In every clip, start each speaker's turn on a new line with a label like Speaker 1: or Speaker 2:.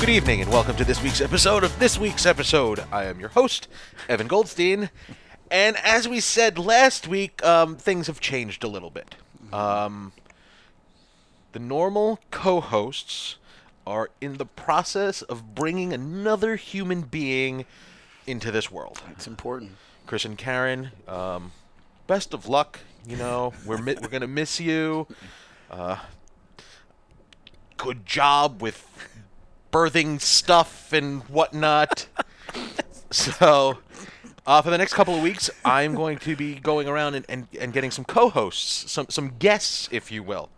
Speaker 1: Good evening, and welcome to this week's episode of This Week's Episode. I am your host, Evan Goldstein. And as we said last week, um, things have changed a little bit. Um, the normal co hosts are in the process of bringing another human being into this world.
Speaker 2: It's important.
Speaker 1: Chris and Karen, um, best of luck. You know, we're mi- we're gonna miss you. Uh, good job with birthing stuff and whatnot. so, uh, for the next couple of weeks, I'm going to be going around and, and, and getting some co-hosts, some some guests, if you will.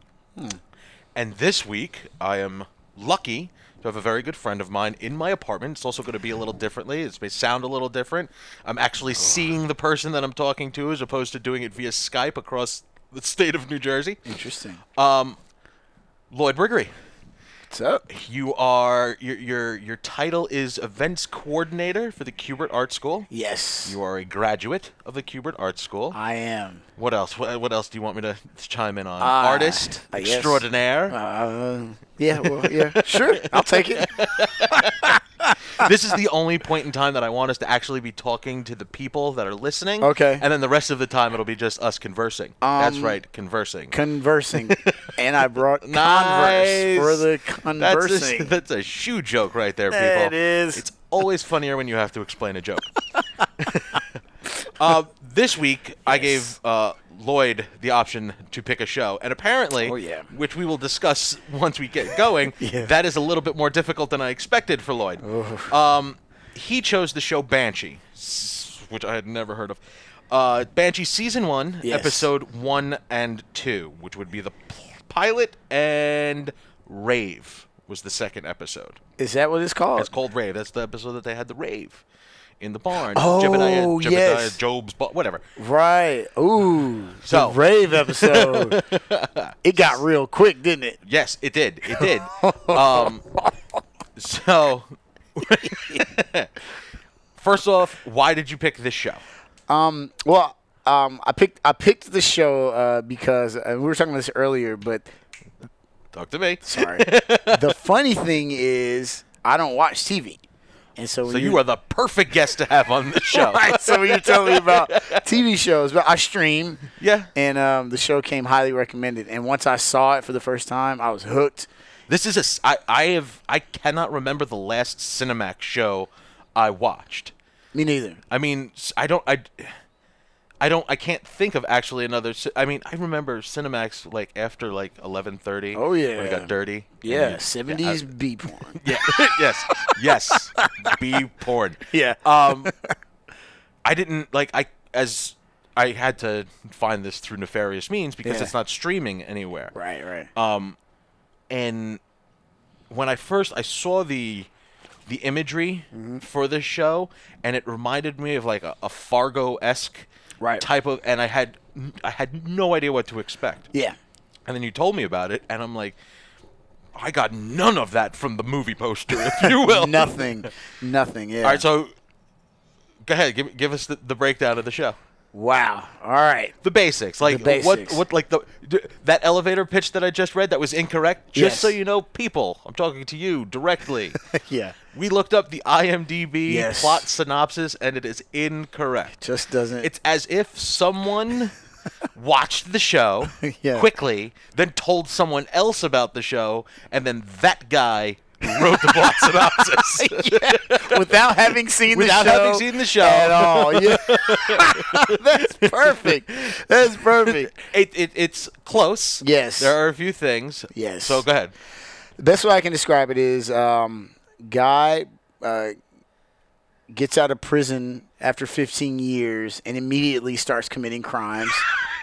Speaker 1: And this week, I am lucky to have a very good friend of mine in my apartment. It's also going to be a little differently. It's may sound a little different. I'm actually seeing the person that I'm talking to as opposed to doing it via Skype across the state of New Jersey.
Speaker 2: Interesting.
Speaker 1: Lloyd Briggery,
Speaker 2: What's up?
Speaker 1: you are your your your title is events coordinator for the Cubert Art School.
Speaker 2: Yes.
Speaker 1: You are a graduate of the Cubert Art School.
Speaker 2: I am.
Speaker 1: What else? What, what else do you want me to chime in on?
Speaker 2: Ah,
Speaker 1: Artist
Speaker 2: I guess-
Speaker 1: extraordinaire.
Speaker 2: Uh, yeah, well, yeah. sure. I'll take it. Ah.
Speaker 1: this is the only point in time that I want us to actually be talking to the people that are listening.
Speaker 2: Okay.
Speaker 1: And then the rest of the time, it'll be just us conversing. That's
Speaker 2: Um,
Speaker 1: right, conversing.
Speaker 2: Conversing. and I brought Converse
Speaker 1: Nice.
Speaker 2: for the
Speaker 1: that's, a,
Speaker 2: conversing.
Speaker 1: that's a shoe joke right there, people.
Speaker 2: There it is.
Speaker 1: It's always funnier when you have to explain a joke. uh, this week, I gave uh, Lloyd the option to pick a show, and apparently,
Speaker 2: Oh, yeah.
Speaker 1: which we will discuss once we get going,
Speaker 2: Yeah.
Speaker 1: that is a little bit more difficult than I expected for Lloyd. Um, he chose the show Banshee, s- which I had never heard of. Uh, Banshee season one,
Speaker 2: Yes.
Speaker 1: episode one and two, which would be the p- pilot and Rave was the second episode.
Speaker 2: Is that what it's called?
Speaker 1: It's called Rave. That's the episode that they had the rave in the barn.
Speaker 2: Oh,
Speaker 1: Jebediah, Jebediah
Speaker 2: yes.
Speaker 1: Job's bar, whatever.
Speaker 2: Right. Ooh.
Speaker 1: So-
Speaker 2: the rave episode. it got real quick, didn't it?
Speaker 1: Yes, it did. It did. um, so, first off, why did you pick this show?
Speaker 2: Um. Well. Um. I picked. I picked the show uh, because uh, we were talking about this earlier, but
Speaker 1: Talk to me.
Speaker 2: Sorry. the funny thing is, I don't watch TV, and so when
Speaker 1: So you are the perfect guest to have on this show.
Speaker 2: right. So when you're telling me about TV shows, but I stream.
Speaker 1: Yeah.
Speaker 2: And um, the show came highly recommended, and once I saw it for the first time, I was hooked.
Speaker 1: This is a. s- I, I have. I cannot remember the last Cinemax show I watched.
Speaker 2: Me neither.
Speaker 1: I mean, s- I don't, I, I don't, I can't think of actually another. ci- I mean, I remember Cinemax like after like eleven thirty.
Speaker 2: Oh,
Speaker 1: when it
Speaker 2: yeah.
Speaker 1: got dirty. and
Speaker 2: Yeah,
Speaker 1: you-
Speaker 2: seventies B porn.
Speaker 1: Yeah, yes, yes, be porn.
Speaker 2: Yeah.
Speaker 1: Um, I didn't like I as I had to find this through nefarious means because
Speaker 2: Yeah.
Speaker 1: it's not streaming anywhere.
Speaker 2: Right, right.
Speaker 1: Um, and when I first I saw the the imagery
Speaker 2: Mm-hmm.
Speaker 1: for this show, and it reminded me of like a, a Fargo esque
Speaker 2: Right.
Speaker 1: type of, and I had I had no idea what to expect.
Speaker 2: yeah.
Speaker 1: And then you told me about it, and I'm like, I got none of that from the movie poster, if you will.
Speaker 2: Nothing. Nothing. Yeah.
Speaker 1: All right, so go ahead, give give us the, the breakdown of the show.
Speaker 2: wow. All right.
Speaker 1: The basics, like
Speaker 2: basics.
Speaker 1: what, what, like the d- that elevator pitch that I just read that was incorrect. Just
Speaker 2: Yes.
Speaker 1: so you know, people, I'm talking to you directly.
Speaker 2: Yeah.
Speaker 1: we looked up the IMDb
Speaker 2: Yes.
Speaker 1: plot synopsis, and it is incorrect.
Speaker 2: Just doesn't.
Speaker 1: It's as if someone watched the show
Speaker 2: Yeah.
Speaker 1: quickly, then told someone else about the show, and then that guy wrote the plot synopsis.
Speaker 2: without having seen
Speaker 1: Without
Speaker 2: the show
Speaker 1: having seen the show.
Speaker 2: at all. Yeah. That's perfect. That's perfect.
Speaker 1: It, it, it's close.
Speaker 2: Yes.
Speaker 1: There are a few things.
Speaker 2: Yes.
Speaker 1: So go ahead.
Speaker 2: The best way I can describe it is um, guy uh, gets out of prison after 15 years and immediately starts committing crimes.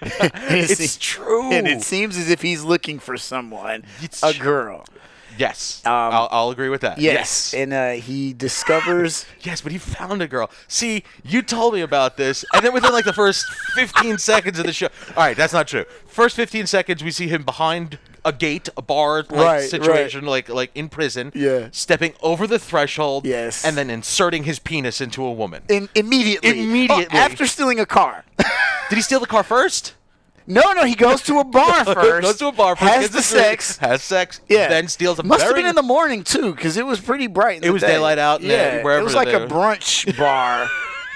Speaker 2: And it
Speaker 1: It's
Speaker 2: se-
Speaker 1: true.
Speaker 2: And it seems as if he's looking for someone,
Speaker 1: It's
Speaker 2: a
Speaker 1: true.
Speaker 2: girl.
Speaker 1: Yes. I'll, I'll agree with that.
Speaker 2: um, Yes. And uh, he discovers.
Speaker 1: Yes, but he found a girl. See, you told me about this, and then within like the first 15 seconds of the show. All right, that's not true. First 15 seconds, we see him behind a gate, a bar like
Speaker 2: Right,
Speaker 1: situation, like like in prison.
Speaker 2: Yeah.
Speaker 1: Stepping over the threshold.
Speaker 2: Yes.
Speaker 1: And then inserting his penis into a woman.
Speaker 2: In, immediately,
Speaker 1: Immediately.
Speaker 2: after stealing a car.
Speaker 1: Did he steal the car first?
Speaker 2: No, no, he goes to a bar first.
Speaker 1: Goes to a bar first.
Speaker 2: Has
Speaker 1: gets
Speaker 2: the
Speaker 1: a drink,
Speaker 2: sex.
Speaker 1: Has sex.
Speaker 2: Yeah.
Speaker 1: Then steals a
Speaker 2: Must have
Speaker 1: very
Speaker 2: been in the morning too, because it was pretty bright. In
Speaker 1: It
Speaker 2: the
Speaker 1: was
Speaker 2: day.
Speaker 1: daylight out and
Speaker 2: Yeah,
Speaker 1: wherever
Speaker 2: it was like
Speaker 1: they
Speaker 2: a
Speaker 1: were.
Speaker 2: brunch bar,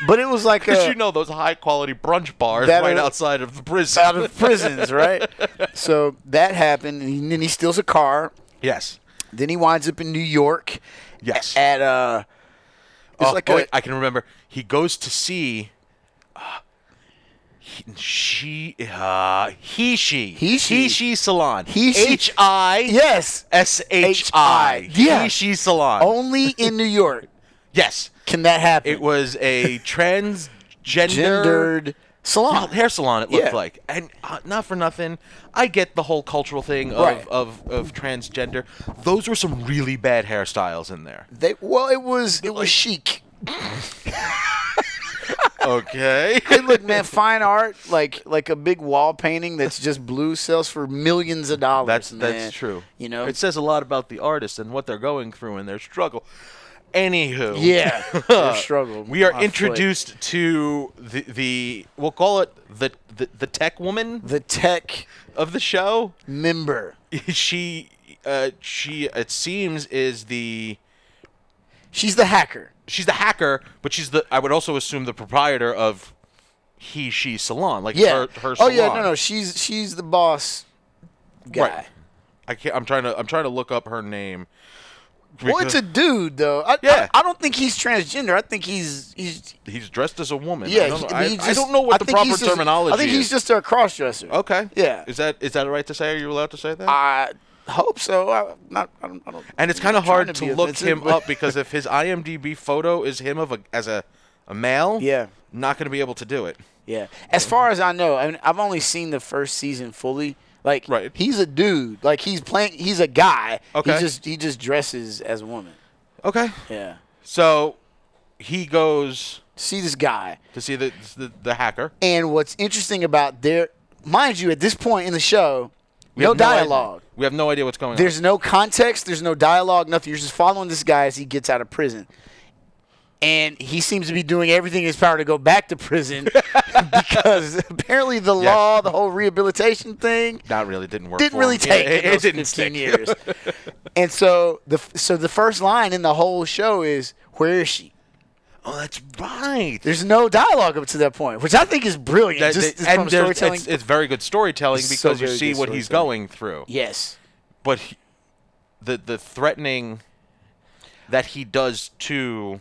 Speaker 2: but it was like
Speaker 1: Because
Speaker 2: a
Speaker 1: you know those high quality brunch bars
Speaker 2: That
Speaker 1: right
Speaker 2: are-
Speaker 1: outside of the prison.
Speaker 2: out of prisons, right? so that happened, and then he steals a car.
Speaker 1: yes.
Speaker 2: Then he winds up in New York.
Speaker 1: Yes.
Speaker 2: At uh, it's
Speaker 1: oh,
Speaker 2: like
Speaker 1: oh,
Speaker 2: a,
Speaker 1: wait, I can remember. He goes to see. Uh, he- she, uh, he, she,
Speaker 2: He, she.
Speaker 1: she salon,
Speaker 2: He, she.
Speaker 1: H I,
Speaker 2: yes,
Speaker 1: S H I,
Speaker 2: H-I. Yeah. Oh.
Speaker 1: he, she salon.
Speaker 2: only in New York
Speaker 1: yes,
Speaker 2: can that happen.
Speaker 1: it was a transgender
Speaker 2: gendered salon.
Speaker 1: hair salon. It looked
Speaker 2: Yeah.
Speaker 1: like, and uh, not for nothing, I get the whole cultural thing of,
Speaker 2: Right.
Speaker 1: of of transgender. Those were some really bad hairstyles in there.
Speaker 2: They well, it was it was chic.
Speaker 1: Okay,
Speaker 2: Hey, look, man, fine art like like a big wall painting that's just blue sells for millions of dollars.
Speaker 1: that's
Speaker 2: man.
Speaker 1: that's true.
Speaker 2: You know,
Speaker 1: it says a lot about the artist and what they're going through and their struggle. Anywho,
Speaker 2: yeah, their struggle.
Speaker 1: We are
Speaker 2: on foot.
Speaker 1: introduced to the, the we'll call it the, the the tech woman
Speaker 2: the tech
Speaker 1: of the show.
Speaker 2: member.
Speaker 1: she uh she it seems is the
Speaker 2: She's the hacker.
Speaker 1: she's the hacker but she's the i would also assume the proprietor of he she salon like
Speaker 2: Yeah.
Speaker 1: her, her
Speaker 2: oh
Speaker 1: salon.
Speaker 2: yeah, no, no, she's she's the boss guy.
Speaker 1: Right. i can't i'm trying to i'm trying to look up her name
Speaker 2: Well, it's a dude though. I,
Speaker 1: Yeah.
Speaker 2: I, I don't think he's transgender. I think he's he's
Speaker 1: he's dressed as a woman
Speaker 2: yeah.
Speaker 1: i don't know,
Speaker 2: he-
Speaker 1: I,
Speaker 2: he
Speaker 1: I
Speaker 2: just-
Speaker 1: don't know what
Speaker 2: I
Speaker 1: the
Speaker 2: think
Speaker 1: proper
Speaker 2: he's just-
Speaker 1: terminology
Speaker 2: I think he's
Speaker 1: is
Speaker 2: just a cross dresser.
Speaker 1: okay
Speaker 2: Yeah. Uh,
Speaker 1: is that is that right to say are you allowed to say that
Speaker 2: I hope so. I, not, I don't, I don't,
Speaker 1: and it's
Speaker 2: I'm
Speaker 1: kind of
Speaker 2: not trying
Speaker 1: hard to,
Speaker 2: be
Speaker 1: look
Speaker 2: offensive,
Speaker 1: him
Speaker 2: but-
Speaker 1: up because if his imdb photo is him of a as a a male
Speaker 2: Yeah.
Speaker 1: not going to be able to do it
Speaker 2: Yeah. As far as I know, I mean, I've only seen the first season fully. Like
Speaker 1: Right.
Speaker 2: he's a dude. Like he's playing he's a guy.
Speaker 1: Okay.
Speaker 2: He just he just dresses as a woman.
Speaker 1: okay
Speaker 2: Yeah.
Speaker 1: so he goes
Speaker 2: See this guy.
Speaker 1: to see the the, the hacker.
Speaker 2: And what's interesting about their mind you, at this point in the show,
Speaker 1: We
Speaker 2: no
Speaker 1: have idea-
Speaker 2: dialogue.
Speaker 1: we have no idea what's going
Speaker 2: There's no context, there's no dialogue, nothing. You're just following this guy as he gets out of prison. And he seems to be doing everything in his power to go back to prison because apparently the
Speaker 1: Yes.
Speaker 2: law, the whole rehabilitation thing,
Speaker 1: on. Not really didn't work.
Speaker 2: didn't
Speaker 1: for
Speaker 2: really
Speaker 1: him.
Speaker 2: take
Speaker 1: It, it-
Speaker 2: in
Speaker 1: it
Speaker 2: those
Speaker 1: didn't
Speaker 2: 15
Speaker 1: stick.
Speaker 2: years. and so the f- so the first line in the whole show is where is she?
Speaker 1: Oh, that's right.
Speaker 2: There's no dialogue up to that point, which I think is brilliant.
Speaker 1: That-
Speaker 2: just
Speaker 1: that-
Speaker 2: just from
Speaker 1: and there's-
Speaker 2: storytelling.
Speaker 1: It's, it's very good storytelling
Speaker 2: So
Speaker 1: because you
Speaker 2: very
Speaker 1: see
Speaker 2: good
Speaker 1: what he's
Speaker 2: storytelling.
Speaker 1: going through.
Speaker 2: yes.
Speaker 1: But he, the the threatening that he does to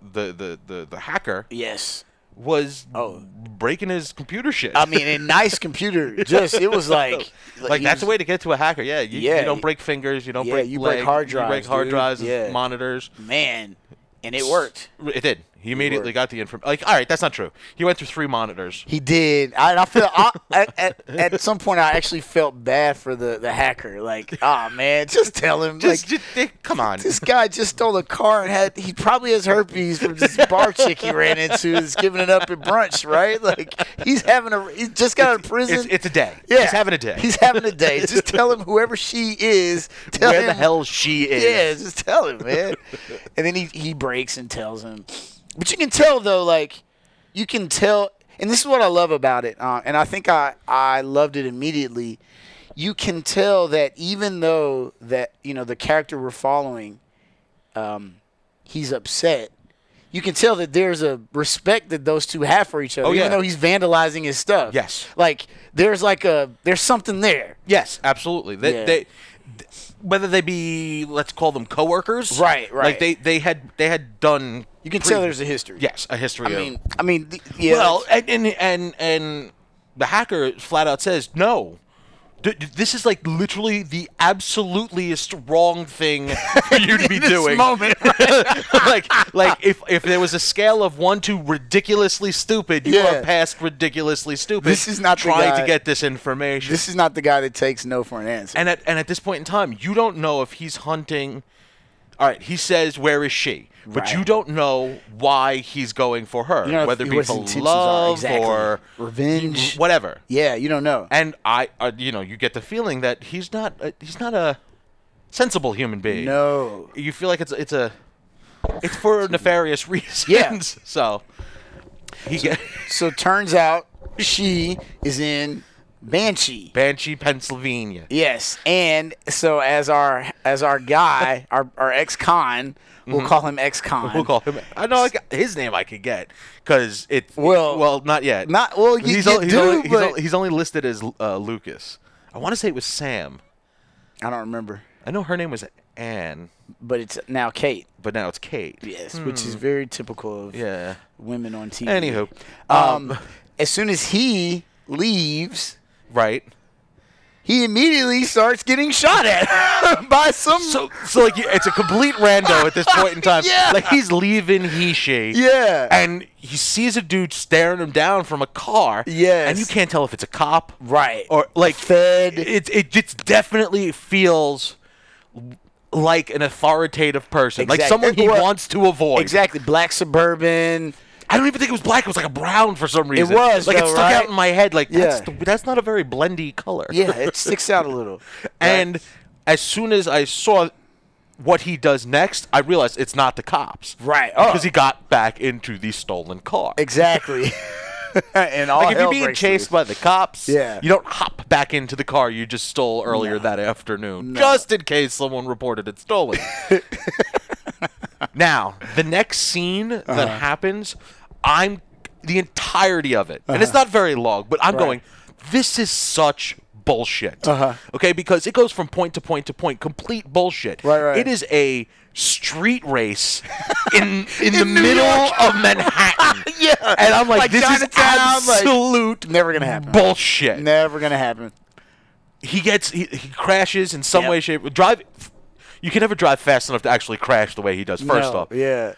Speaker 1: the the the, the hacker
Speaker 2: Yes.
Speaker 1: was
Speaker 2: Oh.
Speaker 1: breaking his computer shit.
Speaker 2: I mean, a nice computer. Just it was like
Speaker 1: like
Speaker 2: he
Speaker 1: that's the
Speaker 2: was-
Speaker 1: way to get to a hacker. Yeah, you, you
Speaker 2: Yeah,
Speaker 1: don't
Speaker 2: y-
Speaker 1: break fingers. You don't
Speaker 2: yeah,
Speaker 1: break.
Speaker 2: you break
Speaker 1: leg,
Speaker 2: hard
Speaker 1: You break
Speaker 2: drives,
Speaker 1: hard
Speaker 2: dude.
Speaker 1: drives,
Speaker 2: Yeah.
Speaker 1: monitors.
Speaker 2: man, and it worked.
Speaker 1: It did. He immediately
Speaker 2: worked.
Speaker 1: got the information. Like, all right, that's not true. He went through three monitors.
Speaker 2: He did. I, and I feel I, at, at, at some point I actually felt bad for the, the hacker. Like, ah man, just tell him. like,
Speaker 1: Just, just- eh, come on.
Speaker 2: this guy just stole a car and had he probably has herpes from this bar chick he ran into that's giving it up at brunch, right? Like he's having a he just got out of prison.
Speaker 1: it's, it's a day.
Speaker 2: yeah,
Speaker 1: He's having a day.
Speaker 2: He's having a day. Just tell him whoever she is. Tell
Speaker 1: Where
Speaker 2: him
Speaker 1: the hell she is.
Speaker 2: Yeah, just tell him, man. and then he he breaks and tells him. But you can tell though, like you can tell, and this is what I love about it. Uh, and I think I I loved it immediately. You can tell that even though that you know the character we're following, um, he's upset. You can tell that there's a respect that those two have for each other,
Speaker 1: Oh, yeah.
Speaker 2: even though he's vandalizing his stuff.
Speaker 1: Yes.
Speaker 2: like there's like a there's something there.
Speaker 1: Yes, absolutely. They,
Speaker 2: Yeah.
Speaker 1: they, whether they be let's call them coworkers,
Speaker 2: Right, right.
Speaker 1: Like they, they had they had done.
Speaker 2: You can
Speaker 1: pre-
Speaker 2: tell there's a history.
Speaker 1: yes a history.
Speaker 2: I
Speaker 1: of,
Speaker 2: mean, I mean, th- yeah.
Speaker 1: well, and, and and and the hacker flat out says no. D- d- This is like literally the absolutelyest wrong thing for you to be doing.
Speaker 2: moment.
Speaker 1: like like if if there was a scale of one to ridiculously stupid, you
Speaker 2: Yeah.
Speaker 1: are past ridiculously stupid.
Speaker 2: This is not the
Speaker 1: trying to
Speaker 2: guy-
Speaker 1: get this information.
Speaker 2: This is not the guy that takes no for an answer.
Speaker 1: and at and at this point in time, you don't know if he's hunting. All right, he says, "Where is she?" But
Speaker 2: Right.
Speaker 1: you don't know why he's going for her,
Speaker 2: You don't know
Speaker 1: whether
Speaker 2: if-
Speaker 1: it be
Speaker 2: what his
Speaker 1: for
Speaker 2: intentions are,
Speaker 1: love
Speaker 2: exactly.
Speaker 1: or
Speaker 2: Revenge.
Speaker 1: whatever.
Speaker 2: yeah, you don't know.
Speaker 1: And I, uh, you know, you get the feeling that he's not a, he's not a sensible human being.
Speaker 2: no.
Speaker 1: you feel like it's it's a it's for nefarious reasons.
Speaker 2: Yeah.
Speaker 1: So he get,
Speaker 2: So turns out she is in Banshee.
Speaker 1: Banshee, Pennsylvania.
Speaker 2: Yes, and so as our as our guy, our our ex-con, we'll call him ex-con.
Speaker 1: Mm-hmm. We'll call him. I know I got- his name I could get because it.
Speaker 2: Well-
Speaker 1: well, not yet.
Speaker 2: Not well. You,
Speaker 1: he's,
Speaker 2: you
Speaker 1: only, he's,
Speaker 2: do,
Speaker 1: only, he's,
Speaker 2: but-
Speaker 1: only, he's only listed as uh, Lucas. I want to say it was Sam.
Speaker 2: I don't remember,
Speaker 1: I know her name was Anne,
Speaker 2: but it's now Kate.
Speaker 1: but now it's Kate.
Speaker 2: Yes, which is very typical of
Speaker 1: Hmm. Yeah.
Speaker 2: women on TV.
Speaker 1: Anywho,
Speaker 2: um, as soon as he leaves,
Speaker 1: right?
Speaker 2: he immediately starts getting shot at by some.
Speaker 1: So, so like, it's a complete rando at this point in time.
Speaker 2: Yeah.
Speaker 1: Like he's leaving he she.
Speaker 2: yeah,
Speaker 1: And he sees a dude staring him down from a car.
Speaker 2: Yes.
Speaker 1: And you can't tell if it's a cop
Speaker 2: right.
Speaker 1: or like
Speaker 2: Fed.
Speaker 1: It it just definitely feels like an authoritative person, like
Speaker 2: Exact-
Speaker 1: someone he
Speaker 2: well,
Speaker 1: wants to avoid.
Speaker 2: exactly, black suburban.
Speaker 1: I don't even think it was black. It was like a brown for some reason.
Speaker 2: was,
Speaker 1: like it
Speaker 2: though,
Speaker 1: stuck
Speaker 2: right?
Speaker 1: out in my head. Like that's
Speaker 2: Yeah.
Speaker 1: th- that's not a very blendy color.
Speaker 2: Yeah, it sticks out a little.
Speaker 1: And as soon as I saw what he does next, I realized it's not the cops.
Speaker 2: Right. Oh.
Speaker 1: Because he got back into the stolen car.
Speaker 2: exactly. and all
Speaker 1: Like if
Speaker 2: Oh, hell
Speaker 1: you're being
Speaker 2: breaks
Speaker 1: chased
Speaker 2: loose.
Speaker 1: by the cops,
Speaker 2: Yeah.
Speaker 1: you don't hop back into the car you just stole earlier that afternoon, just in case someone reported it stolen. now, the next scene
Speaker 2: Uh-huh.
Speaker 1: that happens, I'm the entirety of it, and it's
Speaker 2: Uh-huh.
Speaker 1: not very long, but I'm going, this is such bullshit.
Speaker 2: Uh-huh.
Speaker 1: Okay, because it goes from point to point to point, complete bullshit.
Speaker 2: Right, right.
Speaker 1: It is a street race in in, the
Speaker 2: New
Speaker 1: middle
Speaker 2: York.
Speaker 1: of Manhattan.
Speaker 2: Yeah.
Speaker 1: And I'm like,
Speaker 2: Like
Speaker 1: this is
Speaker 2: Chinatown, like-
Speaker 1: absolute
Speaker 2: Never gonna happen.
Speaker 1: bullshit.
Speaker 2: Never gonna happen.
Speaker 1: He gets he, he crashes in some
Speaker 2: Yep.
Speaker 1: way, shape. Drive. You can never drive fast enough to actually crash the way he does. First
Speaker 2: No,
Speaker 1: off,
Speaker 2: yeah,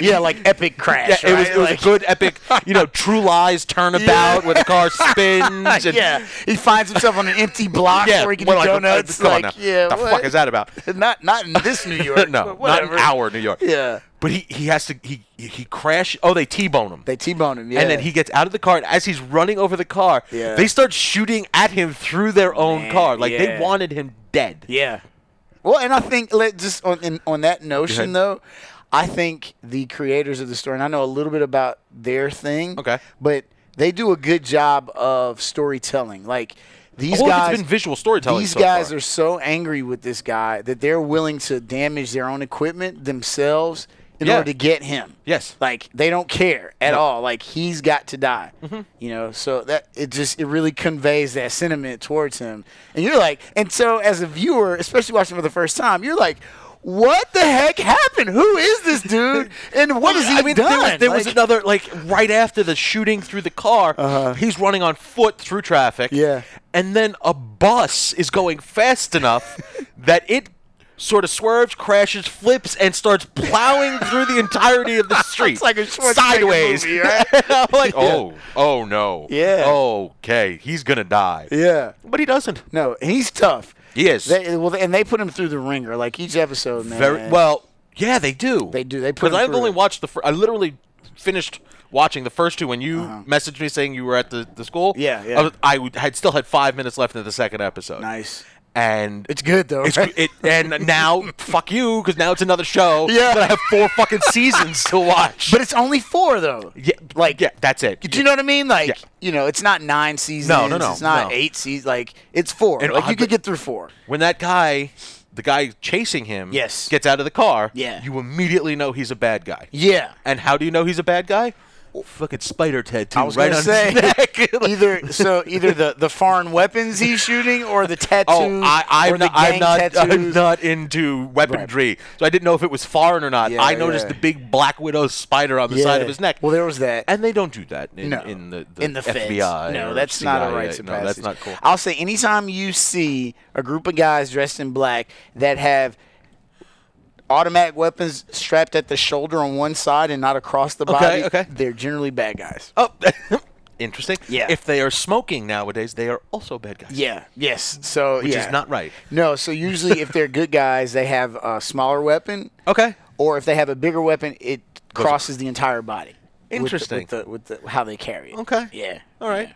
Speaker 2: yeah, like epic
Speaker 1: Yeah, it
Speaker 2: crash.
Speaker 1: was,
Speaker 2: right?
Speaker 1: it was
Speaker 2: Like-
Speaker 1: good, epic. You know, True Lies turnabout where the car spins. And,
Speaker 2: yeah, he finds himself on an empty block
Speaker 1: yeah.
Speaker 2: where he can
Speaker 1: well,
Speaker 2: do
Speaker 1: like, uh,
Speaker 2: donuts.
Speaker 1: come on
Speaker 2: Like,
Speaker 1: now.
Speaker 2: yeah,
Speaker 1: the
Speaker 2: what?
Speaker 1: fuck is that about?
Speaker 2: Not not in this New York.
Speaker 1: no, not
Speaker 2: but whatever.
Speaker 1: an hour New York.
Speaker 2: Yeah,
Speaker 1: But he, he has to he he crash. Oh, they t-bone him.
Speaker 2: they T-bone him. Yeah,
Speaker 1: And then he gets out of the car, and as he's running over the car,
Speaker 2: Yeah.
Speaker 1: they start shooting at him through their own
Speaker 2: Man,
Speaker 1: car. Like they
Speaker 2: yeah.
Speaker 1: wanted him dead.
Speaker 2: Yeah. Well, and I think let just on in, on that notion
Speaker 1: ahead.
Speaker 2: though, I think the creators of the story, and I know a little bit about their thing.
Speaker 1: Okay.
Speaker 2: But they do a good job of storytelling. Like these
Speaker 1: Well, if
Speaker 2: guys.
Speaker 1: Oh, it's been visual storytelling.
Speaker 2: These
Speaker 1: so
Speaker 2: guys
Speaker 1: far.
Speaker 2: are so angry with this guy that they're willing to damage their own equipment themselves in
Speaker 1: Yeah.
Speaker 2: order to get him.
Speaker 1: Yes.
Speaker 2: Like they don't care at
Speaker 1: No. Mm-hmm.
Speaker 2: all. Like he's got to die. You know, so that it just it really conveys that sentiment towards him. And you're like, and so as a viewer, especially watching for the first time, you're like, what the heck happened? Who is this dude? And what has he
Speaker 1: I mean,
Speaker 2: done?
Speaker 1: There, was, there was
Speaker 2: Like- Uh-huh.
Speaker 1: another like right after the shooting through the car. He's running on foot through traffic.
Speaker 2: Yeah.
Speaker 1: and then a bus is going fast enough that it sort of swerves, crashes, flips, and starts plowing through the entirety of the street.
Speaker 2: It's like a Schwarzenegger
Speaker 1: sideways.
Speaker 2: movie, right?
Speaker 1: I'm like, oh, oh no.
Speaker 2: Yeah.
Speaker 1: Okay, he's gonna die.
Speaker 2: yeah.
Speaker 1: But he doesn't.
Speaker 2: No, he's tough.
Speaker 1: He is.
Speaker 2: They, well, and they put him through the ringer, like each episode, man.
Speaker 1: Very well. Yeah, they do.
Speaker 2: They do. They
Speaker 1: 'Cause
Speaker 2: put them
Speaker 1: I've
Speaker 2: through
Speaker 1: only
Speaker 2: it.
Speaker 1: watched the. Fir- I literally finished watching the first two when you messaged me saying you were at the, the school.
Speaker 2: Uh-huh. Yeah,
Speaker 1: I,
Speaker 2: yeah.
Speaker 1: was- I would- had still had five minutes left in the second episode.
Speaker 2: Nice.
Speaker 1: And
Speaker 2: It's good though.
Speaker 1: it's
Speaker 2: right?
Speaker 1: it and now fuck you because now it's another show
Speaker 2: Yeah.
Speaker 1: that I have four fucking seasons to watch.
Speaker 2: but it's only four though.
Speaker 1: yeah, like yeah, that's it.
Speaker 2: Do you know what I mean? Like,
Speaker 1: Yeah.
Speaker 2: you know, it's not nine seasons.
Speaker 1: no,
Speaker 2: It's not
Speaker 1: no.
Speaker 2: eight seasons. Like, it's four.
Speaker 1: And
Speaker 2: like,
Speaker 1: I-
Speaker 2: you could get through four.
Speaker 1: when that guy, the guy chasing him,
Speaker 2: Yes.
Speaker 1: gets out of the car.
Speaker 2: Yeah.
Speaker 1: you immediately know he's a bad guy.
Speaker 2: Yeah.
Speaker 1: And how do you know he's a bad guy? Fucking spider tattoo
Speaker 2: was
Speaker 1: right
Speaker 2: gonna
Speaker 1: on
Speaker 2: say.
Speaker 1: his neck. Like,
Speaker 2: Either so, either the, the foreign weapons he's shooting, or the tattoos,
Speaker 1: Oh, I, I'm,
Speaker 2: or the
Speaker 1: not, I'm,
Speaker 2: gang
Speaker 1: not, I'm
Speaker 2: tattoos.
Speaker 1: not into weaponry, so I didn't know if it was foreign or not.
Speaker 2: Yeah,
Speaker 1: I noticed
Speaker 2: yeah.
Speaker 1: the big black widow spider on the side
Speaker 2: Yeah.
Speaker 1: of his neck.
Speaker 2: Well, there was that.
Speaker 1: and they don't do that in,
Speaker 2: no,
Speaker 1: in the, the,
Speaker 2: in the feds.
Speaker 1: FBI.
Speaker 2: No,
Speaker 1: or
Speaker 2: that's not a
Speaker 1: CIA.
Speaker 2: rights of
Speaker 1: No, that's
Speaker 2: passage.
Speaker 1: not cool.
Speaker 2: I'll say anytime you see a group of guys dressed in black that have automatic weapons strapped at the shoulder on one side and not across the body,
Speaker 1: okay.
Speaker 2: they're generally bad guys.
Speaker 1: Oh, interesting.
Speaker 2: Yeah.
Speaker 1: If they are smoking nowadays, they are also bad guys.
Speaker 2: Yeah. Yes. So
Speaker 1: Which is not right.
Speaker 2: No. So usually, if they're good guys, they have a smaller weapon,
Speaker 1: Okay.
Speaker 2: or if they have a bigger weapon, it crosses the entire body. with the-
Speaker 1: Interesting.
Speaker 2: With, the, with, the, how they carry it.
Speaker 1: Okay.
Speaker 2: Yeah.
Speaker 1: All right.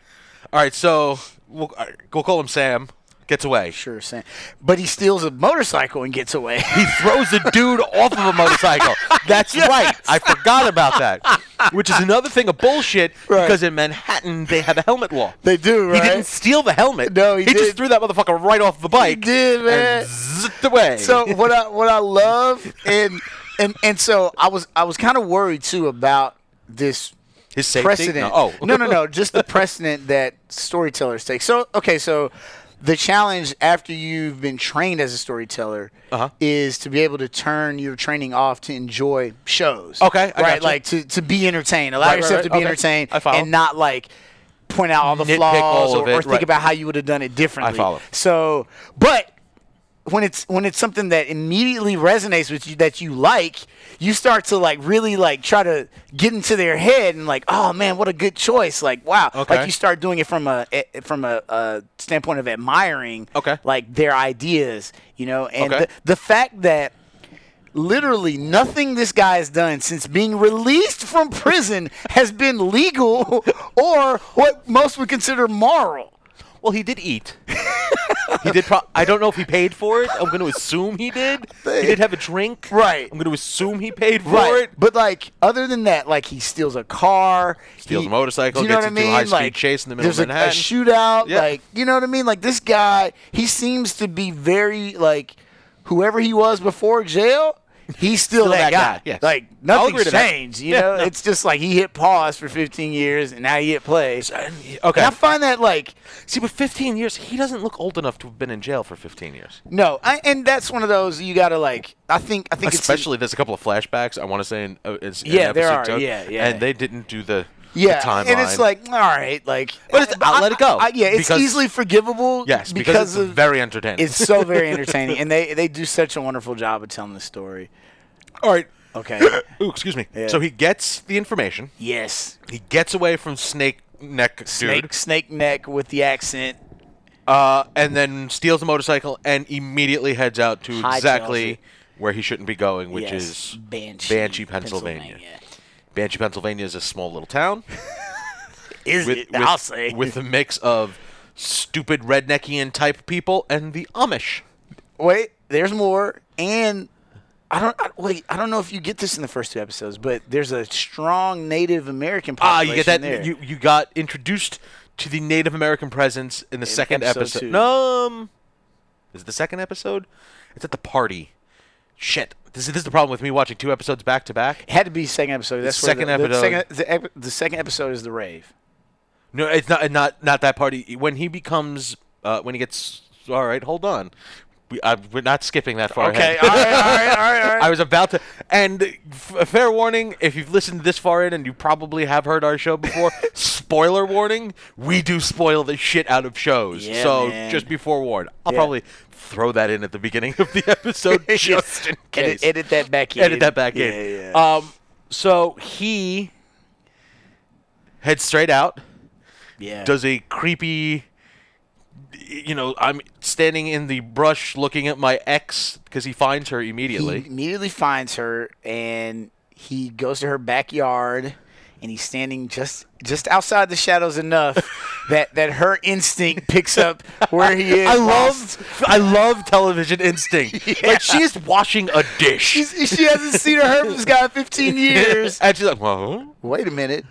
Speaker 1: All right. So we'll, all right, we'll call him Sam. Gets away.
Speaker 2: Sure. Sam. But he steals a motorcycle and gets away.
Speaker 1: He throws the dude off of a motorcycle. That's right. I forgot about that. which is another thing of bullshit
Speaker 2: Right.
Speaker 1: because in Manhattan they have a helmet law.
Speaker 2: They do,
Speaker 1: He
Speaker 2: right?
Speaker 1: didn't steal the helmet.
Speaker 2: No, he
Speaker 1: just
Speaker 2: did.
Speaker 1: threw that motherfucker right off the bike.
Speaker 2: did, man.
Speaker 1: And zipped away.
Speaker 2: so what I what I love and and and so I was I was kind of worried too about this
Speaker 1: his safety.
Speaker 2: precedent.
Speaker 1: No, oh,
Speaker 2: no, no, no, just the precedent that storytellers take. So okay, so the challenge after you've been trained as a storyteller
Speaker 1: Uh-huh.
Speaker 2: is to be able to turn your training off to enjoy shows.
Speaker 1: Okay, I
Speaker 2: right,
Speaker 1: gotcha.
Speaker 2: like to to be entertained, allow
Speaker 1: Right, right,
Speaker 2: yourself
Speaker 1: right,
Speaker 2: to be
Speaker 1: okay.
Speaker 2: entertained,
Speaker 1: I follow.
Speaker 2: and not like point out all the
Speaker 1: Nitpick
Speaker 2: flaws
Speaker 1: all
Speaker 2: or,
Speaker 1: of it,
Speaker 2: or think
Speaker 1: right.
Speaker 2: about how you would have done it differently.
Speaker 1: follow.
Speaker 2: So, but when it's when it's something that immediately resonates with you that you like, you start to like really like try to get into their head and like, oh man, what a good choice! Like wow,
Speaker 1: Okay.
Speaker 2: like you start doing it from a eh, from a, a standpoint of admiring,
Speaker 1: Okay.
Speaker 2: like their ideas, you know, and
Speaker 1: Okay.
Speaker 2: the, the fact that literally nothing this guy has done since being released from prison has been legal or what most would consider moral.
Speaker 1: Well, he did eat. he did. Pro- I don't know if he paid for it. I'm going to assume he did. He did have a drink.
Speaker 2: Right.
Speaker 1: I'm going to assume he paid for
Speaker 2: Right.
Speaker 1: it.
Speaker 2: But like, other than that, like he steals a car,
Speaker 1: Steals
Speaker 2: he-
Speaker 1: a motorcycle,
Speaker 2: do you know
Speaker 1: gets
Speaker 2: what I
Speaker 1: into a
Speaker 2: mean?
Speaker 1: high-speed
Speaker 2: like,
Speaker 1: chase in the middle
Speaker 2: there's
Speaker 1: of
Speaker 2: a-
Speaker 1: Manhattan.
Speaker 2: a shootout.
Speaker 1: Yeah.
Speaker 2: Like, you know what I mean? Like this guy, he seems to be very like whoever he was before jail. He's still, that, guy.
Speaker 1: yes.
Speaker 2: Like
Speaker 1: I'll
Speaker 2: nothing
Speaker 1: agree to that.
Speaker 2: changed. You
Speaker 1: Yeah,
Speaker 2: know,
Speaker 1: no.
Speaker 2: it's just like he hit pause for 15 years and now he hit play.
Speaker 1: Okay.
Speaker 2: And I find that like
Speaker 1: See, with 15 years, he doesn't look old enough to have been in jail for 15 years.
Speaker 2: no, I, and that's one of those you gotta like. I think I think it's
Speaker 1: Especially, there's a couple of flashbacks. I want to say in, uh, it's in
Speaker 2: Yeah, there
Speaker 1: episode
Speaker 2: are.
Speaker 1: two,
Speaker 2: Yeah, yeah.
Speaker 1: And they didn't do the the
Speaker 2: Yeah,
Speaker 1: timeline.
Speaker 2: and it's like, all right, like,
Speaker 1: But it's- I'll let it go,
Speaker 2: I- I- yeah, it's
Speaker 1: because-
Speaker 2: easily forgivable.
Speaker 1: yes, because, it's
Speaker 2: of,
Speaker 1: very entertaining.
Speaker 2: it's so very entertaining, and they they do such a wonderful job of telling the story.
Speaker 1: all right.
Speaker 2: Okay,
Speaker 1: Uh, Ooh, excuse me. So he gets the information.
Speaker 2: yes,
Speaker 1: He gets away from Snake Neck
Speaker 2: snake
Speaker 1: dude,
Speaker 2: snake neck with the accent.
Speaker 1: uh, and then steals the motorcycle and immediately heads out to
Speaker 2: Hi,
Speaker 1: exactly
Speaker 2: Chelsea.
Speaker 1: where he shouldn't be going, which
Speaker 2: yes,
Speaker 1: is
Speaker 2: Banshee,
Speaker 1: Banshee, Pennsylvania. Banshee, Pennsylvania, is a small little town.
Speaker 2: Is
Speaker 1: with,
Speaker 2: it?
Speaker 1: with-
Speaker 2: I'll say
Speaker 1: with a mix of stupid redneckian type people and the Amish.
Speaker 2: Wait, there's more, and I don't I, wait. I don't know if you get this in the first two episodes, but there's a strong Native American
Speaker 1: Ah,
Speaker 2: population
Speaker 1: you get that?
Speaker 2: there.
Speaker 1: You you got introduced to the Native American presence in the second
Speaker 2: episode
Speaker 1: episode.
Speaker 2: two.
Speaker 1: No, um, is it the second episode? It's at the party. Shit, this is this is the problem with me watching two episodes back to back.
Speaker 2: it had to be second episode. That's
Speaker 1: second
Speaker 2: where the,
Speaker 1: episode.
Speaker 2: The second, the, ep- the second episode is the rave.
Speaker 1: No, it's not not not that party. When he becomes, uh, when he gets, all right, hold on. We, I, we're not skipping that far.
Speaker 2: Okay.
Speaker 1: ahead.
Speaker 2: all right. All right. All right. All right.
Speaker 1: I was about to. And f- a fair warning if you've listened this far in and you probably have heard our show before, spoiler warning, we do spoil the shit out of shows.
Speaker 2: Yeah,
Speaker 1: so
Speaker 2: man.
Speaker 1: just be forewarned. I'll
Speaker 2: Yeah.
Speaker 1: probably throw that in at the beginning of the episode
Speaker 2: Yes.
Speaker 1: just in case.
Speaker 2: Edit, edit that back in.
Speaker 1: Edit that back
Speaker 2: yeah,
Speaker 1: in.
Speaker 2: Yeah.
Speaker 1: Um, so he heads straight out,
Speaker 2: yeah.
Speaker 1: does a creepy. You know, I'm standing in the brush looking at my ex because he finds her
Speaker 2: he
Speaker 1: immediately.
Speaker 2: immediately finds her and he goes to her backyard and he's standing just just outside the shadows enough that that her instinct picks up where he is.
Speaker 1: I
Speaker 2: whilst-
Speaker 1: love I love television instinct. Like she is washing a dish.
Speaker 2: She's, she hasn't seen or heard from this guy in 15 years.
Speaker 1: and she's like, well,
Speaker 2: Wait a minute.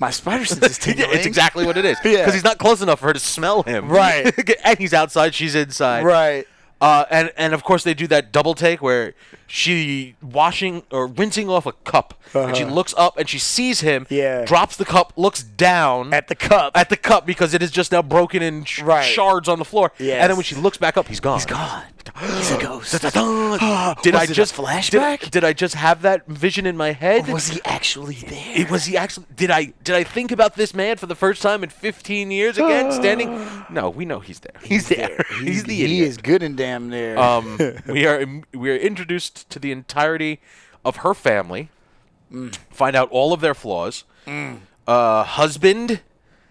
Speaker 2: My spider sense is tingling.
Speaker 1: it's exactly what it is. Because
Speaker 2: Yeah.
Speaker 1: he's not close enough for her to smell him.
Speaker 2: Right.
Speaker 1: and he's outside, she's inside.
Speaker 2: Right.
Speaker 1: Uh, and and of course they do that double take where she washing or rinsing off a cup, and she
Speaker 2: Uh-huh.
Speaker 1: looks up and she sees him.
Speaker 2: Yeah.
Speaker 1: Drops the cup, looks down
Speaker 2: At the cup.
Speaker 1: at the cup because it is just now broken in sh-
Speaker 2: Right.
Speaker 1: shards on the floor.
Speaker 2: Yes.
Speaker 1: And then when she looks back up, he's gone.
Speaker 2: He's gone. He's a ghost.
Speaker 1: did I
Speaker 2: it a
Speaker 1: just Did,
Speaker 2: flashback?
Speaker 1: did I just have that vision in my head?
Speaker 2: Was he actually there?
Speaker 1: It was he actually? Did I did I think about this man for the first time in 15 years again? standing? No, we know he's there. He's, there. He's,
Speaker 2: He's
Speaker 1: the
Speaker 2: He
Speaker 1: idiot.
Speaker 2: is good and damn near.
Speaker 1: Um, we are we are introduced to the entirety of her family.
Speaker 2: Mm.
Speaker 1: Find out all of their flaws. Uh, husband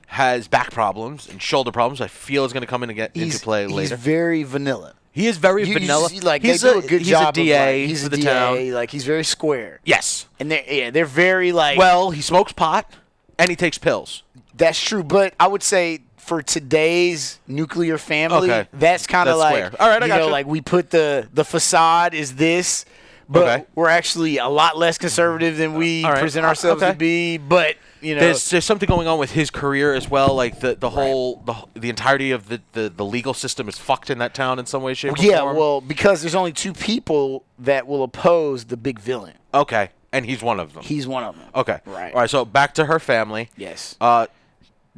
Speaker 1: has back problems and shoulder problems. I feel is going to come in and get
Speaker 2: he's,
Speaker 1: into play
Speaker 2: he's
Speaker 1: later.
Speaker 2: very vanilla.
Speaker 1: he is very
Speaker 2: You- you
Speaker 1: vanilla.
Speaker 2: see, like
Speaker 1: he's
Speaker 2: they do
Speaker 1: a
Speaker 2: a good
Speaker 1: he's
Speaker 2: job.
Speaker 1: A
Speaker 2: of,
Speaker 1: DA
Speaker 2: like, he's
Speaker 1: for
Speaker 2: a
Speaker 1: the
Speaker 2: DA.
Speaker 1: town.
Speaker 2: Like he's very square.
Speaker 1: Yes.
Speaker 2: And they're yeah, they're very like.
Speaker 1: Well, he smokes pot and he takes pills.
Speaker 2: that's true. But I would say for today's nuclear family,
Speaker 1: Okay.
Speaker 2: that's kind of
Speaker 1: That's
Speaker 2: like
Speaker 1: square. All right, I
Speaker 2: you
Speaker 1: gotcha.
Speaker 2: know, like we put the the facade is this. but
Speaker 1: Okay.
Speaker 2: we're actually a lot less conservative than we
Speaker 1: All right.
Speaker 2: present ourselves
Speaker 1: Okay.
Speaker 2: to be. But you know,
Speaker 1: There's there's something going on with his career as well. Like the the whole the the entirety of the, the, the legal system is fucked in that town in some way, shape, or
Speaker 2: yeah,
Speaker 1: form.
Speaker 2: well, because there's only two people that will oppose the big villain.
Speaker 1: okay, and he's one of them.
Speaker 2: He's one of them.
Speaker 1: okay,
Speaker 2: Right.
Speaker 1: All right, so back to her family.
Speaker 2: Yes.
Speaker 1: Uh,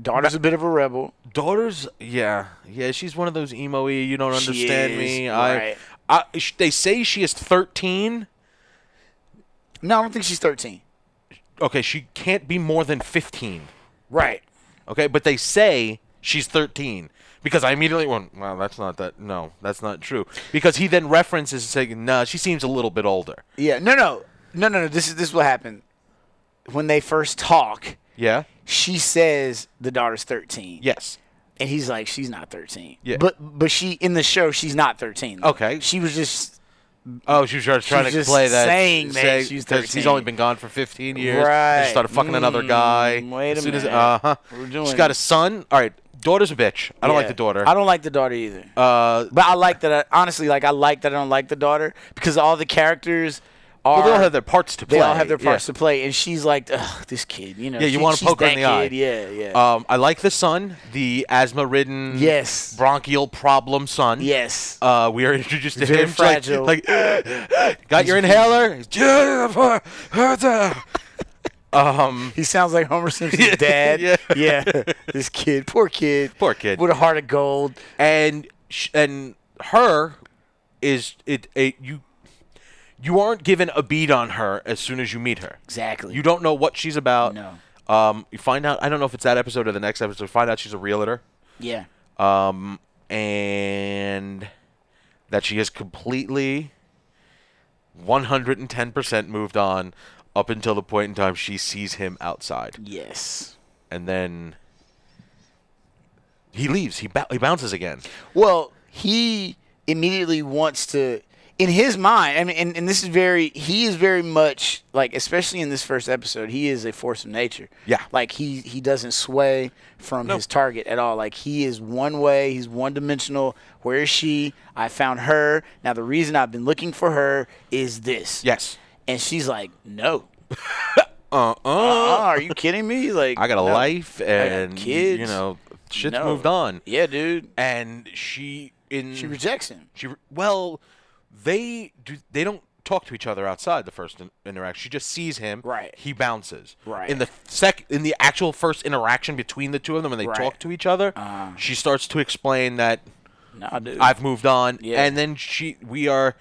Speaker 2: Daughter's a bit of a rebel.
Speaker 1: daughters, yeah, yeah, she's one of those emo you don't
Speaker 2: She
Speaker 1: understand
Speaker 2: is,
Speaker 1: me. I,
Speaker 2: right.
Speaker 1: I, sh- they say she is thirteen.
Speaker 2: No, I don't think she's 13.
Speaker 1: Okay, she can't be more than fifteen.
Speaker 2: Right.
Speaker 1: Okay, but they say she's 13 because I immediately went, "Wow, that's not that. No, that's not true." Because he then references saying, "Nah, she seems a little bit older."
Speaker 2: Yeah. No, no. No, no, no. This is this is what happened. When they first talk,
Speaker 1: Yeah.
Speaker 2: she says the daughter's 13.
Speaker 1: Yes.
Speaker 2: And he's like, she's not 13.
Speaker 1: Yeah.
Speaker 2: But but she in the show, she's not 13. though.
Speaker 1: Okay.
Speaker 2: She was just
Speaker 1: Oh, she was trying
Speaker 2: She's
Speaker 1: to
Speaker 2: just
Speaker 1: play that.
Speaker 2: saying that
Speaker 1: say-
Speaker 2: she's
Speaker 1: 'cause He's
Speaker 2: 13.
Speaker 1: only been gone for 15 years.
Speaker 2: Right.
Speaker 1: She started fucking another guy.
Speaker 2: Mm, wait a
Speaker 1: as soon As,
Speaker 2: minute.
Speaker 1: uh-huh.
Speaker 2: We're doing
Speaker 1: She's got a
Speaker 2: it.
Speaker 1: son. All right. Daughter's a bitch. I don't like
Speaker 2: yeah.
Speaker 1: the daughter.
Speaker 2: I don't like the daughter either.
Speaker 1: Uh,
Speaker 2: But I like that. I, honestly, like I like that I don't like the daughter because all the characters are
Speaker 1: well, they all have their parts to
Speaker 2: they
Speaker 1: play.
Speaker 2: all have their
Speaker 1: Yeah.
Speaker 2: parts to play, and she's like, Ugh, this kid, you know.
Speaker 1: Yeah, you
Speaker 2: she-
Speaker 1: wanna
Speaker 2: she's
Speaker 1: poke her in
Speaker 2: that
Speaker 1: the eye.
Speaker 2: kid. Yeah, yeah.
Speaker 1: Um, I like the son, the asthma-ridden,
Speaker 2: Yes.
Speaker 1: bronchial problem son.
Speaker 2: yes.
Speaker 1: Uh, we are introduced to
Speaker 2: Very
Speaker 1: him. like-
Speaker 2: fragile.
Speaker 1: Like, got your inhaler? Jennifer Hudson. um,
Speaker 2: he sounds like Homer Simpson's dad.
Speaker 1: yeah.
Speaker 2: yeah. This kid, poor kid,
Speaker 1: Poor kid.
Speaker 2: with a heart of gold.
Speaker 1: and sh- and her is it, it you you aren't given a beat on her as soon as you meet her.
Speaker 2: Exactly.
Speaker 1: You don't know what she's about.
Speaker 2: No.
Speaker 1: Um, you find out. I don't know if it's that episode or the next episode. Find out she's a realtor.
Speaker 2: Yeah.
Speaker 1: Um, and that she is completely 110% moved on up until the point in time she sees him outside.
Speaker 2: Yes.
Speaker 1: And then he leaves. He, bou- he bounces again.
Speaker 2: Well, he immediately wants to. In his mind, I mean, and, and this is very, he is very much like, especially in this first episode, he is a force of nature.
Speaker 1: Yeah.
Speaker 2: Like, he, he doesn't sway from his target at all. Like, he is one way, he's one dimensional. Where is she? I found her. Now, the reason I've been looking for her is this.
Speaker 1: Yes.
Speaker 2: And she's like, no.
Speaker 1: Uh-uh.
Speaker 2: Uh, are you kidding me? Like,
Speaker 1: I got a
Speaker 2: no.
Speaker 1: life and,
Speaker 2: kids.
Speaker 1: you know, shit's
Speaker 2: No.
Speaker 1: moved on.
Speaker 2: Yeah, dude.
Speaker 1: And she in
Speaker 2: She rejects him.
Speaker 1: She re- well, they do. They don't talk to each other outside the first in- interaction. She just sees him.
Speaker 2: Right.
Speaker 1: He bounces.
Speaker 2: Right.
Speaker 1: In the sec, in the actual first interaction between the two of them, when they
Speaker 2: Right. Uh-huh.
Speaker 1: talk to each other, she starts to explain that
Speaker 2: Nah, dude.
Speaker 1: I've moved on,
Speaker 2: Yeah.
Speaker 1: and then she, we are.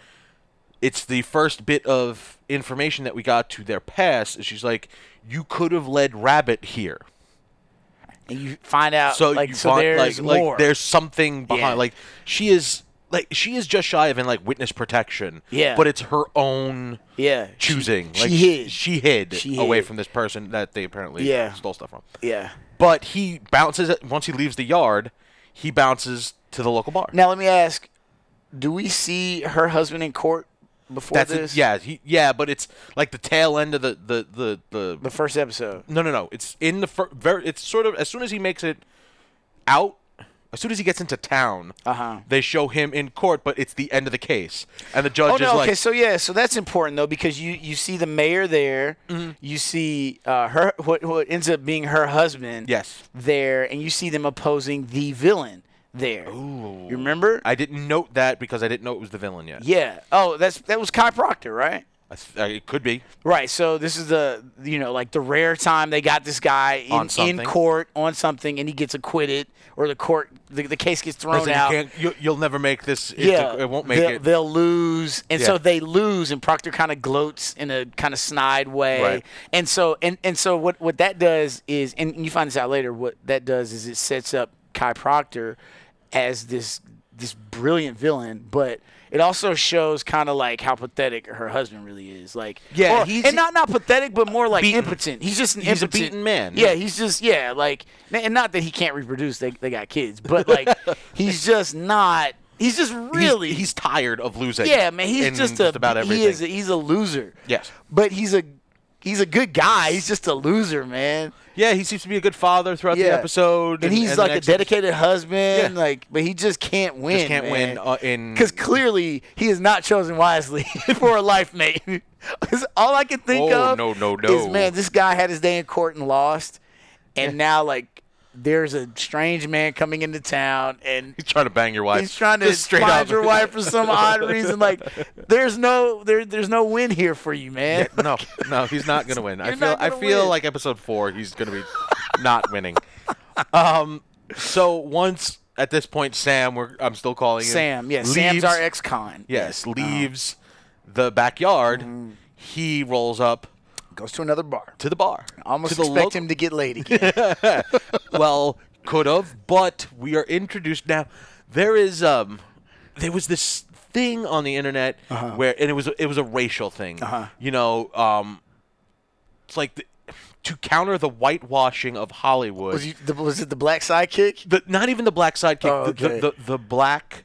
Speaker 1: It's the first bit of information that we got to their past. is She's like, "You could have led Rabbit here."
Speaker 2: and you find out
Speaker 1: so
Speaker 2: like
Speaker 1: you
Speaker 2: so
Speaker 1: want-
Speaker 2: there's
Speaker 1: like, like,
Speaker 2: more.
Speaker 1: there's something behind
Speaker 2: Yeah.
Speaker 1: like she is like she is just shy of in like witness protection
Speaker 2: Yeah.
Speaker 1: but it's her own
Speaker 2: yeah she-
Speaker 1: choosing
Speaker 2: She,
Speaker 1: like
Speaker 2: hid.
Speaker 1: she hid
Speaker 2: She
Speaker 1: away
Speaker 2: hid.
Speaker 1: from this person that they apparently
Speaker 2: Yeah.
Speaker 1: stole stuff from
Speaker 2: yeah.
Speaker 1: but he bounces it once he leaves the yard he bounces to the local bar
Speaker 2: Now let me ask: Do we see her husband in court before
Speaker 1: that's
Speaker 2: this?
Speaker 1: it. yeah he, yeah but it's like the tail end of the the the, the
Speaker 2: the first episode.
Speaker 1: No, no, no. It's in the fir- very. It's sort of as soon as he makes it out, as soon as he gets into town,
Speaker 2: Uh-huh.
Speaker 1: they show him in court, but it's the end of the case, and the judge
Speaker 2: Oh
Speaker 1: is
Speaker 2: no!
Speaker 1: like,
Speaker 2: okay, so yeah, so that's important though because you you see the mayor there, you see uh, her what what ends up being her husband.
Speaker 1: Yes.
Speaker 2: There, and you see them opposing the villain there. Ooh. You remember?
Speaker 1: I didn't note that because I didn't know it was the villain yet.
Speaker 2: yeah. Oh, that's that was Kai Proctor, right?
Speaker 1: I th- I- it could be.
Speaker 2: Right. So this is the you know like the rare time they got this guy in,
Speaker 1: On
Speaker 2: in
Speaker 1: something.
Speaker 2: court on something and he gets acquitted or the court the, the case gets thrown
Speaker 1: Listen, you
Speaker 2: out.
Speaker 1: can't. You, you'll never make this. It,
Speaker 2: Oh, yeah,
Speaker 1: it won't make
Speaker 2: they'll,
Speaker 1: it.
Speaker 2: They'll lose, and so
Speaker 1: Yeah.
Speaker 2: they lose, and Proctor kind of gloats in a kind of snide way,
Speaker 1: Right.
Speaker 2: and so and and so what what that does is, and you find this out later. What that does is it sets up Kai Proctor as this this brilliant villain, but it also shows kind of like how pathetic her husband really is. Like,
Speaker 1: Yeah,
Speaker 2: or-
Speaker 1: he's-
Speaker 2: and not not pathetic, but more like
Speaker 1: Beaten.
Speaker 2: impotent. He's just an
Speaker 1: He's a
Speaker 2: impotent
Speaker 1: beaten man.
Speaker 2: Yeah, he's just yeah, like and not that he can't reproduce. They they got kids, but like he's just not. He's just
Speaker 1: He's-
Speaker 2: really
Speaker 1: he's, tired of losing.
Speaker 2: yeah, man. He's
Speaker 1: in
Speaker 2: just, a
Speaker 1: about everything.
Speaker 2: he is a, he's a loser.
Speaker 1: Yes.
Speaker 2: but he's a he's a good guy. He's just a loser, man.
Speaker 1: Yeah, he seems to be a good father throughout the
Speaker 2: Yeah.
Speaker 1: episode,
Speaker 2: and he's
Speaker 1: the
Speaker 2: like a
Speaker 1: next-
Speaker 2: dedicated husband,
Speaker 1: Yeah.
Speaker 2: like, but he just can't win.
Speaker 1: Just can't win uh, in
Speaker 2: because Mm. clearly he is not chosen wisely for a life mate. 'Cause all I can think
Speaker 1: Oh,
Speaker 2: of
Speaker 1: no, no,
Speaker 2: is
Speaker 1: no.
Speaker 2: man, this guy had his day in court and lost, and now like there's a strange man coming into town and.
Speaker 1: he's trying to bang your wife.
Speaker 2: He's trying to
Speaker 1: Just straight
Speaker 2: find
Speaker 1: up.
Speaker 2: your wife for some odd reason. Like, there's no there, there's no win here for you, man.
Speaker 1: no, no, he's not gonna win. I
Speaker 2: You're
Speaker 1: feel
Speaker 2: not
Speaker 1: I
Speaker 2: gonna
Speaker 1: feel
Speaker 2: win.
Speaker 1: like episode four, he's gonna be not winning. Um, so once at this point, Sam, we're I'm still calling him
Speaker 2: Sam, yes, Sam's
Speaker 1: leaves-
Speaker 2: our ex-con.
Speaker 1: Yes,
Speaker 2: Um,
Speaker 1: leaves the backyard.
Speaker 2: Mm.
Speaker 1: He rolls up
Speaker 2: goes to another bar.
Speaker 1: to the bar. to
Speaker 2: Almost
Speaker 1: the
Speaker 2: expect
Speaker 1: local-
Speaker 2: him to get laid again.
Speaker 1: well, could have, but we are introduced now. There is um, there was this thing on the internet where, and it was it was a racial thing.
Speaker 2: Uh-huh.
Speaker 1: You know, um, it's like the, to counter the whitewashing of Hollywood.
Speaker 2: was, you, the, was it the black sidekick?
Speaker 1: the, not even the black sidekick.
Speaker 2: Oh,
Speaker 1: the-
Speaker 2: okay.
Speaker 1: the, the the black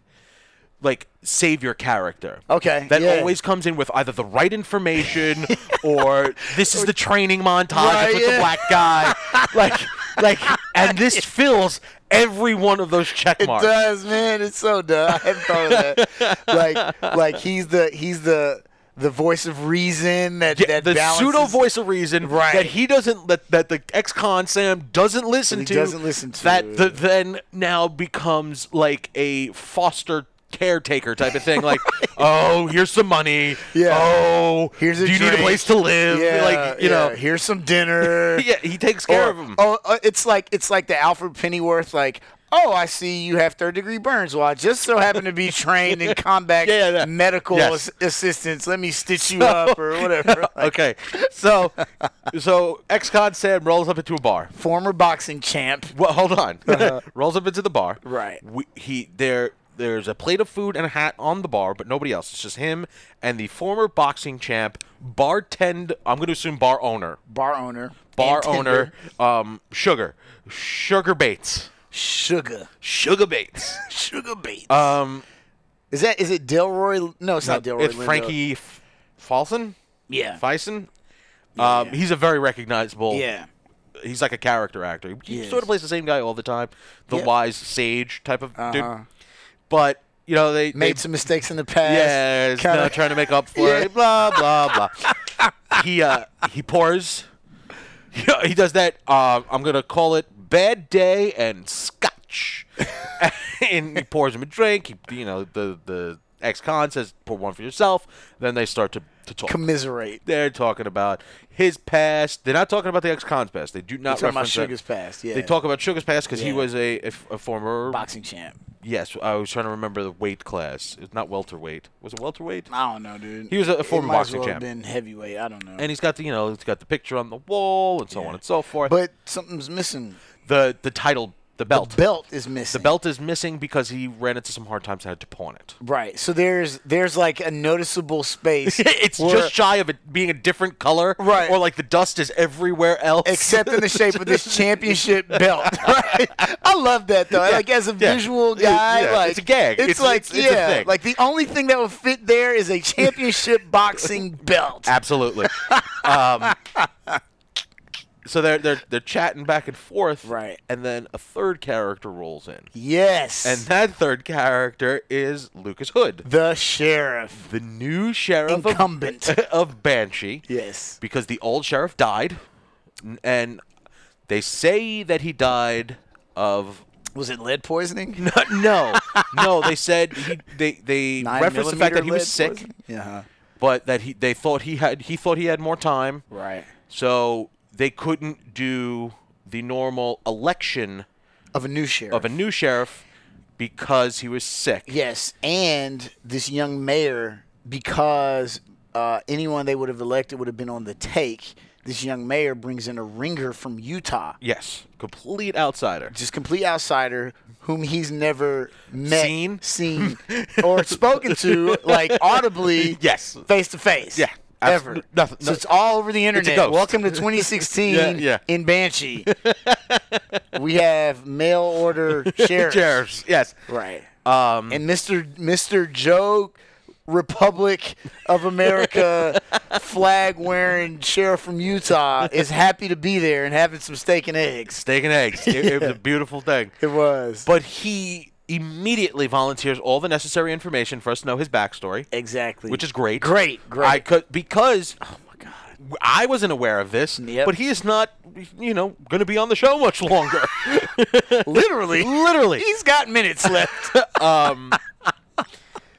Speaker 1: like savior character.
Speaker 2: Okay,
Speaker 1: That
Speaker 2: yeah.
Speaker 1: always comes in with either the right information or this is the training montage
Speaker 2: Right,
Speaker 1: with
Speaker 2: yeah.
Speaker 1: the black guy. like like and this fills every one of those check marks.
Speaker 2: It does, man. It's so dumb. I hadn't thought of that. like, like he's the he's the the voice of reason that
Speaker 1: Yeah,
Speaker 2: that
Speaker 1: the
Speaker 2: balances.
Speaker 1: pseudo voice of reason
Speaker 2: Right.
Speaker 1: that he doesn't that, that the ex-con Sam doesn't listen
Speaker 2: he
Speaker 1: to
Speaker 2: doesn't listen to.
Speaker 1: that the, then now becomes like a foster caretaker type of thing like oh here's some money
Speaker 2: Yeah.
Speaker 1: oh
Speaker 2: Here's a
Speaker 1: do you need a
Speaker 2: drink.
Speaker 1: place to live
Speaker 2: Yeah,
Speaker 1: like you
Speaker 2: yeah,
Speaker 1: know
Speaker 2: here's some dinner.
Speaker 1: yeah he takes care
Speaker 2: Or-
Speaker 1: of him
Speaker 2: Oh, uh, it's like it's like the Alfred Pennyworth, like. Oh, I see you have third degree burns. Well, I just so happen to be trained in combat
Speaker 1: Yeah, yeah.
Speaker 2: medical
Speaker 1: Yes.
Speaker 2: as- assistance. Let me stitch you up or whatever. Like,
Speaker 1: okay so so ex-con Sam rolls up into a bar
Speaker 2: Former boxing champ.
Speaker 1: Well, hold on. Rolls up into the bar.
Speaker 2: Uh-huh. Right.
Speaker 1: We, he there. There's a plate of food and a hat on the bar, but nobody else. It's just him and the former boxing champ, bartend. I'm going to assume bar owner,
Speaker 2: bar owner,
Speaker 1: bar
Speaker 2: and
Speaker 1: owner,
Speaker 2: tender,
Speaker 1: um, sugar, sugar Bates,
Speaker 2: sugar,
Speaker 1: sugar Bates.
Speaker 2: sugar Bates.
Speaker 1: Um, uh,
Speaker 2: is that is it Delroy? No, it's not Delroy.
Speaker 1: it's
Speaker 2: Lindo.
Speaker 1: Frankie F- Falson,
Speaker 2: Yeah,
Speaker 1: Fison.
Speaker 2: Yeah.
Speaker 1: Um, he's a very recognizable.
Speaker 2: yeah.
Speaker 1: he's like a character actor. He
Speaker 2: Yes.
Speaker 1: sort of plays the same guy all the time, the
Speaker 2: Yep.
Speaker 1: wise sage type of
Speaker 2: Uh-huh.
Speaker 1: dude. But you know they
Speaker 2: Made
Speaker 1: they,
Speaker 2: some mistakes in the past.
Speaker 1: Yeah, it's
Speaker 2: kinda-
Speaker 1: now trying to make up for it. Blah blah blah. he uh, he pours. He, he does that. Uh, I'm gonna call it bad day and scotch. and he pours him a drink. He, you know the the ex-con says pour one for yourself. Then they start to to talk.
Speaker 2: Commiserate.
Speaker 1: They're talking about his past. They're not talking about the ex-con's past. They do not
Speaker 2: Talking about
Speaker 1: reference that.
Speaker 2: Sugar's past. Yeah,
Speaker 1: They talk about Sugar's past because he
Speaker 2: Yeah.
Speaker 1: was a, a f- a former.
Speaker 2: boxing champ.
Speaker 1: Yes, I was trying to remember the weight class. It's not welterweight. Was it welterweight?
Speaker 2: I don't know, dude.
Speaker 1: He was a- a
Speaker 2: It
Speaker 1: former
Speaker 2: might as
Speaker 1: boxing
Speaker 2: well
Speaker 1: champ.
Speaker 2: have Been heavyweight. I don't know.
Speaker 1: and he's got the you know he's got the picture on the wall and so on
Speaker 2: Yeah.
Speaker 1: and so forth.
Speaker 2: but something's missing.
Speaker 1: the the title, the belt,
Speaker 2: Belt is missing.
Speaker 1: the belt is missing because he ran into some hard times and had to pawn it.
Speaker 2: Right. So there's there's like a noticeable space.
Speaker 1: it's
Speaker 2: where-
Speaker 1: just shy of it being a different color,
Speaker 2: Right.
Speaker 1: Or like the dust is everywhere else,
Speaker 2: except in the shape of this championship belt. Right? I love that though. Like as a
Speaker 1: yeah.
Speaker 2: visual
Speaker 1: Yeah,
Speaker 2: guy,
Speaker 1: yeah,
Speaker 2: like
Speaker 1: it's a gag.
Speaker 2: It's,
Speaker 1: It's-
Speaker 2: like
Speaker 1: it's- it's a
Speaker 2: yeah,
Speaker 1: thing.
Speaker 2: like the only thing that would fit there is a championship boxing belt.
Speaker 1: Absolutely. um, so they're they're they're chatting back and forth,
Speaker 2: Right.
Speaker 1: And then a third character rolls in,
Speaker 2: Yes,
Speaker 1: and that third character is Lucas Hood,
Speaker 2: the sheriff
Speaker 1: the new sheriff of,
Speaker 2: incumbent.
Speaker 1: of Banshee.
Speaker 2: yes,
Speaker 1: because the old sheriff died, n- and they say that he died of
Speaker 2: was it lead poisoning?
Speaker 1: no, no, no. They said he, they they referenced the fact that he was sick,
Speaker 2: Yeah, uh-huh.
Speaker 1: but that he they thought he had he thought he had more time,
Speaker 2: right.
Speaker 1: so they couldn't do the normal election
Speaker 2: Of a new sheriff.
Speaker 1: of a new sheriff because he was sick.
Speaker 2: Yes, and this young mayor, because uh, anyone they would have elected would have been on the take. This young mayor brings in a ringer from Utah,
Speaker 1: Yes, complete outsider.
Speaker 2: just complete outsider whom he's never met,
Speaker 1: Seen?
Speaker 2: seen, or spoken to, like audibly,
Speaker 1: Yes.
Speaker 2: face to face,
Speaker 1: Yeah,
Speaker 2: ever.
Speaker 1: absolute- nothing-
Speaker 2: so it's all over the internet.
Speaker 1: ghost.
Speaker 2: Welcome to 2016
Speaker 1: Yeah, yeah.
Speaker 2: in Banshee. we have mail order sheriff,
Speaker 1: Sheriffs, yes.
Speaker 2: right?
Speaker 1: Um,
Speaker 2: and Mr. Mr. Joe Republic of America flag wearing sheriff from Utah is happy to be there and having some steak and eggs.
Speaker 1: Steak and eggs. It, it was a beautiful thing.
Speaker 2: It was.
Speaker 1: But he immediately volunteers all the necessary information for us to know his backstory,
Speaker 2: exactly.
Speaker 1: which is great.
Speaker 2: great, great.
Speaker 1: I could because
Speaker 2: oh my god.
Speaker 1: I wasn't aware of this,
Speaker 2: Yep.
Speaker 1: but he is not, you know, going to be on the show much longer.
Speaker 2: Literally.
Speaker 1: Literally.
Speaker 2: He's got minutes left.
Speaker 1: Um,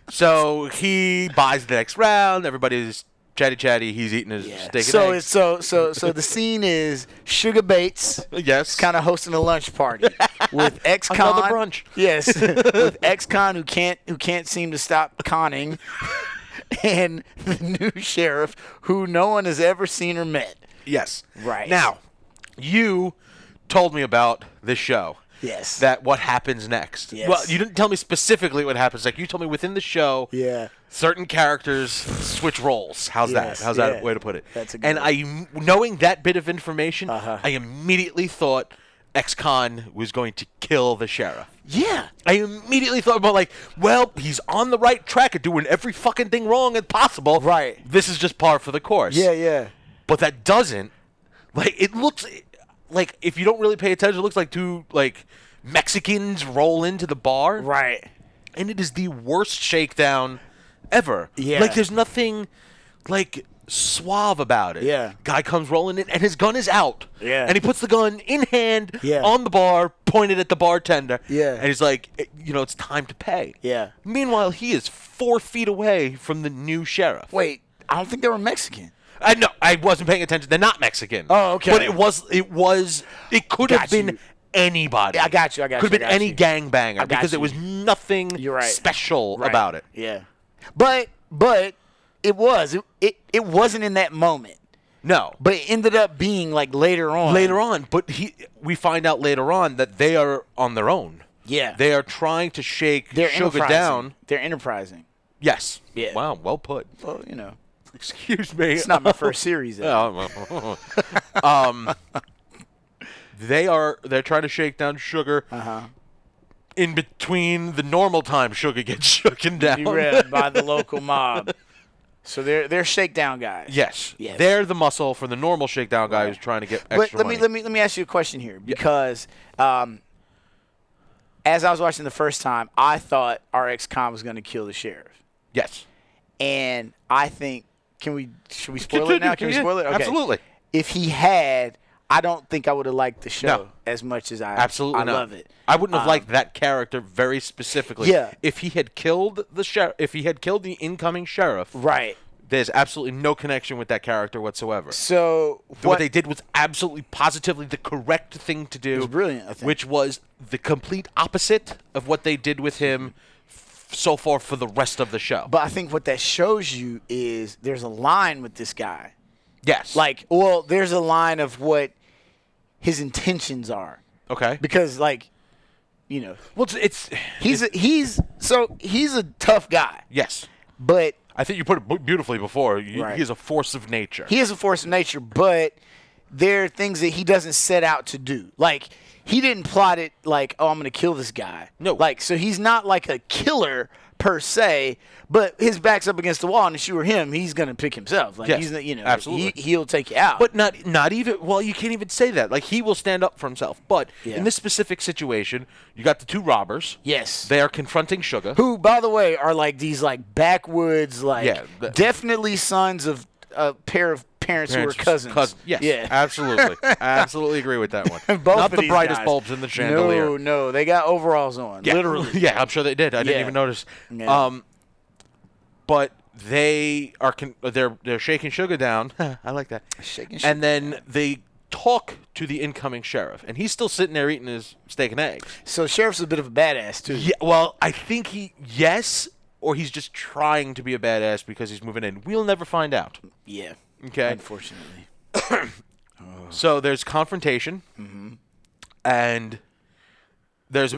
Speaker 1: so he buys the next round. Everybody's chatty chatty. He's eating his steak and
Speaker 2: so
Speaker 1: eggs.
Speaker 2: it's so so so the scene is Sugar Bates
Speaker 1: yes,
Speaker 2: kind of hosting a lunch party with ex-con
Speaker 1: Another brunch.
Speaker 2: Yes, with ex-con who can't who can't seem to stop conning, and the new sheriff who no one has ever seen or met.
Speaker 1: yes.
Speaker 2: Right.
Speaker 1: now, you told me about this show.
Speaker 2: Yes.
Speaker 1: That what happens next.
Speaker 2: Yes.
Speaker 1: Well, you didn't tell me specifically what happens. Like you told me within the show.
Speaker 2: Yeah.
Speaker 1: Certain characters switch roles. How's
Speaker 2: Yes,
Speaker 1: that? How's that
Speaker 2: yeah.
Speaker 1: a way to put it?
Speaker 2: That's a
Speaker 1: and
Speaker 2: good one.
Speaker 1: I, knowing that bit of information,
Speaker 2: Uh-huh.
Speaker 1: I immediately thought ex-con was going to kill the sheriff.
Speaker 2: Yeah.
Speaker 1: I immediately thought about like, well, he's on the right track of doing every fucking thing wrong and possible.
Speaker 2: Right.
Speaker 1: This is just par for the course.
Speaker 2: Yeah. Yeah.
Speaker 1: But that doesn't. Like it looks like if you don't really pay attention, it looks like two like Mexicans roll into the bar,
Speaker 2: Right.
Speaker 1: and it is the worst shakedown ever.
Speaker 2: Yeah.
Speaker 1: Like there's nothing like suave about it.
Speaker 2: Yeah.
Speaker 1: Guy comes rolling in and his gun is out.
Speaker 2: Yeah.
Speaker 1: And he puts the gun in hand
Speaker 2: Yeah.
Speaker 1: on the bar, pointed at the bartender.
Speaker 2: Yeah.
Speaker 1: And he's like, "Eh, you know, it's time to pay.
Speaker 2: Yeah.
Speaker 1: Meanwhile, he is four feet away from the new sheriff.
Speaker 2: Wait, I don't think they were Mexican.
Speaker 1: I know I wasn't paying attention. They're not Mexican.
Speaker 2: Oh, okay.
Speaker 1: But it was it was it could have
Speaker 2: Got
Speaker 1: been
Speaker 2: you.
Speaker 1: anybody.
Speaker 2: Yeah, I got you, I got
Speaker 1: could
Speaker 2: you, I
Speaker 1: have been
Speaker 2: got
Speaker 1: any
Speaker 2: you.
Speaker 1: gangbanger
Speaker 2: got
Speaker 1: because
Speaker 2: you.
Speaker 1: there was nothing
Speaker 2: You're right.
Speaker 1: special
Speaker 2: Right.
Speaker 1: about it.
Speaker 2: Yeah. But but it was it, it it wasn't in that moment,
Speaker 1: No.
Speaker 2: but it ended up being like later on.
Speaker 1: later on but he we find out later on that they are on their own
Speaker 2: Yeah.
Speaker 1: they are trying to shake
Speaker 2: They're
Speaker 1: sugar
Speaker 2: enterprising.
Speaker 1: down
Speaker 2: They're enterprising.
Speaker 1: yes
Speaker 2: Yeah.
Speaker 1: wow well put
Speaker 2: Well, you know,
Speaker 1: excuse me
Speaker 2: it's not my first series. Though.
Speaker 1: um um, they are they're trying to shake down sugar
Speaker 2: Uh-huh.
Speaker 1: in between the normal time sugar gets shaken down
Speaker 2: Derailed by the local mob. So they're they're shakedown guys.
Speaker 1: yes
Speaker 2: Yes.
Speaker 1: they're the muscle for the normal shakedown guy who's trying to get extra
Speaker 2: But let
Speaker 1: money.
Speaker 2: me let me let me ask you a question here because um, as I was watching the first time, I thought RX Con was going to kill the sheriff,
Speaker 1: yes
Speaker 2: and I think can we should we spoil it now? Can we
Speaker 1: Yeah,
Speaker 2: spoil it? Okay.
Speaker 1: absolutely
Speaker 2: If he had, I don't think I would have liked the show
Speaker 1: No.
Speaker 2: as much as I
Speaker 1: Absolutely
Speaker 2: I
Speaker 1: not.
Speaker 2: love it.
Speaker 1: I wouldn't have
Speaker 2: Um,
Speaker 1: liked that character very specifically.
Speaker 2: Yeah.
Speaker 1: If he had killed the sheriff, if he had killed the incoming sheriff,
Speaker 2: Right.
Speaker 1: there's absolutely no connection with that character whatsoever.
Speaker 2: So
Speaker 1: What, they did was absolutely positively the correct thing to do.
Speaker 2: was brilliant, I think.
Speaker 1: Which was the complete opposite of what they did with him f- so far for the rest of the show.
Speaker 2: But I think what that shows you is there's a line with this guy.
Speaker 1: yes.
Speaker 2: Like, well, there's a line of what his intentions are
Speaker 1: okay.
Speaker 2: because, like, you know,
Speaker 1: Well, it's, it's
Speaker 2: he's a, he's so he's a tough guy,
Speaker 1: yes.
Speaker 2: but
Speaker 1: I think you put it bu- beautifully before. He,
Speaker 2: Right.
Speaker 1: he is a force of nature.
Speaker 2: he is a force of nature. But there are things that he doesn't set out to do. Like, he didn't plot it. Like, oh, I'm gonna kill this guy.
Speaker 1: No.
Speaker 2: like, so he's not like a killer per se, but his back's up against the wall, and if you were him, he's gonna pick himself. Like,
Speaker 1: Yes,
Speaker 2: he's not- you know,
Speaker 1: absolutely.
Speaker 2: he, he'll take you out.
Speaker 1: But not not even well, you can't even say that. Like he will stand up for himself. But
Speaker 2: Yeah.
Speaker 1: in this specific situation, you got the two robbers.
Speaker 2: yes,
Speaker 1: They are confronting Sugar.
Speaker 2: who by the way are like these like backwoods like
Speaker 1: Yeah, th-
Speaker 2: definitely sons of a pair of parents, who are cousins
Speaker 1: Cousin. Yes.
Speaker 2: yeah
Speaker 1: Absolutely. absolutely agree with that one.
Speaker 2: Both
Speaker 1: not
Speaker 2: of
Speaker 1: the
Speaker 2: these
Speaker 1: brightest
Speaker 2: guys.
Speaker 1: bulbs in the chandelier.
Speaker 2: no no they got overalls on
Speaker 1: Yeah.
Speaker 2: literally
Speaker 1: yeah, I'm sure they did. I
Speaker 2: Yeah.
Speaker 1: didn't even notice.
Speaker 2: Yeah.
Speaker 1: Um but they are con- they're they're shaking Sugar down. I like that.
Speaker 2: Shaking Sugar
Speaker 1: and then they talk to the incoming sheriff and he's still sitting there eating his steak and eggs.
Speaker 2: so sheriff's a bit of a badass too
Speaker 1: Yeah, well, I think he yes, or he's just trying to be a badass because he's moving in. We'll never find out.
Speaker 2: yeah
Speaker 1: Okay,
Speaker 2: unfortunately
Speaker 1: so there's confrontation, and there's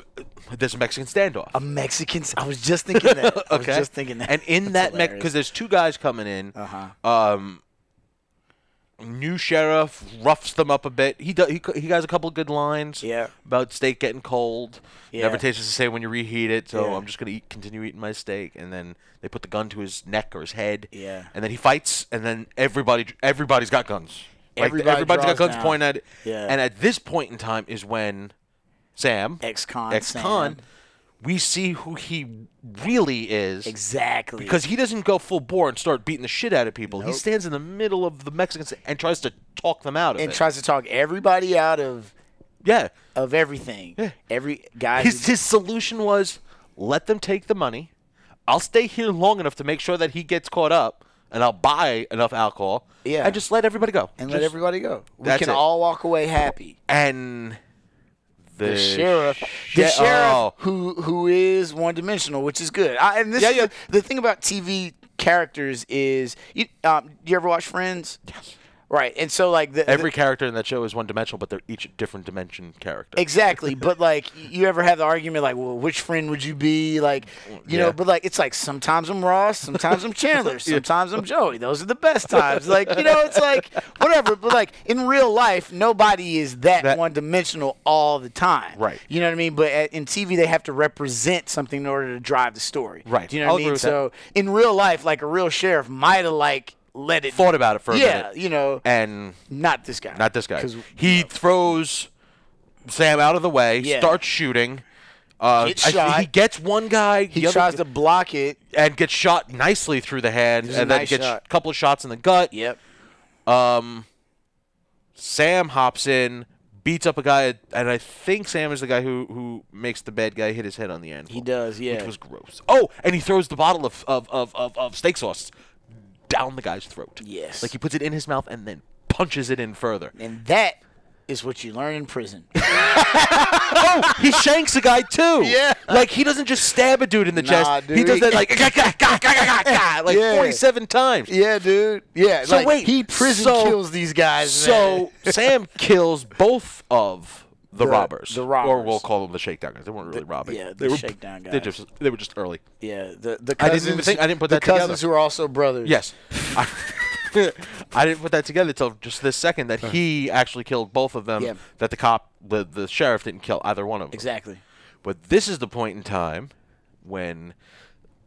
Speaker 1: there's a Mexican standoff.
Speaker 2: a mexican i was just thinking that i was
Speaker 1: okay,
Speaker 2: just thinking that
Speaker 1: and in
Speaker 2: That's Uh-huh.
Speaker 1: that because
Speaker 2: hilarious.
Speaker 1: there's two guys coming in.
Speaker 2: uh-huh
Speaker 1: Um, new sheriff roughs them up a bit. He does. He, c- he has a couple of good lines.
Speaker 2: Yeah.
Speaker 1: About steak getting cold.
Speaker 2: Yeah.
Speaker 1: Never tastes the same when you reheat it. So
Speaker 2: Yeah.
Speaker 1: I'm just gonna eat, continue eating my steak. And then they put the gun to his neck or his head.
Speaker 2: Yeah.
Speaker 1: And then he fights. And then everybody everybody's got guns.
Speaker 2: Everybody
Speaker 1: everybody's got
Speaker 2: draws
Speaker 1: guns
Speaker 2: now.
Speaker 1: pointed. at-
Speaker 2: Yeah.
Speaker 1: And at this point in time is when Sam
Speaker 2: Ex-con.
Speaker 1: ex-con,
Speaker 2: Sam.
Speaker 1: we see who he really is.
Speaker 2: Exactly.
Speaker 1: Because he doesn't go full bore and start beating the shit out of people. He
Speaker 2: Nope.
Speaker 1: stands in the middle of the Mexicans and tries to talk them out of
Speaker 2: and
Speaker 1: it.
Speaker 2: tries to talk everybody out of
Speaker 1: yeah.
Speaker 2: of everything. Every guy.
Speaker 1: His, his solution was let them take the money. I'll stay here long enough to make sure that he gets caught up and I'll buy enough alcohol.
Speaker 2: Yeah.
Speaker 1: And just let everybody go.
Speaker 2: and
Speaker 1: Just-
Speaker 2: let everybody go. We
Speaker 1: That's
Speaker 2: can
Speaker 1: it.
Speaker 2: all walk away happy.
Speaker 1: And the,
Speaker 2: The sheriff,
Speaker 1: sh-
Speaker 2: the sheriff
Speaker 1: oh.
Speaker 2: who who is one dimensional, which is good. I, and this
Speaker 1: Yeah,
Speaker 2: is
Speaker 1: yeah.
Speaker 2: The, the thing about TV characters is you um, do you ever watch Friends? Yes. Right, and so like the,
Speaker 1: Every
Speaker 2: the-
Speaker 1: character in that show is one dimensional, but they're each a different dimension character.
Speaker 2: exactly, but like you ever have the argument like, well, which friend would you be? Like, you
Speaker 1: Yeah.
Speaker 2: know, but like it's like sometimes I'm Ross, sometimes I'm Chandler, sometimes I'm Joey. Those are the best times. Like you know, it's like whatever. But like in real life, nobody is that,
Speaker 1: That-
Speaker 2: one dimensional all the time.
Speaker 1: Right.
Speaker 2: You know what I mean? But at, in TV, they have to represent something in order to drive the story.
Speaker 1: Right.
Speaker 2: Do you know what
Speaker 1: I'll
Speaker 2: I
Speaker 1: agree
Speaker 2: mean?
Speaker 1: with
Speaker 2: So in real life, like a real sheriff might have like let it.
Speaker 1: Thought about it for a
Speaker 2: yeah.
Speaker 1: minute.
Speaker 2: You know,
Speaker 1: And
Speaker 2: not this guy.
Speaker 1: Not this guy.
Speaker 2: 'Cause-
Speaker 1: He throws Sam out of the way,
Speaker 2: Yeah.
Speaker 1: starts shooting. Uh,
Speaker 2: Gets
Speaker 1: I think
Speaker 2: shot.
Speaker 1: He gets one guy.
Speaker 2: He tries to block it.
Speaker 1: and gets shot nicely through the hand,
Speaker 2: a
Speaker 1: and then
Speaker 2: nice
Speaker 1: gets
Speaker 2: shot.
Speaker 1: a couple of shots in the gut.
Speaker 2: Yep.
Speaker 1: Sam hops in, beats up a guy, and I think Sam is the guy who who makes the bad guy hit his head on the end.
Speaker 2: He does. Yeah.
Speaker 1: which was gross. Oh, and he throws the bottle of of of of, of steak sauce down the guy's throat.
Speaker 2: Yes.
Speaker 1: like he puts it in his mouth and then punches it in further.
Speaker 2: And that is what you learn in prison.
Speaker 1: Oh, he shanks a guy too.
Speaker 2: Yeah.
Speaker 1: Like he doesn't just stab a dude in the
Speaker 2: Nah,
Speaker 1: chest. He
Speaker 2: dude.
Speaker 1: does that like "Gah, gah, gah, gah, gah, gah," like
Speaker 2: Yeah.
Speaker 1: 47 times.
Speaker 2: yeah, dude. Yeah.
Speaker 1: So wait,
Speaker 2: he prison
Speaker 1: so-
Speaker 2: kills these guys. man.
Speaker 1: So Sam kills both of the,
Speaker 2: The-
Speaker 1: robbers.
Speaker 2: the
Speaker 1: Or
Speaker 2: robbers.
Speaker 1: we'll call them the shakedown guys. They weren't really robbing.
Speaker 2: yeah,
Speaker 1: they
Speaker 2: the
Speaker 1: were
Speaker 2: shakedown
Speaker 1: They
Speaker 2: guys.
Speaker 1: just they were just early.
Speaker 2: yeah, the the cousins,
Speaker 1: I didn't even think- I didn't put
Speaker 2: the
Speaker 1: that together.
Speaker 2: cousins who are also brothers.
Speaker 1: Yes. I, I didn't put that together till just this second that he actually killed both of them.
Speaker 2: Yeah.
Speaker 1: That the cop, the, the sheriff, didn't kill either one of them.
Speaker 2: exactly.
Speaker 1: But this is the point in time when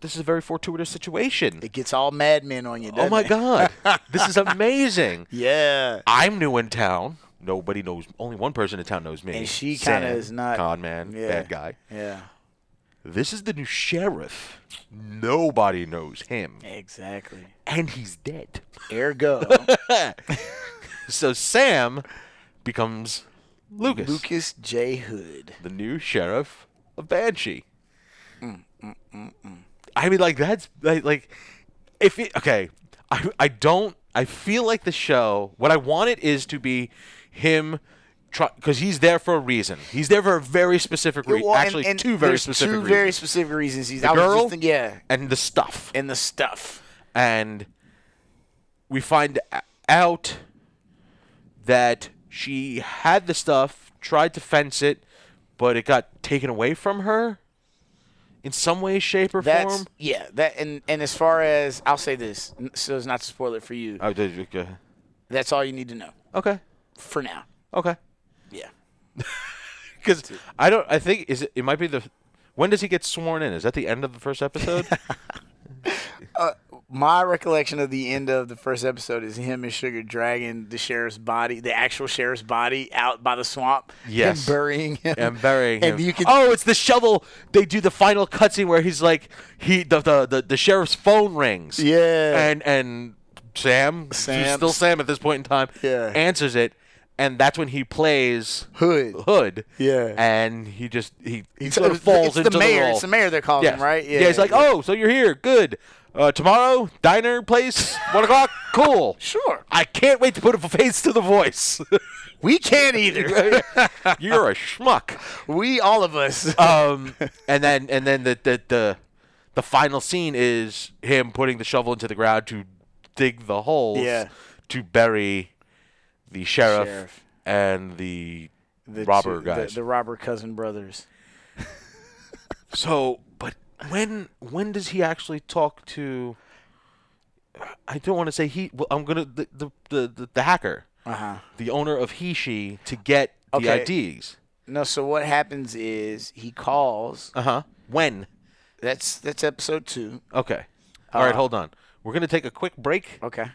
Speaker 1: this is a very fortuitous situation.
Speaker 2: It gets all madmen on you.
Speaker 1: Oh
Speaker 2: doesn't
Speaker 1: my
Speaker 2: it?
Speaker 1: god. this is amazing.
Speaker 2: Yeah.
Speaker 1: I'm new in town. Nobody knows. Only one person in town knows me.
Speaker 2: And she kinda
Speaker 1: Sam,
Speaker 2: is not-
Speaker 1: con man,
Speaker 2: Yeah.
Speaker 1: bad guy.
Speaker 2: Yeah.
Speaker 1: This is the new sheriff. Nobody knows him,
Speaker 2: Exactly.
Speaker 1: and he's dead.
Speaker 2: Ergo,
Speaker 1: So Sam becomes Lucas,
Speaker 2: Lucas J. Hood.
Speaker 1: the new sheriff of Banshee.
Speaker 2: Mm,
Speaker 1: I mean, like that's like, like if it, okay, I I don't. I feel like the show. What I want it is to be him, because he's there for a reason. He's there for a very specific reason.
Speaker 2: Well, and-
Speaker 1: Actually,
Speaker 2: and
Speaker 1: two very
Speaker 2: there's
Speaker 1: specific.
Speaker 2: two
Speaker 1: reasons.
Speaker 2: very specific reasons. He's
Speaker 1: the
Speaker 2: I was just
Speaker 1: girl,
Speaker 2: thinking- yeah,
Speaker 1: and the stuff,
Speaker 2: and the stuff.
Speaker 1: and we find a- out that she had the stuff, tried to fence it, but it got taken away from her. In some way, shape, or
Speaker 2: That's
Speaker 1: form.
Speaker 2: yeah. That and and as far as I'll say this, n- so as not to spoil it for you,
Speaker 1: Oh, did you- okay.
Speaker 2: that's all you need to know
Speaker 1: Okay.
Speaker 2: for now.
Speaker 1: Okay.
Speaker 2: Yeah.
Speaker 1: Because I don't. I think is it. It might be the. When does he get sworn in? Is that the end of the first episode?
Speaker 2: My recollection of the end of the first episode is him and Sugar dragging the sheriff's body, the actual sheriff's body, out by the swamp.
Speaker 1: Yes.
Speaker 2: And burying him.
Speaker 1: and burying
Speaker 2: And
Speaker 1: him.
Speaker 2: you can.
Speaker 1: oh, it's the shovel. They do the final cutscene where he's like, he the the, the, the sheriff's phone rings.
Speaker 2: Yeah.
Speaker 1: And and Sam, who's
Speaker 2: Sam.
Speaker 1: still Sam at this point in time,
Speaker 2: Yeah.
Speaker 1: answers it, and that's when he plays
Speaker 2: Hood.
Speaker 1: Hood.
Speaker 2: Yeah.
Speaker 1: And he just he he
Speaker 2: It's-
Speaker 1: sort of
Speaker 2: it's
Speaker 1: falls
Speaker 2: the
Speaker 1: into
Speaker 2: mayor.
Speaker 1: role.
Speaker 2: It's the mayor. They're calling
Speaker 1: Yes.
Speaker 2: him, right?
Speaker 1: Yeah. he's like, oh, so you're here. Good. Uh, tomorrow, diner place, one o'clock. Cool.
Speaker 2: sure.
Speaker 1: I can't wait to put a face to the voice.
Speaker 2: We can't either.
Speaker 1: you're a schmuck.
Speaker 2: we all of us.
Speaker 1: Um, and then and then the, the the the final scene is him putting the shovel into the ground to dig the holes
Speaker 2: Yeah.
Speaker 1: to bury the sheriff,
Speaker 2: Sheriff.
Speaker 1: and the,
Speaker 2: the
Speaker 1: robber
Speaker 2: two- the-
Speaker 1: guys.
Speaker 2: The, robber cousin brothers.
Speaker 1: so, but when when does he actually talk to I don't want to say he. Well, I'm gonna the the the, the, the hacker,
Speaker 2: Uh huh.
Speaker 1: the owner of he she, to get
Speaker 2: Okay.
Speaker 1: the IDs.
Speaker 2: No, so what happens is he calls.
Speaker 1: Uh huh. When?
Speaker 2: That's that's episode two.
Speaker 1: Okay. All
Speaker 2: Uh,
Speaker 1: right, hold on. We're gonna take a quick break,
Speaker 2: Okay.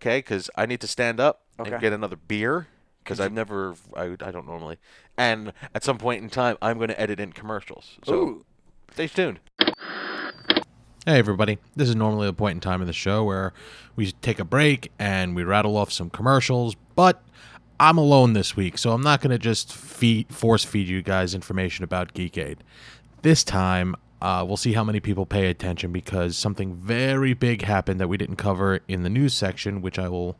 Speaker 1: okay? Because I need to stand up
Speaker 2: Okay.
Speaker 1: and get another beer. Because I've never, I, I don't normally. And at some point in time, I'm going to edit in commercials. So
Speaker 2: Ooh.
Speaker 1: Stay tuned. Hey, everybody. This is normally the point in time of the show where we take a break and we rattle off some commercials, but I'm alone this week, so I'm not going to just feed, force feed you guys information about Geek Aid. This time, uh, we'll see how many people pay attention because something very big happened that we didn't cover in the news section, which I will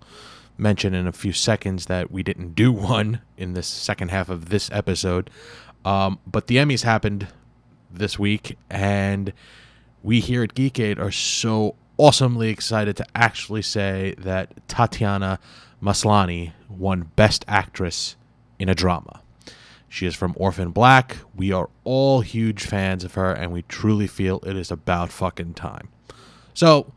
Speaker 1: mention in a few seconds that we didn't do one in this second half of this episode. Um, but the Emmys happened this week, and we here at Geekade are so awesomely excited to actually say that Tatiana Maslany won Best Actress in a Drama. She is from Orphan Black. We are all huge fans of her, and we truly feel it is about fucking time. So,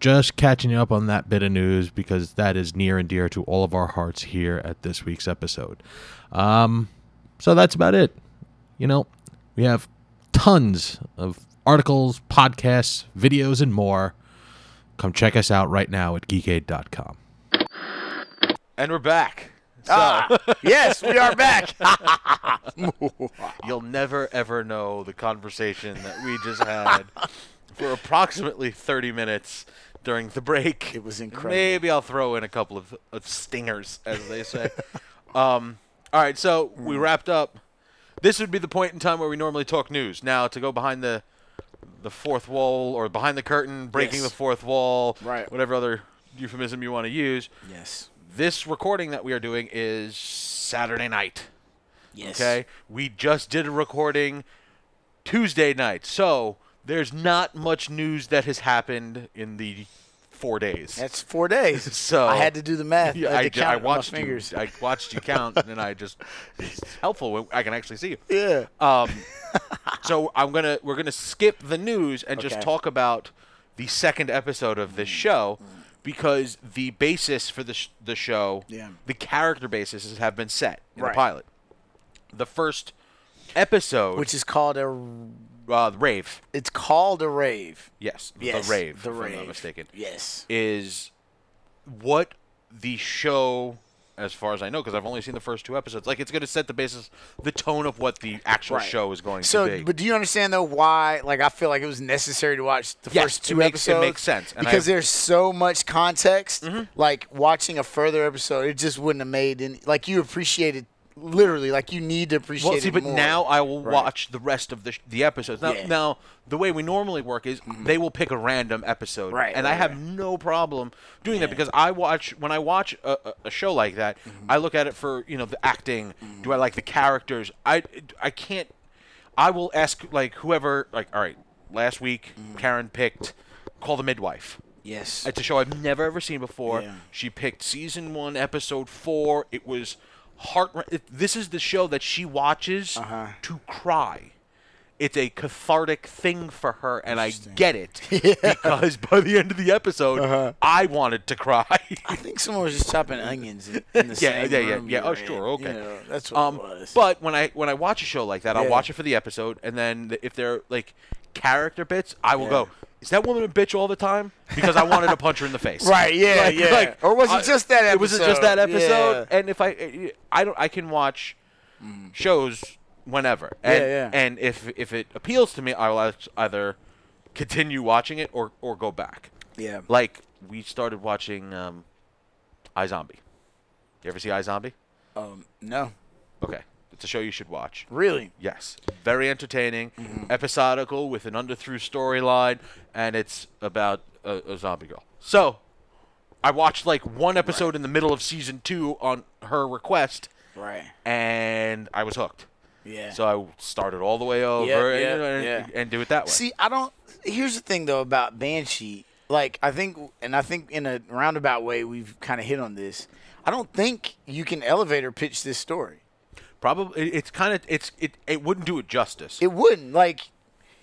Speaker 1: just catching up on that bit of news because that is near and dear to all of our hearts here at this week's episode. Um, so that's about it. You know, we have tons of articles, podcasts, videos, and more. Come check us out right now at geekade.com. And we're back. So
Speaker 2: Ah, yes, we are back.
Speaker 1: you'll never ever know the conversation that we just had for approximately 30 minutes during the break.
Speaker 2: It was incredible.
Speaker 1: Maybe I'll throw in a couple of, of stingers, as they say. um, all right, so we
Speaker 2: Hmm.
Speaker 1: wrapped up. This would be the point in time where we normally talk news. Now to go behind the the fourth wall or behind the curtain, breaking
Speaker 2: Yes.
Speaker 1: the fourth wall,
Speaker 2: Right.
Speaker 1: Whatever other euphemism you want to use.
Speaker 2: yes.
Speaker 1: This recording that we are doing is Saturday night.
Speaker 2: Yes.
Speaker 1: Okay, we just did a recording Tuesday night, so there's not much news that has happened in the four days.
Speaker 2: That's four days.
Speaker 1: So-
Speaker 2: I had to do the math.
Speaker 1: Yeah,
Speaker 2: I, had
Speaker 1: I,
Speaker 2: to
Speaker 1: ju-
Speaker 2: count
Speaker 1: I
Speaker 2: it with my
Speaker 1: watched you.
Speaker 2: fingers.
Speaker 1: I watched you count, and then I just it's helpful when I can actually see you.
Speaker 2: yeah.
Speaker 1: Um, so I'm gonna we're gonna skip the news and just
Speaker 2: Okay.
Speaker 1: talk about the second episode of this show
Speaker 2: Mm.
Speaker 1: because the basis for the sh- the show,
Speaker 2: Yeah.
Speaker 1: the character bases have been set in
Speaker 2: Right.
Speaker 1: the pilot. The first episode,
Speaker 2: Which is called a.
Speaker 1: uh, the rave,
Speaker 2: It's called a rave.
Speaker 1: yes,
Speaker 2: Yes.
Speaker 1: the rave,
Speaker 2: The
Speaker 1: if
Speaker 2: rave.
Speaker 1: I'm not mistaken,
Speaker 2: Yes.
Speaker 1: is what the show as far as I know, because I've only seen the first two episodes. Like, it's going to set the basis, the tone of what the actual
Speaker 2: Right.
Speaker 1: show is going to
Speaker 2: So,
Speaker 1: be.
Speaker 2: but do you understand though why? Like, I feel like it was necessary to watch the
Speaker 1: Yes,
Speaker 2: first
Speaker 1: it
Speaker 2: two
Speaker 1: makes- it
Speaker 2: episodes.
Speaker 1: makes sense, and
Speaker 2: because
Speaker 1: I- Mm-hmm.
Speaker 2: there's so much context. Like watching a further episode, it just wouldn't have made any. Like you appreciate it literally. Like you need to appreciate
Speaker 1: Well, see,
Speaker 2: it
Speaker 1: but
Speaker 2: more.
Speaker 1: now I will
Speaker 2: Right.
Speaker 1: watch the rest of the, sh- the episodes. Now,
Speaker 2: Yeah. Mm-hmm.
Speaker 1: now, the way we normally work is they will pick a random episode,
Speaker 2: Right,
Speaker 1: and I
Speaker 2: right,
Speaker 1: have
Speaker 2: right.
Speaker 1: no problem doing that because I watch when I watch a, a- a show like that,
Speaker 2: Mm-hmm.
Speaker 1: I look at it for you know the acting. Do I like the characters? I I can't. I will ask like whoever like all right. Last week,
Speaker 2: Mm-hmm.
Speaker 1: Karen picked Call the Midwife.
Speaker 2: yes,
Speaker 1: It's a show I've never ever seen before.
Speaker 2: Yeah.
Speaker 1: She picked season one, episode four. It was heart. It, this is the show that she watches
Speaker 2: Uh-huh.
Speaker 1: to cry. It's a cathartic thing for her, and I get it because by the end of the episode, I wanted to cry.
Speaker 2: Uh-huh. I think someone was just chopping onions in, in
Speaker 1: yeah,
Speaker 2: the same
Speaker 1: yeah, yeah,
Speaker 2: room
Speaker 1: yeah.
Speaker 2: you
Speaker 1: Oh,
Speaker 2: were in.
Speaker 1: sure, okay.
Speaker 2: You know, that's what
Speaker 1: um,
Speaker 2: it was.
Speaker 1: but when I when I watch a show like that, I'll
Speaker 2: Yeah.
Speaker 1: watch it for the episode, and then th- if they're like character bits, I will
Speaker 2: Yeah.
Speaker 1: go. Is that woman a bitch all the time? Because I wanted to punch her in the face.
Speaker 2: Right, yeah,
Speaker 1: Like-
Speaker 2: yeah.
Speaker 1: like,
Speaker 2: or was it
Speaker 1: I-
Speaker 2: just that episode?
Speaker 1: It was just that episode.
Speaker 2: Yeah.
Speaker 1: And if I, I don't, I can watch shows whenever. And,
Speaker 2: yeah.
Speaker 1: And if if it appeals to me, I will act- either continue watching it or or go back.
Speaker 2: Yeah.
Speaker 1: Like we started watching um, iZombie. You ever see iZombie?
Speaker 2: Um, no,
Speaker 1: Okay, it's a show you should watch.
Speaker 2: really.
Speaker 1: Yes, very entertaining, episodical with an underthrough storyline, and it's about a, a zombie girl. So, I watched like one episode in the middle of season two on her request,
Speaker 2: Right.
Speaker 1: and I was hooked.
Speaker 2: Yeah.
Speaker 1: So I started all the way over
Speaker 2: yeah,
Speaker 1: and, and,
Speaker 2: yeah.
Speaker 1: and do it that way.
Speaker 2: See, I don't. Here's the thing, though, about Banshee. Like, I think, and I think in a roundabout way, we've kind of hit on this. I don't think you can elevator pitch this story.
Speaker 1: Probably it- it's kind of it's it, it wouldn't do it justice.
Speaker 2: It wouldn't. Like,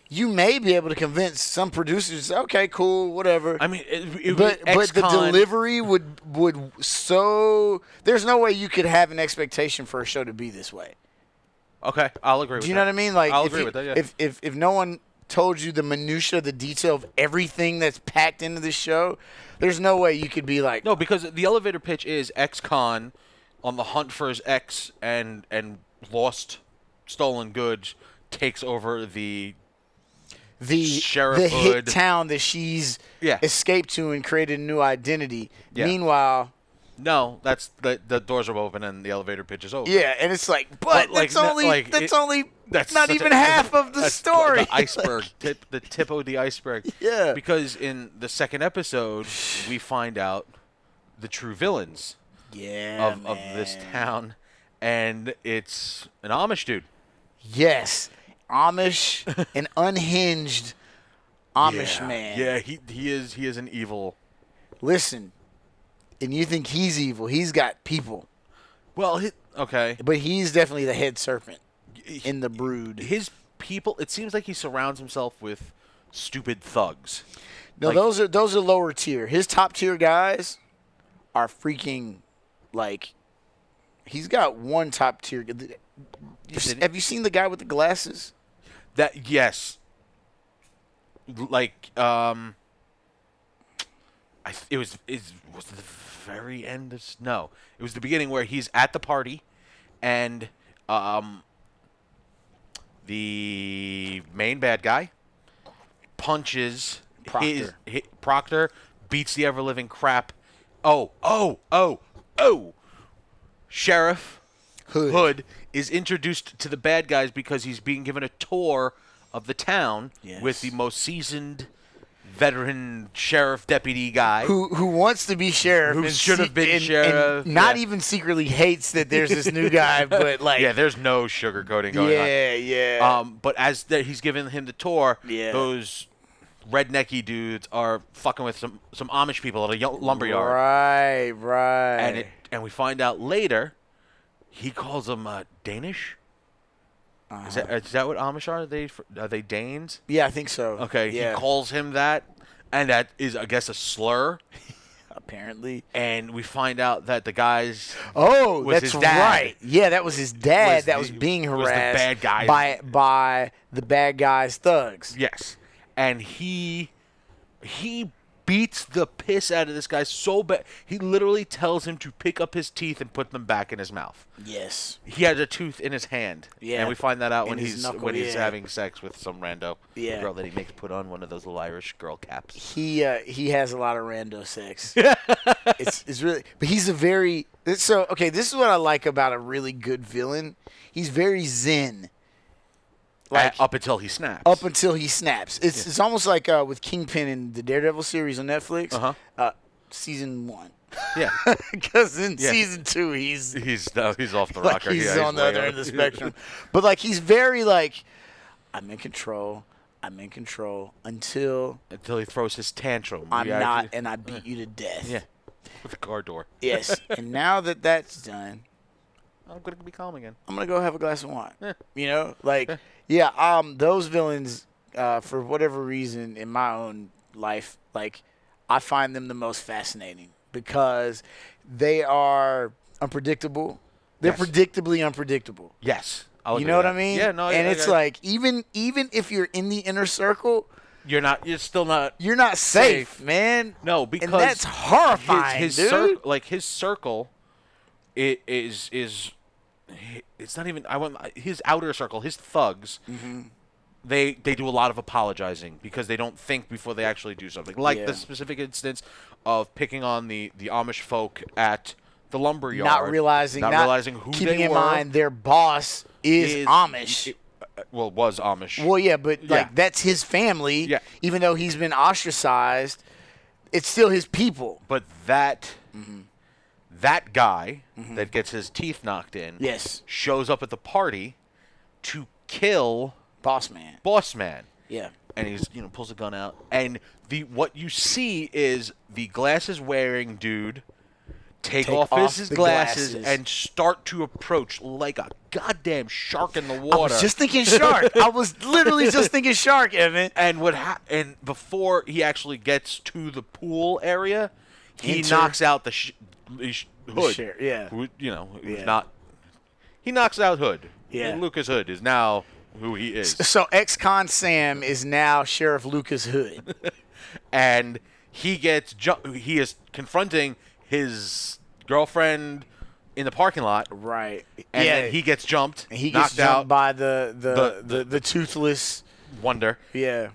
Speaker 2: you may be able to convince some producers, okay, cool, whatever.
Speaker 1: I mean, it, it
Speaker 2: but but the
Speaker 1: X-Con-
Speaker 2: delivery would would so there's no way you could have an expectation for a show to be this way.
Speaker 1: Okay, I'll agree. with
Speaker 2: Do you
Speaker 1: that.
Speaker 2: know what I mean? Like
Speaker 1: I'll
Speaker 2: if
Speaker 1: agree
Speaker 2: you-
Speaker 1: with that. Yeah.
Speaker 2: If if if no one told you the minutia, the detail of everything that's packed into this show, there's no way you could be like,
Speaker 1: no, because the elevator pitch is ex-con on the hunt for his ex and and lost stolen goods takes over the
Speaker 2: the
Speaker 1: Sheriff
Speaker 2: the hit
Speaker 1: Hood.
Speaker 2: town that she's
Speaker 1: Yeah.
Speaker 2: escaped to and created a new identity.
Speaker 1: Yeah.
Speaker 2: Meanwhile,
Speaker 1: no. That's the the doors are open and the elevator pitch is over.
Speaker 2: yeah, and it's like, but,
Speaker 1: But, like,
Speaker 2: that's
Speaker 1: no-
Speaker 2: only
Speaker 1: like,
Speaker 2: that's
Speaker 1: it-
Speaker 2: only
Speaker 1: That's
Speaker 2: not
Speaker 1: such
Speaker 2: even
Speaker 1: a-
Speaker 2: half of the
Speaker 1: that's
Speaker 2: story.
Speaker 1: The iceberg, tip, the tip of the iceberg.
Speaker 2: Yeah.
Speaker 1: Because in the second episode, we find out the true villains
Speaker 2: yeah,
Speaker 1: of, of this
Speaker 2: man.
Speaker 1: town, and it's an Amish dude.
Speaker 2: Yes, Amish, an unhinged Amish
Speaker 1: yeah.
Speaker 2: man.
Speaker 1: Yeah, he he is he is an evil.
Speaker 2: Listen, and you think he's evil? He's got people,
Speaker 1: Well, he, okay.
Speaker 2: but he's definitely the head serpent
Speaker 1: He-
Speaker 2: in the brood.
Speaker 1: His people. It seems like he surrounds himself with stupid thugs.
Speaker 2: No,
Speaker 1: like-
Speaker 2: those are those are lower tier. His top tier guys are freaking like. He's got one top tier. Have you seen the guy with the glasses?
Speaker 1: That yes. Like um. I th- it was is was it the very end of s- no it was the beginning where he's at the party, and um. The main bad guy punches his,
Speaker 2: Proctor.
Speaker 1: hi- Proctor beats the ever living crap. Oh oh oh oh. Sheriff
Speaker 2: Hood.
Speaker 1: Hood is introduced to the bad guys because he's being given a tour of the town
Speaker 2: Yes.
Speaker 1: with the most seasoned veteran sheriff deputy guy.
Speaker 2: Who, who wants to be sheriff?
Speaker 1: Who
Speaker 2: and
Speaker 1: should have
Speaker 2: se-
Speaker 1: been
Speaker 2: and- and
Speaker 1: sheriff,
Speaker 2: not
Speaker 1: yeah.
Speaker 2: even secretly hates that there's this new guy, but like,
Speaker 1: yeah, there's no sugarcoating going
Speaker 2: yeah, yeah.
Speaker 1: on. Um, but as the, he's giving him the tour,
Speaker 2: Yeah.
Speaker 1: those rednecky dudes are fucking with some, some Amish people at a yo- lumberyard.
Speaker 2: Right, right.
Speaker 1: And, it, and we find out later, he calls them uh, Danish. Is,
Speaker 2: Uh-huh.
Speaker 1: that, is that what Amish are? Are they, fr- are they Danes?
Speaker 2: yeah, I think so.
Speaker 1: Okay,
Speaker 2: yeah.
Speaker 1: he calls him that, and that is, I guess, a slur.
Speaker 2: apparently.
Speaker 1: And we find out that the guys.
Speaker 2: Oh,
Speaker 1: Was
Speaker 2: that's
Speaker 1: his dad.
Speaker 2: right. Yeah, that was his dad
Speaker 1: Was
Speaker 2: that
Speaker 1: the-
Speaker 2: was being
Speaker 1: was the
Speaker 2: harassed
Speaker 1: bad guy.
Speaker 2: by by the bad guys thugs.
Speaker 1: Yes, and he he beats the piss out of this guy so bad. He literally tells him to pick up his teeth and put them back in his mouth.
Speaker 2: Yes.
Speaker 1: He has a tooth in his hand.
Speaker 2: Yeah.
Speaker 1: and we find that out
Speaker 2: In
Speaker 1: when
Speaker 2: his
Speaker 1: he's
Speaker 2: knuckle,
Speaker 1: when he's
Speaker 2: yeah.
Speaker 1: having sex with some rando
Speaker 2: Yeah.
Speaker 1: girl that he makes put on one of those little Irish girl caps.
Speaker 2: He uh, he has a lot of rando sex. it's it's really but he's a very it's so okay, this is what I like about a really good villain. He's very zen. Like
Speaker 1: Uh, up until he snaps.
Speaker 2: up until he snaps. It's it's almost like uh, with Kingpin in the Daredevil series on Netflix,
Speaker 1: Uh-huh.
Speaker 2: uh, season one.
Speaker 1: yeah,
Speaker 2: Because in
Speaker 1: Yeah.
Speaker 2: season two, he's
Speaker 1: he's uh, he's off the
Speaker 2: like
Speaker 1: rocker.
Speaker 2: he's
Speaker 1: Yeah,
Speaker 2: on the
Speaker 1: way
Speaker 2: other
Speaker 1: out.
Speaker 2: end of the spectrum. But like he's very like, I'm in control. I'm in control until
Speaker 1: until he throws his tantrum.
Speaker 2: I'm
Speaker 1: We actually-
Speaker 2: not, and I beat you to death.
Speaker 1: Yeah. With the car door.
Speaker 2: Yes. and now that that's done,
Speaker 1: Oh, I'm gonna be calm again.
Speaker 2: I'm gonna go have a glass of wine.
Speaker 1: Yeah.
Speaker 2: You know, like yeah. Um, those villains, uh, for whatever reason in my own life, like I find them the most fascinating because they are unpredictable. They're
Speaker 1: Yes.
Speaker 2: predictably unpredictable.
Speaker 1: Yes. I'll
Speaker 2: You
Speaker 1: agree
Speaker 2: know
Speaker 1: with
Speaker 2: what I
Speaker 1: that.
Speaker 2: mean?
Speaker 1: Yeah, no, I-
Speaker 2: And
Speaker 1: I-
Speaker 2: it's
Speaker 1: I-
Speaker 2: like even even if you're in the inner circle,
Speaker 1: you're not you're still not
Speaker 2: you're not safe, man.
Speaker 1: No, because
Speaker 2: and that's horrifying,
Speaker 1: his,
Speaker 2: dude.
Speaker 1: his cir- like his circle it is is it's not even I want his outer circle, his thugs.
Speaker 2: Mm-hmm.
Speaker 1: They they do a lot of apologizing because they don't think before they actually do something. Like
Speaker 2: Yeah.
Speaker 1: the specific instance of picking on the the Amish folk at the lumber yard,
Speaker 2: not realizing,
Speaker 1: not,
Speaker 2: not
Speaker 1: realizing who
Speaker 2: keeping
Speaker 1: they
Speaker 2: in
Speaker 1: were
Speaker 2: mind their boss is, Amish.
Speaker 1: well, was Amish.
Speaker 2: well, yeah, but
Speaker 1: Yeah.
Speaker 2: like that's his family.
Speaker 1: Yeah.
Speaker 2: Even though he's been ostracized, it's still his people.
Speaker 1: But that
Speaker 2: Mm-hmm.
Speaker 1: that guy that gets his teeth knocked in
Speaker 2: Yes,
Speaker 1: shows up at the party to kill
Speaker 2: boss man.
Speaker 1: Boss Man.
Speaker 2: Yeah.
Speaker 1: And he's you know pulls a gun out and the what you see is the glasses wearing dude take,
Speaker 2: Take
Speaker 1: off,
Speaker 2: off
Speaker 1: his
Speaker 2: the
Speaker 1: glasses,
Speaker 2: glasses.
Speaker 1: and start to approach like a goddamn shark in the
Speaker 2: I
Speaker 1: water.
Speaker 2: was just thinking shark. I was literally just thinking shark, Evan.
Speaker 1: and what ha- and before he actually gets to the pool area, he
Speaker 2: Enter.
Speaker 1: knocks out the, sh- the sh- hood.
Speaker 2: share- yeah.
Speaker 1: Who- you know, who's
Speaker 2: Yeah.
Speaker 1: not. He knocks out Hood.
Speaker 2: Yeah.
Speaker 1: Lucas Hood is now who he is.
Speaker 2: So ex-con Sam is now Sheriff Lucas Hood.
Speaker 1: and he gets ju- he is confronting his girlfriend in the parking lot
Speaker 2: Right.
Speaker 1: and
Speaker 2: yeah.
Speaker 1: then he gets jumped
Speaker 2: And he
Speaker 1: knocked
Speaker 2: gets jumped
Speaker 1: out
Speaker 2: by the the,
Speaker 1: The-
Speaker 2: the, the toothless.
Speaker 1: wonder
Speaker 2: Yeah.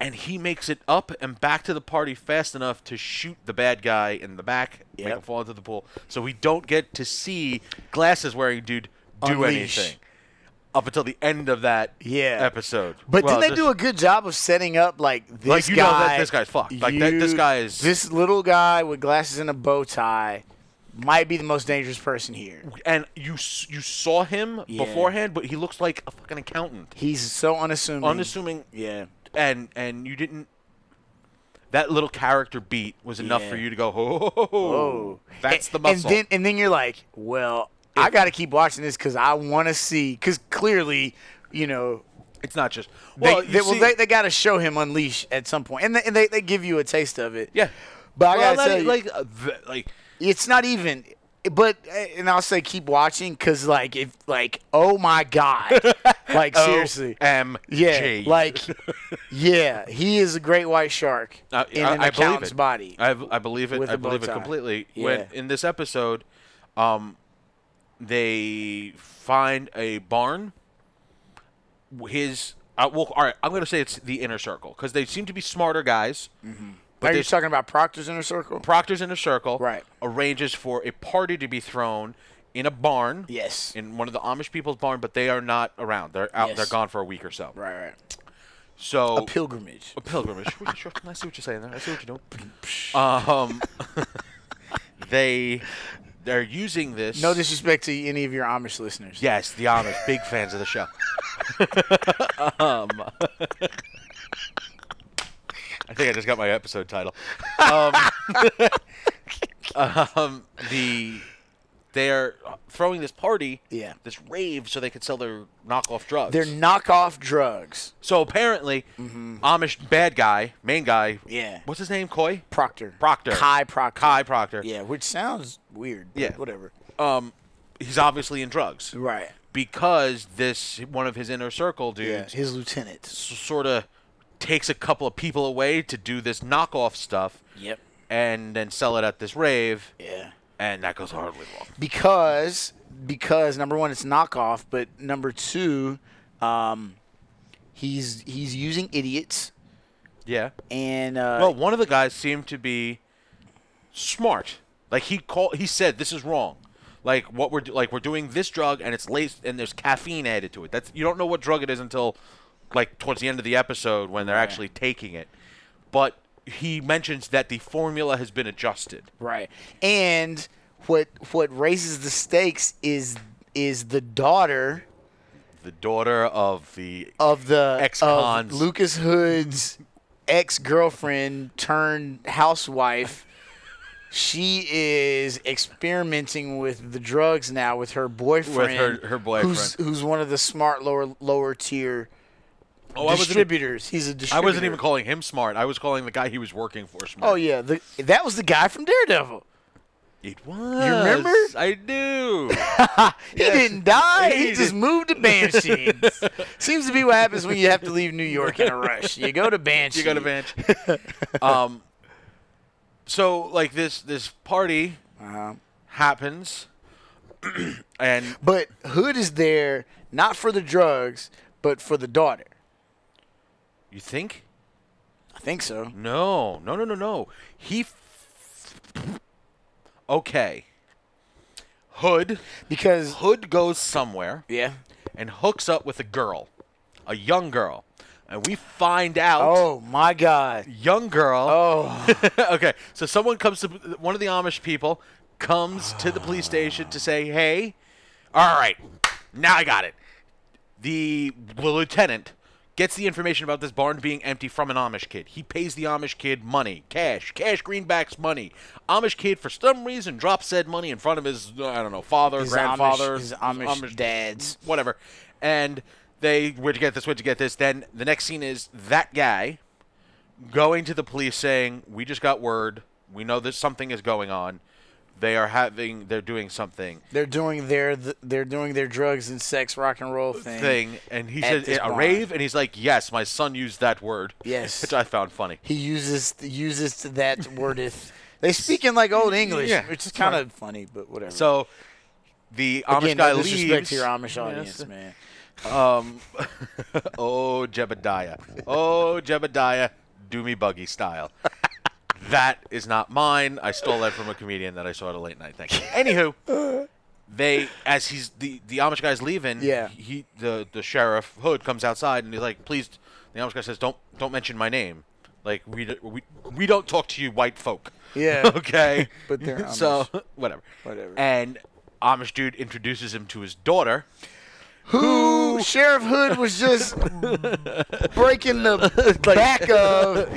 Speaker 1: and he makes it up and back to the party fast enough to shoot the bad guy in the back make
Speaker 2: Yep.
Speaker 1: him fall into the pool so we don't get to see glasses wearing dude do
Speaker 2: Unleash.
Speaker 1: anything up until the end of that
Speaker 2: Yeah.
Speaker 1: episode
Speaker 2: But
Speaker 1: Well,
Speaker 2: then they
Speaker 1: this-
Speaker 2: do a good job of setting up like this
Speaker 1: Like, you know
Speaker 2: guy.
Speaker 1: that this guy's fucked. Like, that- this guy is-
Speaker 2: This little guy with glasses and a bow tie might be the most dangerous person here.
Speaker 1: and you s- you saw him
Speaker 2: Yeah.
Speaker 1: beforehand but he looks like a fucking accountant
Speaker 2: He's so unassuming.
Speaker 1: unassuming
Speaker 2: Yeah.
Speaker 1: and and you didn't that little character beat was enough for
Speaker 2: Yeah.
Speaker 1: you to go ho, ho, ho, ho.
Speaker 2: Oh,
Speaker 1: that's
Speaker 2: A-
Speaker 1: the muscle
Speaker 2: And then and then you're like, well, I got to keep watching this because I want to see because clearly, you know.
Speaker 1: it's not just
Speaker 2: They,
Speaker 1: well, you
Speaker 2: they, well,
Speaker 1: see-
Speaker 2: they, they got to show him unleash at some point, and they, and they, they give you a taste of it.
Speaker 1: yeah
Speaker 2: but I
Speaker 1: Well,
Speaker 2: gotta tell
Speaker 1: that-
Speaker 2: you,
Speaker 1: like uh, th- like
Speaker 2: it's not even. But and I'll say keep watching because like if like oh my god, like
Speaker 1: Oh,
Speaker 2: seriously,
Speaker 1: M
Speaker 2: yeah,
Speaker 1: G.
Speaker 2: like yeah, he is a great white shark
Speaker 1: I,
Speaker 2: in
Speaker 1: Uh, I-
Speaker 2: an
Speaker 1: I believe
Speaker 2: accountant's
Speaker 1: it.
Speaker 2: body.
Speaker 1: I, I believe it.
Speaker 2: with
Speaker 1: I
Speaker 2: a bow
Speaker 1: believe it
Speaker 2: tie.
Speaker 1: completely. When
Speaker 2: Yeah.
Speaker 1: in this episode, um, they find a barn. His uh, well, all right. I'm gonna say it's the inner circle because they seem to be smarter guys.
Speaker 2: Are you
Speaker 1: there's-
Speaker 2: talking about Proctor's inner circle?
Speaker 1: Proctor's inner circle
Speaker 2: Right.
Speaker 1: arranges for a party to be thrown in a barn.
Speaker 2: yes,
Speaker 1: In one of the Amish people's barn, but they are not around. They're out.
Speaker 2: Yes.
Speaker 1: They're gone for a week or so.
Speaker 2: right, right.
Speaker 1: So
Speaker 2: A pilgrimage.
Speaker 1: a pilgrimage. Sure, sure. I see what you're saying there. I see what you're doing. Um, they they're using this.
Speaker 2: No disrespect to any of your Amish listeners.
Speaker 1: Yes, the Amish, big fans of the show. um, I think I just got my episode title. Um, um, the they are throwing this party,
Speaker 2: Yeah.
Speaker 1: this rave, so they could sell their knockoff drugs.
Speaker 2: They're knockoff drugs.
Speaker 1: so apparently, Mm-hmm. Amish bad guy, main guy.
Speaker 2: Yeah.
Speaker 1: What's his name? Coy.
Speaker 2: Proctor.
Speaker 1: Proctor.
Speaker 2: Kai Proctor.
Speaker 1: Kai Proctor.
Speaker 2: Yeah, which sounds weird. but
Speaker 1: Yeah.
Speaker 2: Whatever.
Speaker 1: Um, he's obviously in drugs
Speaker 2: Right.
Speaker 1: because this one of his inner circle
Speaker 2: Yeah.
Speaker 1: dudes
Speaker 2: His lieutenant.
Speaker 1: sort of takes a couple of people away to do this knockoff stuff
Speaker 2: Yep.
Speaker 1: and then sell it at this rave,
Speaker 2: Yeah.
Speaker 1: and that goes horribly wrong.
Speaker 2: Because because number one it's knockoff, but number two, um, he's he's using idiots
Speaker 1: Yeah.
Speaker 2: and uh,
Speaker 1: Well, one of the guys seemed to be smart. Like he called, he said, "This is wrong." Like what we're do- like we're doing this drug and it's laced and there's caffeine added to it. That's you don't know what drug it is until like towards the end of the episode when they're actually taking it. But he mentions that the formula has been adjusted.
Speaker 2: right. And what what raises the stakes is is the daughter
Speaker 1: The daughter of the
Speaker 2: of the
Speaker 1: Ex-cons.
Speaker 2: of Lucas Hood's ex girlfriend turned housewife. She is experimenting with the drugs now with her boyfriend.
Speaker 1: her
Speaker 2: Who's, who's one of the smart lower lower tier
Speaker 1: oh, I wasn't,
Speaker 2: distributors. He's a
Speaker 1: I
Speaker 2: distributor.
Speaker 1: wasn't even calling him smart. I was calling the guy he was working for smart.
Speaker 2: Oh yeah, the, that was the guy from Daredevil.
Speaker 1: it was.
Speaker 2: remember?
Speaker 1: I do.
Speaker 2: He didn't die. He,
Speaker 1: He
Speaker 2: just
Speaker 1: did.
Speaker 2: moved to Banshee. Seems to be what happens when you have to leave New York in a rush. You go to Banshee.
Speaker 1: you go to bench. um, so like this this party
Speaker 2: Uh-huh.
Speaker 1: happens, and
Speaker 2: But Hood is there not for the drugs, but for the daughter.
Speaker 1: you think
Speaker 2: I think so.
Speaker 1: no, no, no, no, no. He f- okay. Hood
Speaker 2: Because
Speaker 1: Hood goes somewhere
Speaker 2: yeah.
Speaker 1: and hooks up with a girl, a young girl, and we find out
Speaker 2: Oh my God.
Speaker 1: young girl.
Speaker 2: Oh.
Speaker 1: okay, so someone comes to one of the Amish people comes to the police station to say, "Hey, all right, now I got it." The lieutenant gets the information about this barn being empty from an Amish kid. He pays the Amish kid money, cash, cash greenbacks, money. Amish kid, for some reason, drops said money in front of his, I don't know, father,
Speaker 2: His
Speaker 1: grandfather,
Speaker 2: Amish, his Amish, dads.
Speaker 1: whatever. And they, where'd you get this? Where'd you get this? Then the next scene is that guy going to the police saying, "We just got word. We know that something is going on. They are having. They're doing something."
Speaker 2: They're doing their they're doing their drugs and sex rock and roll thing.
Speaker 1: Thing and he
Speaker 2: At
Speaker 1: says
Speaker 2: this
Speaker 1: a
Speaker 2: bar.
Speaker 1: rave, and he's like, "Yes, my son used that word."
Speaker 2: Yes.
Speaker 1: which I found funny.
Speaker 2: He uses uses that wordeth. They speak in like old English,
Speaker 1: Yeah,
Speaker 2: which is
Speaker 1: it's fine.
Speaker 2: kind of funny, but whatever.
Speaker 1: So the Amish
Speaker 2: Again,
Speaker 1: guy
Speaker 2: no disrespect
Speaker 1: leaves.
Speaker 2: to your Amish
Speaker 1: Yes.
Speaker 2: audience, man.
Speaker 1: Um, oh Jebediah, oh Jebediah, do me buggy style. that is not mine. I stole that from a comedian that I saw at a late night thing. Anywho, they as he's the the Amish guy's leaving.
Speaker 2: Yeah.
Speaker 1: He the the sheriff Hood comes outside and he's like, please. The Amish guy says, don't don't mention my name. Like we d- we we don't talk to you white folk.
Speaker 2: Yeah.
Speaker 1: okay.
Speaker 2: But they're
Speaker 1: so whatever.
Speaker 2: Whatever.
Speaker 1: And Amish dude introduces him to his daughter.
Speaker 2: Who Sheriff Hood was just breaking the back of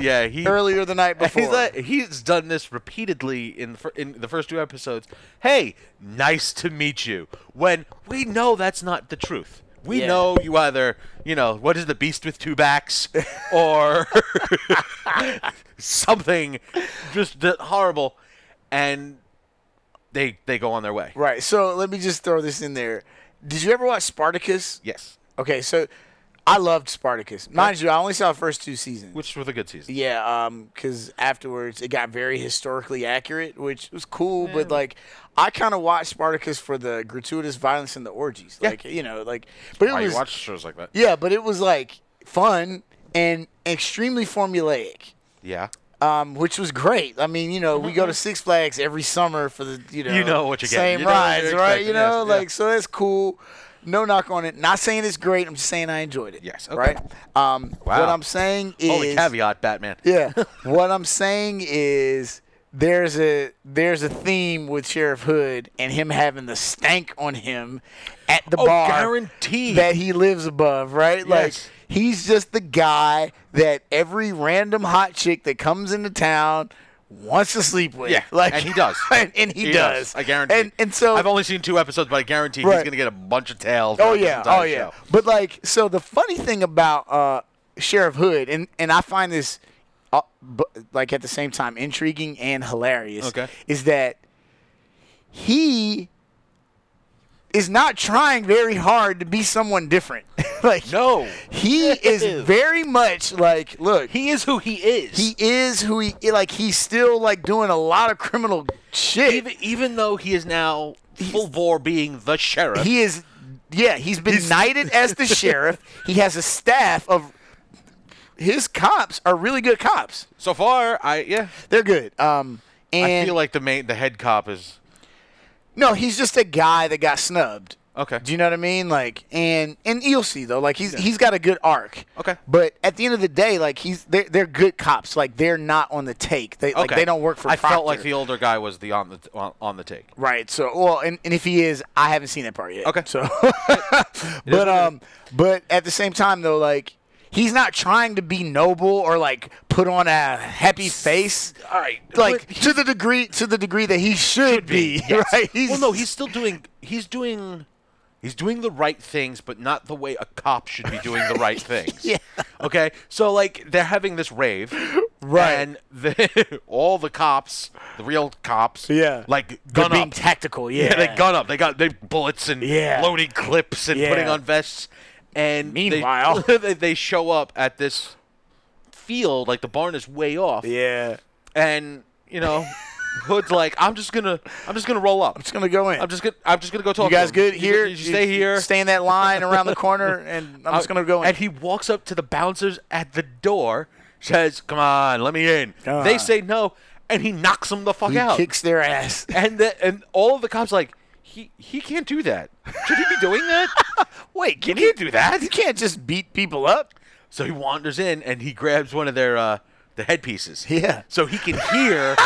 Speaker 1: Yeah, he
Speaker 2: earlier the night before.
Speaker 1: He's like, he's done this repeatedly in the, fir- in the first two episodes. Hey, nice to meet you. When we know that's not the truth. We
Speaker 2: Yeah.
Speaker 1: know you either, you know, what is the beast with two backs or something just that horrible and they they go on their way.
Speaker 2: right. So let me just throw this in there. Did you ever watch Spartacus?
Speaker 1: Yes.
Speaker 2: Okay, so I loved Spartacus. Mind you, I only saw the first two seasons.
Speaker 1: Which was a good season.
Speaker 2: Yeah, um, because afterwards it got very historically accurate, which was cool. But like, I kind of watched Spartacus for the gratuitous violence and the orgies.
Speaker 1: Yeah.
Speaker 2: Like, you know, like, but it
Speaker 1: Why
Speaker 2: was
Speaker 1: you watch shows like that?
Speaker 2: yeah, but it was like fun and extremely formulaic.
Speaker 1: Yeah.
Speaker 2: Um, which was great. I mean, you know, we go to Six Flags every summer for the you know
Speaker 1: You know what you're getting.
Speaker 2: same
Speaker 1: You know what
Speaker 2: rides,
Speaker 1: you're
Speaker 2: right?
Speaker 1: expecting,
Speaker 2: You know,
Speaker 1: yes, yeah.
Speaker 2: like so that's cool. No knock on it. Not saying it's great. I'm just saying I enjoyed it.
Speaker 1: Yes, okay.
Speaker 2: Right. Um, What
Speaker 1: Wow.
Speaker 2: I'm saying is
Speaker 1: Holy caveat, Batman.
Speaker 2: yeah. what I'm saying is there's a there's a theme with Sheriff Hood and him having the stank on him at the
Speaker 1: Oh,
Speaker 2: bar
Speaker 1: guaranteed.
Speaker 2: that he lives above, right? Like
Speaker 1: Yes.
Speaker 2: he's just the guy that every random hot chick that comes into town wants to sleep with.
Speaker 1: Yeah,
Speaker 2: Like
Speaker 1: and he does.
Speaker 2: and, and he, does.
Speaker 1: I guarantee.
Speaker 2: And and so
Speaker 1: I've only seen two episodes, but I guarantee he's
Speaker 2: Right.
Speaker 1: gonna get a bunch of tail.
Speaker 2: Oh
Speaker 1: throughout this
Speaker 2: yeah,
Speaker 1: entire
Speaker 2: oh yeah.
Speaker 1: show.
Speaker 2: But like, so the funny thing about uh, Sheriff Hood, and and I find this, uh, bu- like at the same time intriguing and hilarious,
Speaker 1: Okay.
Speaker 2: is that he is not trying very hard to be someone different. like
Speaker 1: No,
Speaker 2: he is very much like, look,
Speaker 1: he is who he is.
Speaker 2: he is who he like. He's still like doing a lot of criminal shit.
Speaker 1: even even though he is now full bore being the sheriff.
Speaker 2: He is, yeah, he's been knighted as the sheriff. He has a staff of. His cops are really good cops.
Speaker 1: so far, I yeah,
Speaker 2: They're good. Um, and
Speaker 1: I feel like the main the head cop is
Speaker 2: no, he's just a guy that got snubbed.
Speaker 1: okay.
Speaker 2: Do you know what I mean? Like, and and you'll see though, like he's he's got a good arc.
Speaker 1: Okay.
Speaker 2: But at the end of the day, like he's they're, they're good cops. Like they're not on the take. They like
Speaker 1: okay.
Speaker 2: they don't work for.
Speaker 1: I felt
Speaker 2: Proctor.
Speaker 1: like the older guy was the on the on, on the take.
Speaker 2: Right. So well, and, and if he is, I haven't seen that part yet.
Speaker 1: Okay.
Speaker 2: So,
Speaker 1: what it
Speaker 2: but um, but at the same time though, like he's not trying to be noble or like put on a happy face,
Speaker 1: All right,
Speaker 2: like to the degree to the degree that he should, be. Right. He's,
Speaker 1: well, no, he's still doing. He's doing. He's doing the right things, but not the way a cop should be doing the right things.
Speaker 2: Yeah.
Speaker 1: Okay. So like they're having this rave,
Speaker 2: Right.
Speaker 1: And the, all the cops, the real cops,
Speaker 2: Yeah.
Speaker 1: like
Speaker 2: they're
Speaker 1: gun
Speaker 2: being
Speaker 1: up.
Speaker 2: tactical. Yeah.
Speaker 1: yeah, they gun up. They got they bullets and
Speaker 2: Yeah.
Speaker 1: loading clips and
Speaker 2: Yeah.
Speaker 1: putting on vests. And they-
Speaker 2: Meanwhile.
Speaker 1: they, they show up at this field. Like the barn is way off,
Speaker 2: Yeah.
Speaker 1: and you know, Hood's like, "I'm just gonna, I'm just gonna roll up.
Speaker 2: I'm just gonna go in.
Speaker 1: I'm just gonna, I'm just gonna go talk.
Speaker 2: you guys
Speaker 1: to him.
Speaker 2: good here?
Speaker 1: You, you stay here.
Speaker 2: Stay in that line around the corner, and I'm just gonna go in.
Speaker 1: And he walks up to the bouncers at the door, says, "Come on, let me in."
Speaker 2: Come
Speaker 1: they
Speaker 2: on.
Speaker 1: say no, and he knocks them the fuck
Speaker 2: he
Speaker 1: out.
Speaker 2: kicks their ass.
Speaker 1: and the, and all of the cops are like, he he can't do that. Should he be doing that?
Speaker 2: Wait, can
Speaker 1: You can't do that.
Speaker 2: You can't just beat people up.
Speaker 1: so he wanders in and he grabs one of their uh, the headpieces.
Speaker 2: Yeah.
Speaker 1: So he can hear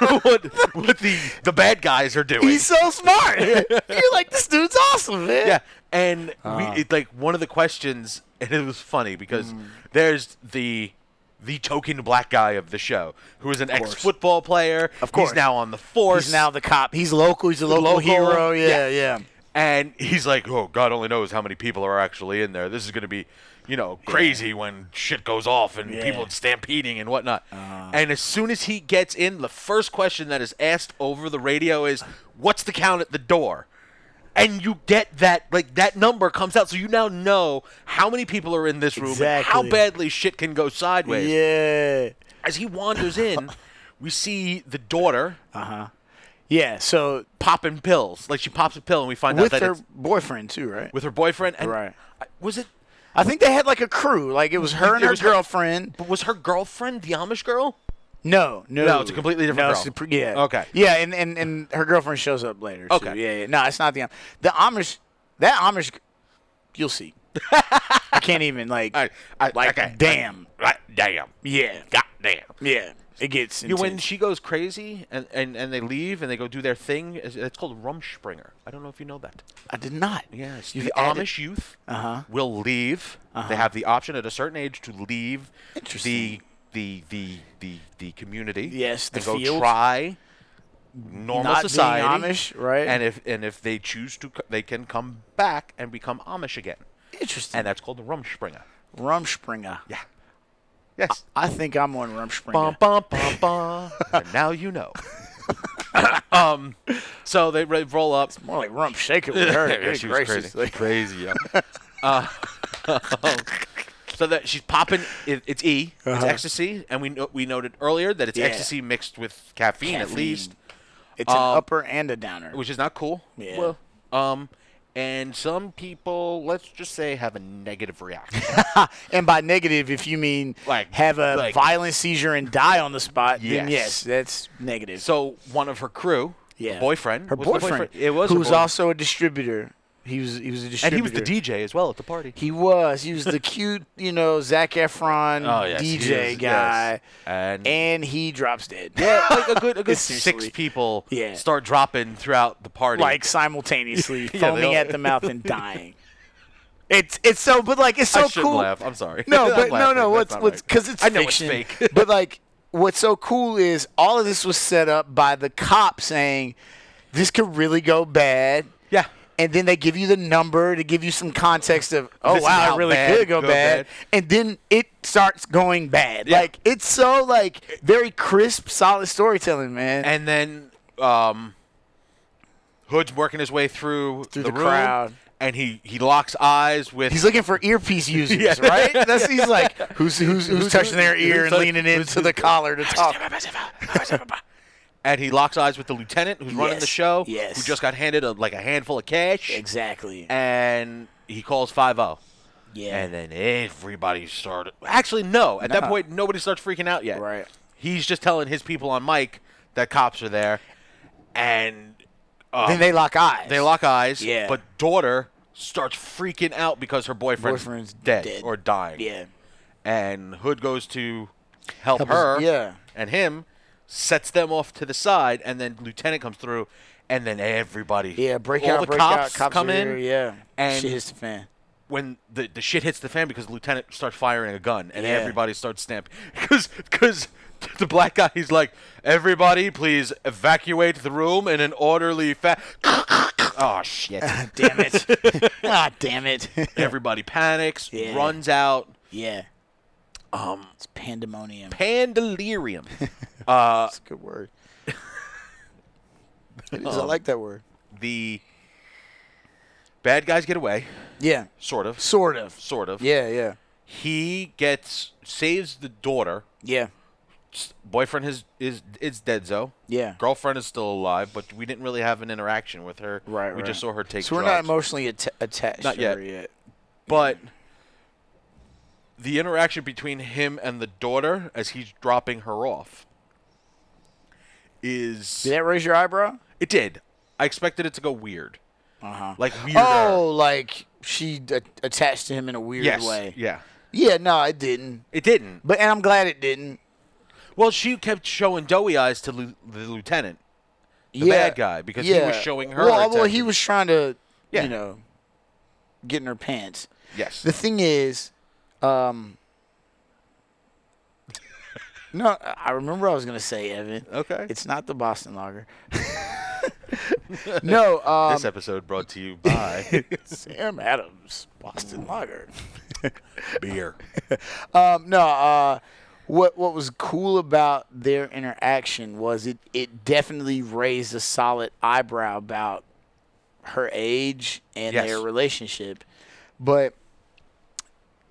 Speaker 1: what what the the bad guys are doing.
Speaker 2: He's so smart. You're like, this dude's awesome, man. Ah.
Speaker 1: yeah, and we, it's like one of the questions and it was funny because
Speaker 2: Mm.
Speaker 1: there's the the token black guy of the show who is an ex football player. Of
Speaker 2: course.
Speaker 1: he's now on the force.
Speaker 2: He's now the cop. He's local. He's a local,
Speaker 1: Local.
Speaker 2: hero. Yeah, yeah.
Speaker 1: And he's like, oh, God only knows how many people are actually in there. This is going to be, you know, crazy when shit goes off and
Speaker 2: Yeah. Uh-huh.
Speaker 1: people stampeding and whatnot. And as soon as he gets in, the first question that is asked over the radio is, what's the count at the door? And you get that, like, that number comes out. So you now know how many people are in this room and how
Speaker 2: Exactly.
Speaker 1: badly shit can go sideways.
Speaker 2: Yeah.
Speaker 1: As he wanders in, we see the daughter
Speaker 2: Uh-huh. Yeah. So
Speaker 1: popping pills. Like, she pops a pill, and we find out
Speaker 2: with
Speaker 1: that
Speaker 2: her
Speaker 1: it's
Speaker 2: boyfriend too, right?
Speaker 1: with her boyfriend. And
Speaker 2: Right.
Speaker 1: I- Was it?
Speaker 2: I think they had like a crew. Like it was her and
Speaker 1: It
Speaker 2: her
Speaker 1: was her-
Speaker 2: girlfriend.
Speaker 1: But was her girlfriend the Amish girl?
Speaker 2: No, no,
Speaker 1: No, it's a completely different
Speaker 2: No,
Speaker 1: girl.
Speaker 2: it's a pre- yeah.
Speaker 1: Okay.
Speaker 2: Yeah, and, and and her girlfriend shows up later. too.
Speaker 1: Okay.
Speaker 2: Yeah, yeah. No, it's not the Am- the Amish. That Amish, you'll see. I can't even like.
Speaker 1: I, I
Speaker 2: like
Speaker 1: okay.
Speaker 2: damn.
Speaker 1: Right, damn,
Speaker 2: Yeah.
Speaker 1: goddamn.
Speaker 2: Yeah. It gets
Speaker 1: You know,
Speaker 2: intense.
Speaker 1: when she goes crazy and, and, and they leave and they go do their thing, it's- it's called Rumspringer. I don't know if you know that.
Speaker 2: I did not.
Speaker 1: Yes,
Speaker 2: You've
Speaker 1: the
Speaker 2: added-
Speaker 1: Amish youth
Speaker 2: Uh-huh.
Speaker 1: will leave. They have the option at a certain age to leave the
Speaker 2: Interesting.
Speaker 1: the the the the community.
Speaker 2: Yes, the
Speaker 1: and go
Speaker 2: field.
Speaker 1: try normal
Speaker 2: Not being
Speaker 1: society.
Speaker 2: Amish, right.
Speaker 1: And if and if they choose to, c- they can come back and become Amish again,
Speaker 2: Interesting.
Speaker 1: and that's called the Rumspringer.
Speaker 2: Rumspringer.
Speaker 1: Yeah. Yes.
Speaker 2: I think I'm on Rumspringer.
Speaker 1: Ah. Bum, bum, bum, bum. and now you know. um, so they ra- roll up.
Speaker 2: More like Rump Shaker with her. Good
Speaker 1: she was
Speaker 2: gracious.
Speaker 1: crazy. crazy, yeah. Uh, so that she's popping. It, it's E. It's ecstasy, and we no, we noted earlier that it's
Speaker 2: Uh-huh. Yeah.
Speaker 1: ecstasy mixed with caffeine, at
Speaker 2: Caffeine.
Speaker 1: least,
Speaker 2: It's an
Speaker 1: Um,
Speaker 2: upper and a downer.
Speaker 1: which is not cool.
Speaker 2: Yeah.
Speaker 1: Well, um, and some people, let's just say, have a negative reaction.
Speaker 2: And by negative, if you mean
Speaker 1: Like-
Speaker 2: have a
Speaker 1: like-
Speaker 2: violent seizure and die on the spot, then yes,
Speaker 1: Yes.
Speaker 2: that's negative.
Speaker 1: so one of her crew,
Speaker 2: yeah,
Speaker 1: her boyfriend,
Speaker 2: her
Speaker 1: was the
Speaker 2: boyfriend,
Speaker 1: it was
Speaker 2: who
Speaker 1: her
Speaker 2: was
Speaker 1: boyfriend.
Speaker 2: also a distributor. He was he was a
Speaker 1: and
Speaker 2: distributor.
Speaker 1: he was the DJ as well at the party.
Speaker 2: He was he was the cute you know Zach Efron
Speaker 1: Oh,
Speaker 2: DJ guy,
Speaker 1: and,
Speaker 2: and he drops dead
Speaker 1: yeah, like a good a good six
Speaker 2: Seriously.
Speaker 1: people
Speaker 2: Yeah.
Speaker 1: start dropping throughout the party.
Speaker 2: like simultaneously,
Speaker 1: Yeah, they
Speaker 2: foaming
Speaker 1: all-
Speaker 2: at the mouth and dying. It's it's so but like it's so
Speaker 1: I shouldn't
Speaker 2: cool.
Speaker 1: laugh. I'm sorry. I'm
Speaker 2: No, but no,
Speaker 1: laughing.
Speaker 2: no.
Speaker 1: That's
Speaker 2: What's
Speaker 1: not
Speaker 2: what's
Speaker 1: right.
Speaker 2: because it's
Speaker 1: I know it's
Speaker 2: fiction.
Speaker 1: fake.
Speaker 2: but like, what's so cool is all of this was set up by the cop saying, "This could really go bad."
Speaker 1: Yeah.
Speaker 2: And then they give you the number to give you some context of, oh
Speaker 1: This is
Speaker 2: wow,
Speaker 1: how
Speaker 2: it really
Speaker 1: bad
Speaker 2: could go,
Speaker 1: go bad.
Speaker 2: bad. And then it starts going bad.
Speaker 1: Yeah.
Speaker 2: Like it's so like very crisp, solid storytelling, man.
Speaker 1: And then um, Hood's working his way through,
Speaker 2: Through
Speaker 1: the,
Speaker 2: the
Speaker 1: room,
Speaker 2: crowd.
Speaker 1: and he he locks eyes with
Speaker 2: he's looking for earpiece users,
Speaker 1: Yeah.
Speaker 2: right? That's he's like, who's who's who's,
Speaker 1: Who's-
Speaker 2: touching their
Speaker 1: who's-
Speaker 2: ear
Speaker 1: who's
Speaker 2: and
Speaker 1: touch-
Speaker 2: leaning
Speaker 1: who's-
Speaker 2: into the collar to talk.
Speaker 1: and he locks eyes with the lieutenant who's running the
Speaker 2: Yes,
Speaker 1: show.
Speaker 2: yes.
Speaker 1: Who just got handed a, like a handful of cash.
Speaker 2: exactly.
Speaker 1: And he calls five zero.
Speaker 2: Yeah.
Speaker 1: And then everybody started. Actually, no. At that
Speaker 2: No.
Speaker 1: point, nobody starts freaking out yet.
Speaker 2: Right.
Speaker 1: He's just telling his people on mic that cops are there, and uh,
Speaker 2: then they lock eyes.
Speaker 1: they lock eyes.
Speaker 2: Yeah.
Speaker 1: But daughter starts freaking out because her boyfriend's,
Speaker 2: Boyfriend's
Speaker 1: dead,
Speaker 2: dead.
Speaker 1: or dying.
Speaker 2: Yeah.
Speaker 1: And Hood goes to help,
Speaker 2: Help us-
Speaker 1: her.
Speaker 2: yeah.
Speaker 1: And him sets them off to the side, and then Lieutenant comes through, and then everybody.
Speaker 2: Yeah. Break
Speaker 1: all
Speaker 2: out.
Speaker 1: the
Speaker 2: break
Speaker 1: cops,
Speaker 2: out. Cops
Speaker 1: come
Speaker 2: are
Speaker 1: in.
Speaker 2: here, Yeah.
Speaker 1: and-
Speaker 2: shit hits the fan.
Speaker 1: when the, the shit hits the fan because the lieutenant starts firing a gun and
Speaker 2: Yeah.
Speaker 1: everybody starts stamping because because the black guy he's like everybody please evacuate the room in an orderly fa oh shit
Speaker 2: Damn it. ah, damn it.
Speaker 1: everybody panics
Speaker 2: Yeah.
Speaker 1: runs out
Speaker 2: yeah. Um, it's pandemonium.
Speaker 1: pandelirium
Speaker 2: That's a good word. uh, it is. I like that word.
Speaker 1: the bad guys get away
Speaker 2: Yeah.
Speaker 1: sort of
Speaker 2: Sort of.
Speaker 1: sort of
Speaker 2: Yeah. Yeah.
Speaker 1: he gets saves the daughter
Speaker 2: Yeah.
Speaker 1: s- boyfriend is is is dead though.
Speaker 2: Yeah.
Speaker 1: Girlfriend is still alive, but we didn't really have an interaction with her.
Speaker 2: Right,
Speaker 1: We
Speaker 2: right.
Speaker 1: just saw her take
Speaker 2: So we're not
Speaker 1: drugs.
Speaker 2: emotionally atta- attached
Speaker 1: Not
Speaker 2: to
Speaker 1: yet.
Speaker 2: her yet.
Speaker 1: but the interaction between him and the daughter as he's dropping her off is
Speaker 2: Did that raise your eyebrow?
Speaker 1: it did. I expected it to go weird. Uh-huh. Like weirder.
Speaker 2: Oh, like she d- attached to him in a weird
Speaker 1: yes.
Speaker 2: way.
Speaker 1: Yeah.
Speaker 2: Yeah, no, it didn't.
Speaker 1: It didn't.
Speaker 2: But and I'm glad it didn't.
Speaker 1: Well, she kept showing doughy eyes to lu- the lieutenant. the bad guy, because he was showing her
Speaker 2: Well, well, he
Speaker 1: attention.
Speaker 2: was trying to,
Speaker 1: Yeah.
Speaker 2: you know, get in her pants.
Speaker 1: Yes.
Speaker 2: The thing is, Um, no, I remember what I was going to say, Evan.
Speaker 1: Okay.
Speaker 2: It's not the Boston Lager. no, um,
Speaker 1: this episode brought to you by
Speaker 2: Sam Adams, Boston Lager.
Speaker 1: beer.
Speaker 2: Um, no, uh, what what was cool about their interaction was it it definitely raised a solid eyebrow about her age and
Speaker 1: Yes.
Speaker 2: their relationship. But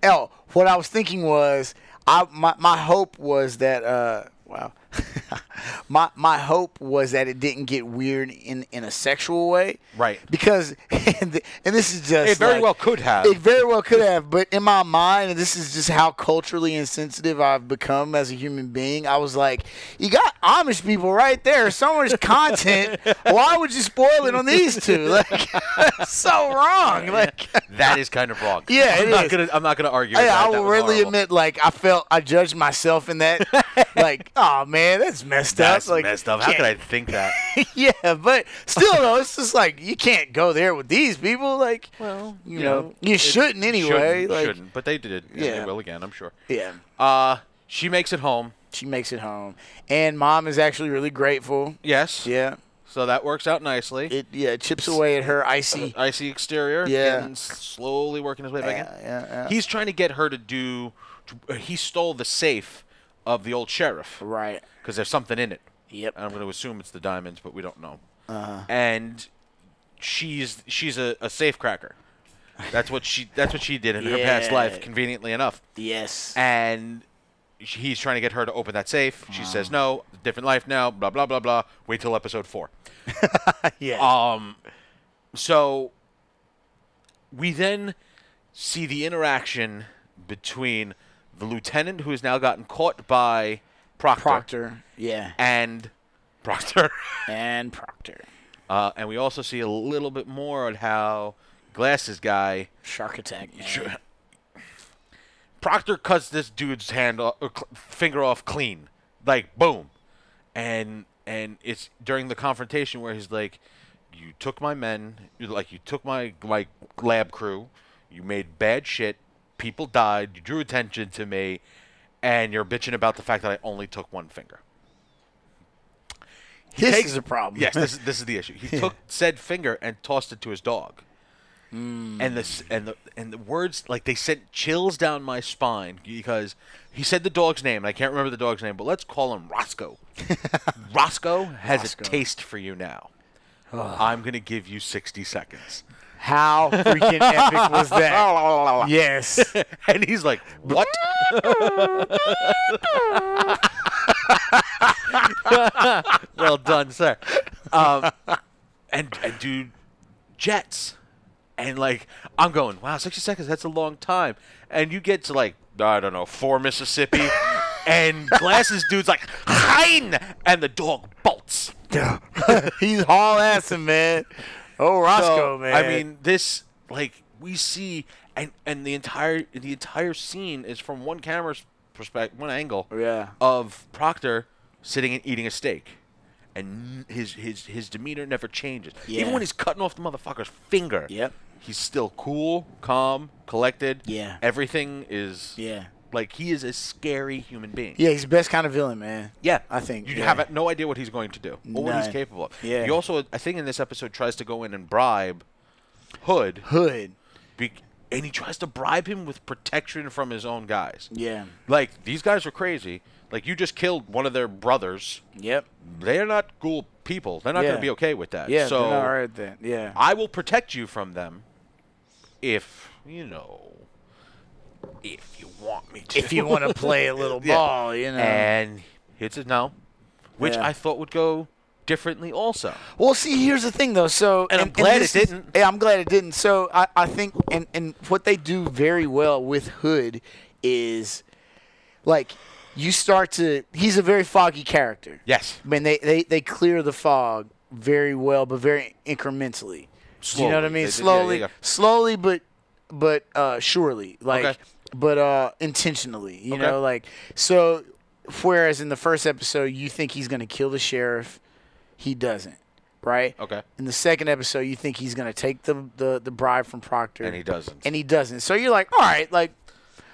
Speaker 2: L, what I was thinking was I my my hope was that uh wow. my my hope was that it didn't get weird in in a sexual way.
Speaker 1: Right.
Speaker 2: Because and, th- and this is just
Speaker 1: It very
Speaker 2: like-
Speaker 1: well could have.
Speaker 2: It very well could have, but in my mind, and this is just how culturally insensitive I've become as a human being. I was like, you got Amish people right there, so much content. Why would you spoil it on these two? Like, that's so wrong. Like,
Speaker 1: that is kind of wrong.
Speaker 2: Yeah,
Speaker 1: I'm
Speaker 2: it
Speaker 1: not
Speaker 2: is.
Speaker 1: gonna. I'm not gonna argue.
Speaker 2: Hey,
Speaker 1: with that.
Speaker 2: I
Speaker 1: That
Speaker 2: will
Speaker 1: was
Speaker 2: readily
Speaker 1: horrible.
Speaker 2: admit, like, I felt I judged myself in that. like, oh man, that's messed
Speaker 1: That's
Speaker 2: up. Like,
Speaker 1: messed up. How
Speaker 2: can't-
Speaker 1: could I think that?
Speaker 2: yeah, but still, though, it's just like you can't go there with these people. Like,
Speaker 1: Well,
Speaker 2: you, know, you shouldn't anyway.
Speaker 1: Shouldn't,
Speaker 2: like,
Speaker 1: shouldn't, but they did. Yeah,
Speaker 2: Yeah.
Speaker 1: They will again. I'm sure.
Speaker 2: yeah.
Speaker 1: Uh, she makes it home.
Speaker 2: She makes it home, and mom is actually really grateful.
Speaker 1: Yes.
Speaker 2: Yeah,
Speaker 1: So that works out nicely.
Speaker 2: it yeah it chips away at her icy.
Speaker 1: Icy exterior.
Speaker 2: Yeah.
Speaker 1: getting s- slowly working his way back
Speaker 2: Yeah,
Speaker 1: in.
Speaker 2: yeah, yeah.
Speaker 1: He's trying to get her to do. To, uh, he stole the safe of the old sheriff
Speaker 2: Right.
Speaker 1: because there's something in it.
Speaker 2: Yep.
Speaker 1: I'm going to assume it's the diamonds, but we don't know.
Speaker 2: Uh-huh.
Speaker 1: And she's she's a, a safe cracker. That's what she that's what she did in her past
Speaker 2: Yeah.
Speaker 1: life, conveniently enough.
Speaker 2: yes.
Speaker 1: And sh- he's trying to get her to open that safe. She says
Speaker 2: Uh-huh.
Speaker 1: no, different life now. Blah blah blah blah. Wait till episode four.
Speaker 2: yeah.
Speaker 1: Um, so we then see the interaction between the lieutenant, who has now gotten caught by Proctor,
Speaker 2: Proctor. Yeah.
Speaker 1: and Proctor,
Speaker 2: And Proctor.
Speaker 1: uh, and we also see a little bit more on how Glasses guy
Speaker 2: Shark attack. man.
Speaker 1: Proctor cuts this dude's hand off, or cl- finger off clean, like boom, and and it's during the confrontation where he's like, "You took my men, you- like you took my like lab crew, you made bad shit, people died, you drew attention to me, and you're bitching about the fact that I only took one finger."
Speaker 2: This
Speaker 1: takes-
Speaker 2: is a problem.
Speaker 1: Yes, this is this is the issue. He took said finger and tossed it to his dog. And the s- and the and the words like they sent chills down my spine because he said the dog's name and I can't remember the dog's name, but let's call him Roscoe. Roscoe has
Speaker 2: Roscoe.
Speaker 1: a taste for you now. I'm gonna give you 60 seconds.
Speaker 2: How freaking epic was that? yes.
Speaker 1: and he's like, "What?" well done, sir. Um, and and dude, jets, and like I'm going, wow, 60 seconds. That's a long time. And you get to like I don't know, four Mississippi, and glasses dude's like, hein, and the dog bolts.
Speaker 2: He's haul assing, man. Oh, Roscoe,
Speaker 1: So,
Speaker 2: man.
Speaker 1: I mean, this like we see, and and the entire the entire scene is from one camera's perspective, one angle.
Speaker 2: Yeah.
Speaker 1: Of Proctor sitting and eating a steak, and his his his demeanor never changes.
Speaker 2: Yeah.
Speaker 1: Even when he's cutting off the motherfucker's finger.
Speaker 2: Yep.
Speaker 1: He's still cool, calm, collected.
Speaker 2: Yeah.
Speaker 1: Everything is.
Speaker 2: Yeah.
Speaker 1: Like he is a scary human being.
Speaker 2: Yeah, he's the best kind of villain, man.
Speaker 1: Yeah,
Speaker 2: I think.
Speaker 1: you
Speaker 2: yeah.
Speaker 1: have no idea what he's going to do or what he's
Speaker 2: None.
Speaker 1: capable of.
Speaker 2: Yeah.
Speaker 1: He also, I think, in this episode, tries to go in and bribe Hood,
Speaker 2: Hood.
Speaker 1: be- and he tries to bribe him with protection from his own guys.
Speaker 2: Yeah.
Speaker 1: Like these guys are crazy. Like you just killed one of their brothers.
Speaker 2: Yep.
Speaker 1: They're not cool people. They're not
Speaker 2: Yeah.
Speaker 1: going to be okay with that.
Speaker 2: Yeah.
Speaker 1: so
Speaker 2: they're not all right then. Yeah.
Speaker 1: I will protect you from them, if you know, if you want me to.
Speaker 2: if you want to play a little
Speaker 1: Yeah. Eh.
Speaker 2: ball, you know.
Speaker 1: and hits a no, which
Speaker 2: Yeah.
Speaker 1: I thought would go differently also.
Speaker 2: well, see, here's the thing, though. So,
Speaker 1: And I'm glad
Speaker 2: this
Speaker 1: it
Speaker 2: is-
Speaker 1: didn't.
Speaker 2: Yeah, I'm glad it didn't. So, I, I think, and and what they do very well with Hood is, like, you start to. He's a very foggy character.
Speaker 1: Yes.
Speaker 2: I mean, they they they clear the fog very well, but very incrementally. Do you know what
Speaker 1: Slowly. They did-
Speaker 2: I mean?
Speaker 1: yeah,
Speaker 2: slowly,
Speaker 1: yeah, yeah.
Speaker 2: slowly, but but uh, surely, like,
Speaker 1: Okay.
Speaker 2: but uh, intentionally. You
Speaker 1: Okay.
Speaker 2: know, like so. Whereas in the first episode, you think he's gonna kill the sheriff, he doesn't, right?
Speaker 1: Okay.
Speaker 2: In the second episode, you think he's gonna take the the, the bribe from Proctor,
Speaker 1: And he doesn't.
Speaker 2: and he doesn't. So you're like, all right, like,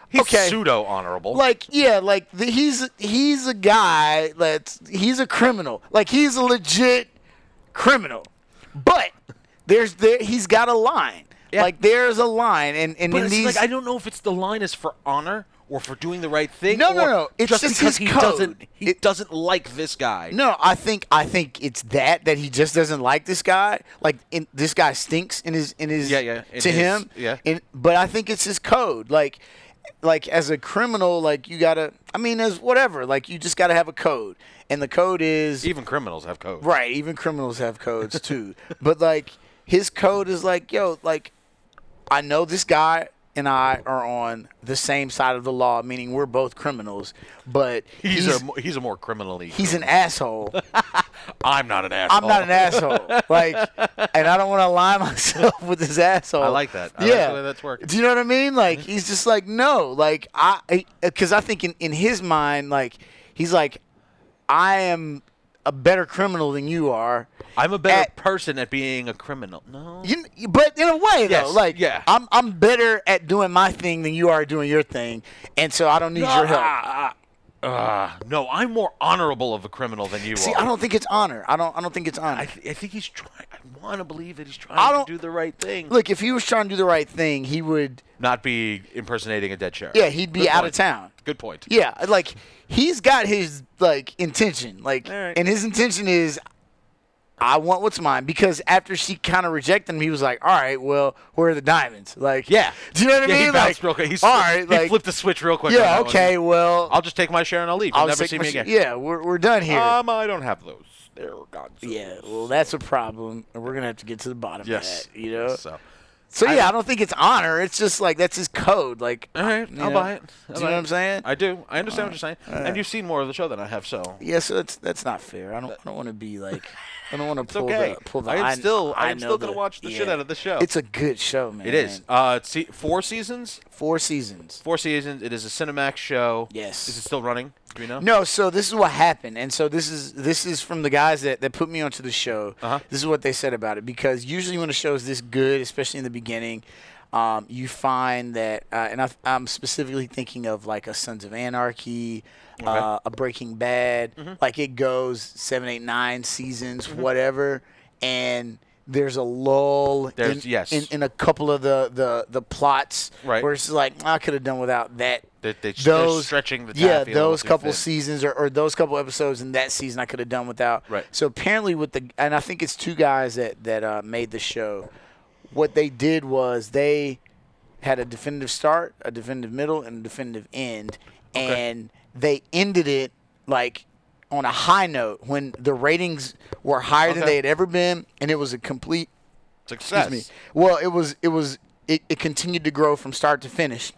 Speaker 1: He's
Speaker 2: okay.
Speaker 1: pseudo honorable.
Speaker 2: like yeah, like the, he's he's a guy that's he's a criminal. Like he's a legit criminal. But there's there he's got a line.
Speaker 1: Yeah.
Speaker 2: Like there's a line, and and
Speaker 1: but
Speaker 2: in
Speaker 1: it's
Speaker 2: these
Speaker 1: like I don't know if it's the line is for honor or for doing the right thing.
Speaker 2: No, no,
Speaker 1: or
Speaker 2: no. It's
Speaker 1: just,
Speaker 2: just
Speaker 1: because
Speaker 2: his
Speaker 1: he
Speaker 2: code.
Speaker 1: doesn't he
Speaker 2: It-
Speaker 1: doesn't like this guy.
Speaker 2: No, I think I think it's that that he just doesn't like this guy. Like in, this guy stinks in his in his
Speaker 1: Yeah, yeah, in
Speaker 2: to
Speaker 1: his-
Speaker 2: him.
Speaker 1: yeah.
Speaker 2: In, but I think it's his code. Like like as a criminal, like you gotta. I mean, as whatever. Like you just gotta have a code, and the code is
Speaker 1: Even criminals have codes.
Speaker 2: right. Even criminals have codes too. but like his code is like yo, like I know this guy. And I are on the same side of the law, meaning we're both criminals. But
Speaker 1: He's,
Speaker 2: he's,
Speaker 1: a mo- he's a more criminally.
Speaker 2: he's an asshole,
Speaker 1: I'm not an asshole.
Speaker 2: I'm not an asshole. Like, and I don't want to align myself with this asshole.
Speaker 1: I like that. I like
Speaker 2: yeah,
Speaker 1: the way that's working. Mm-hmm.
Speaker 2: Do you know what I mean? Like, he's just like, no, like I, because I think in in his mind, like he's like, I am a better criminal than you are.
Speaker 1: I'm a better
Speaker 2: At-
Speaker 1: person at being a criminal. No.
Speaker 2: You, but in a way
Speaker 1: Yes,
Speaker 2: though, like
Speaker 1: yeah.
Speaker 2: I'm I'm better at doing my thing than you are doing your thing, and so I don't need your help.
Speaker 1: Ah, ah, ah. no, I'm more honorable of a criminal than you
Speaker 2: See,
Speaker 1: are.
Speaker 2: I don't think it's honor. I don't I don't think it's honor.
Speaker 1: I, th- I think he's trying. I want to believe that he's trying
Speaker 2: I don't-
Speaker 1: to do the right thing.
Speaker 2: Look, if he was trying to do the right thing, he would.
Speaker 1: not be impersonating a dead sheriff.
Speaker 2: Yeah, he'd be
Speaker 1: Good
Speaker 2: out
Speaker 1: point.
Speaker 2: of town.
Speaker 1: Good point.
Speaker 2: Yeah, like he's got his like intention, like,
Speaker 1: All right.
Speaker 2: and his intention is, I want what's mine. Because after she kind of rejected him, he was like, "All right, well, where are the diamonds?" Like,
Speaker 1: Yeah.
Speaker 2: do you know what
Speaker 1: Yeah,
Speaker 2: I mean?
Speaker 1: He bounced
Speaker 2: like,
Speaker 1: real quick. He,
Speaker 2: all right,
Speaker 1: he
Speaker 2: like,
Speaker 1: flipped the switch real quick. on
Speaker 2: yeah,
Speaker 1: that one.
Speaker 2: okay, well,
Speaker 1: I'll just take my share and I'll leave. You'll
Speaker 2: I'll
Speaker 1: never
Speaker 2: take
Speaker 1: see
Speaker 2: my
Speaker 1: me
Speaker 2: sh-
Speaker 1: again.
Speaker 2: Yeah, we're we're done here.
Speaker 1: Um, I don't have those. They're gone. soon.
Speaker 2: yeah, well, that's a problem, and we're gonna have to get to the bottom
Speaker 1: Yes.
Speaker 2: of that. You know, so,
Speaker 1: So.
Speaker 2: yeah, I don't, think it's honor. It's just like that's his code. Like,
Speaker 1: All right,
Speaker 2: you
Speaker 1: I'll
Speaker 2: know,
Speaker 1: buy it. I'll
Speaker 2: Do you
Speaker 1: buy
Speaker 2: know what
Speaker 1: it.
Speaker 2: I'm saying?
Speaker 1: I do. I understand what you're saying, and you've seen more of the show than I have, so
Speaker 2: Yeah, so that's that's not fair. I don't I don't want to be like I don't want to pull
Speaker 1: okay.
Speaker 2: the pull the.
Speaker 1: I am still- I am
Speaker 2: know
Speaker 1: still gonna watch the shit out of this show.
Speaker 2: It's a good show, man.
Speaker 1: it is. Uh, see, four seasons.
Speaker 2: four seasons.
Speaker 1: Four seasons. It is a Cinemax show.
Speaker 2: Yes.
Speaker 1: Is it still running? Do we know?
Speaker 2: No, so this is what happened, and so this is this is from the guys that, that put me onto the show.
Speaker 1: Uh-huh.
Speaker 2: This is what they said about it because usually when a show is this good, especially in the beginning, um, you find that, uh, and I, I'm specifically thinking of like a Sons of Anarchy, uh, a Breaking Bad,
Speaker 1: Mm-hmm.
Speaker 2: like it goes seven, eight, nine seasons, whatever, and there's a lull
Speaker 1: There's-
Speaker 2: in,
Speaker 1: yes.
Speaker 2: in, in a couple of the the, the plots
Speaker 1: Right.
Speaker 2: where it's just like I could have done without that
Speaker 1: They, they, are
Speaker 2: those
Speaker 1: stretching the
Speaker 2: yeah
Speaker 1: taffy a little
Speaker 2: those
Speaker 1: too
Speaker 2: couple
Speaker 1: thin.
Speaker 2: seasons or, or those couple episodes in that season I could have done without.
Speaker 1: Right.
Speaker 2: So apparently with the and I think it's two guys that that uh, made the show. What they did was they had a definitive start, a definitive middle, and a definitive end,
Speaker 1: Okay.
Speaker 2: and they ended it like on a high note when the ratings were higher than
Speaker 1: Okay.
Speaker 2: they had ever been, and it was a complete
Speaker 1: Success.
Speaker 2: Excuse me. Well, it was it was it, it continued to grow from start to finish.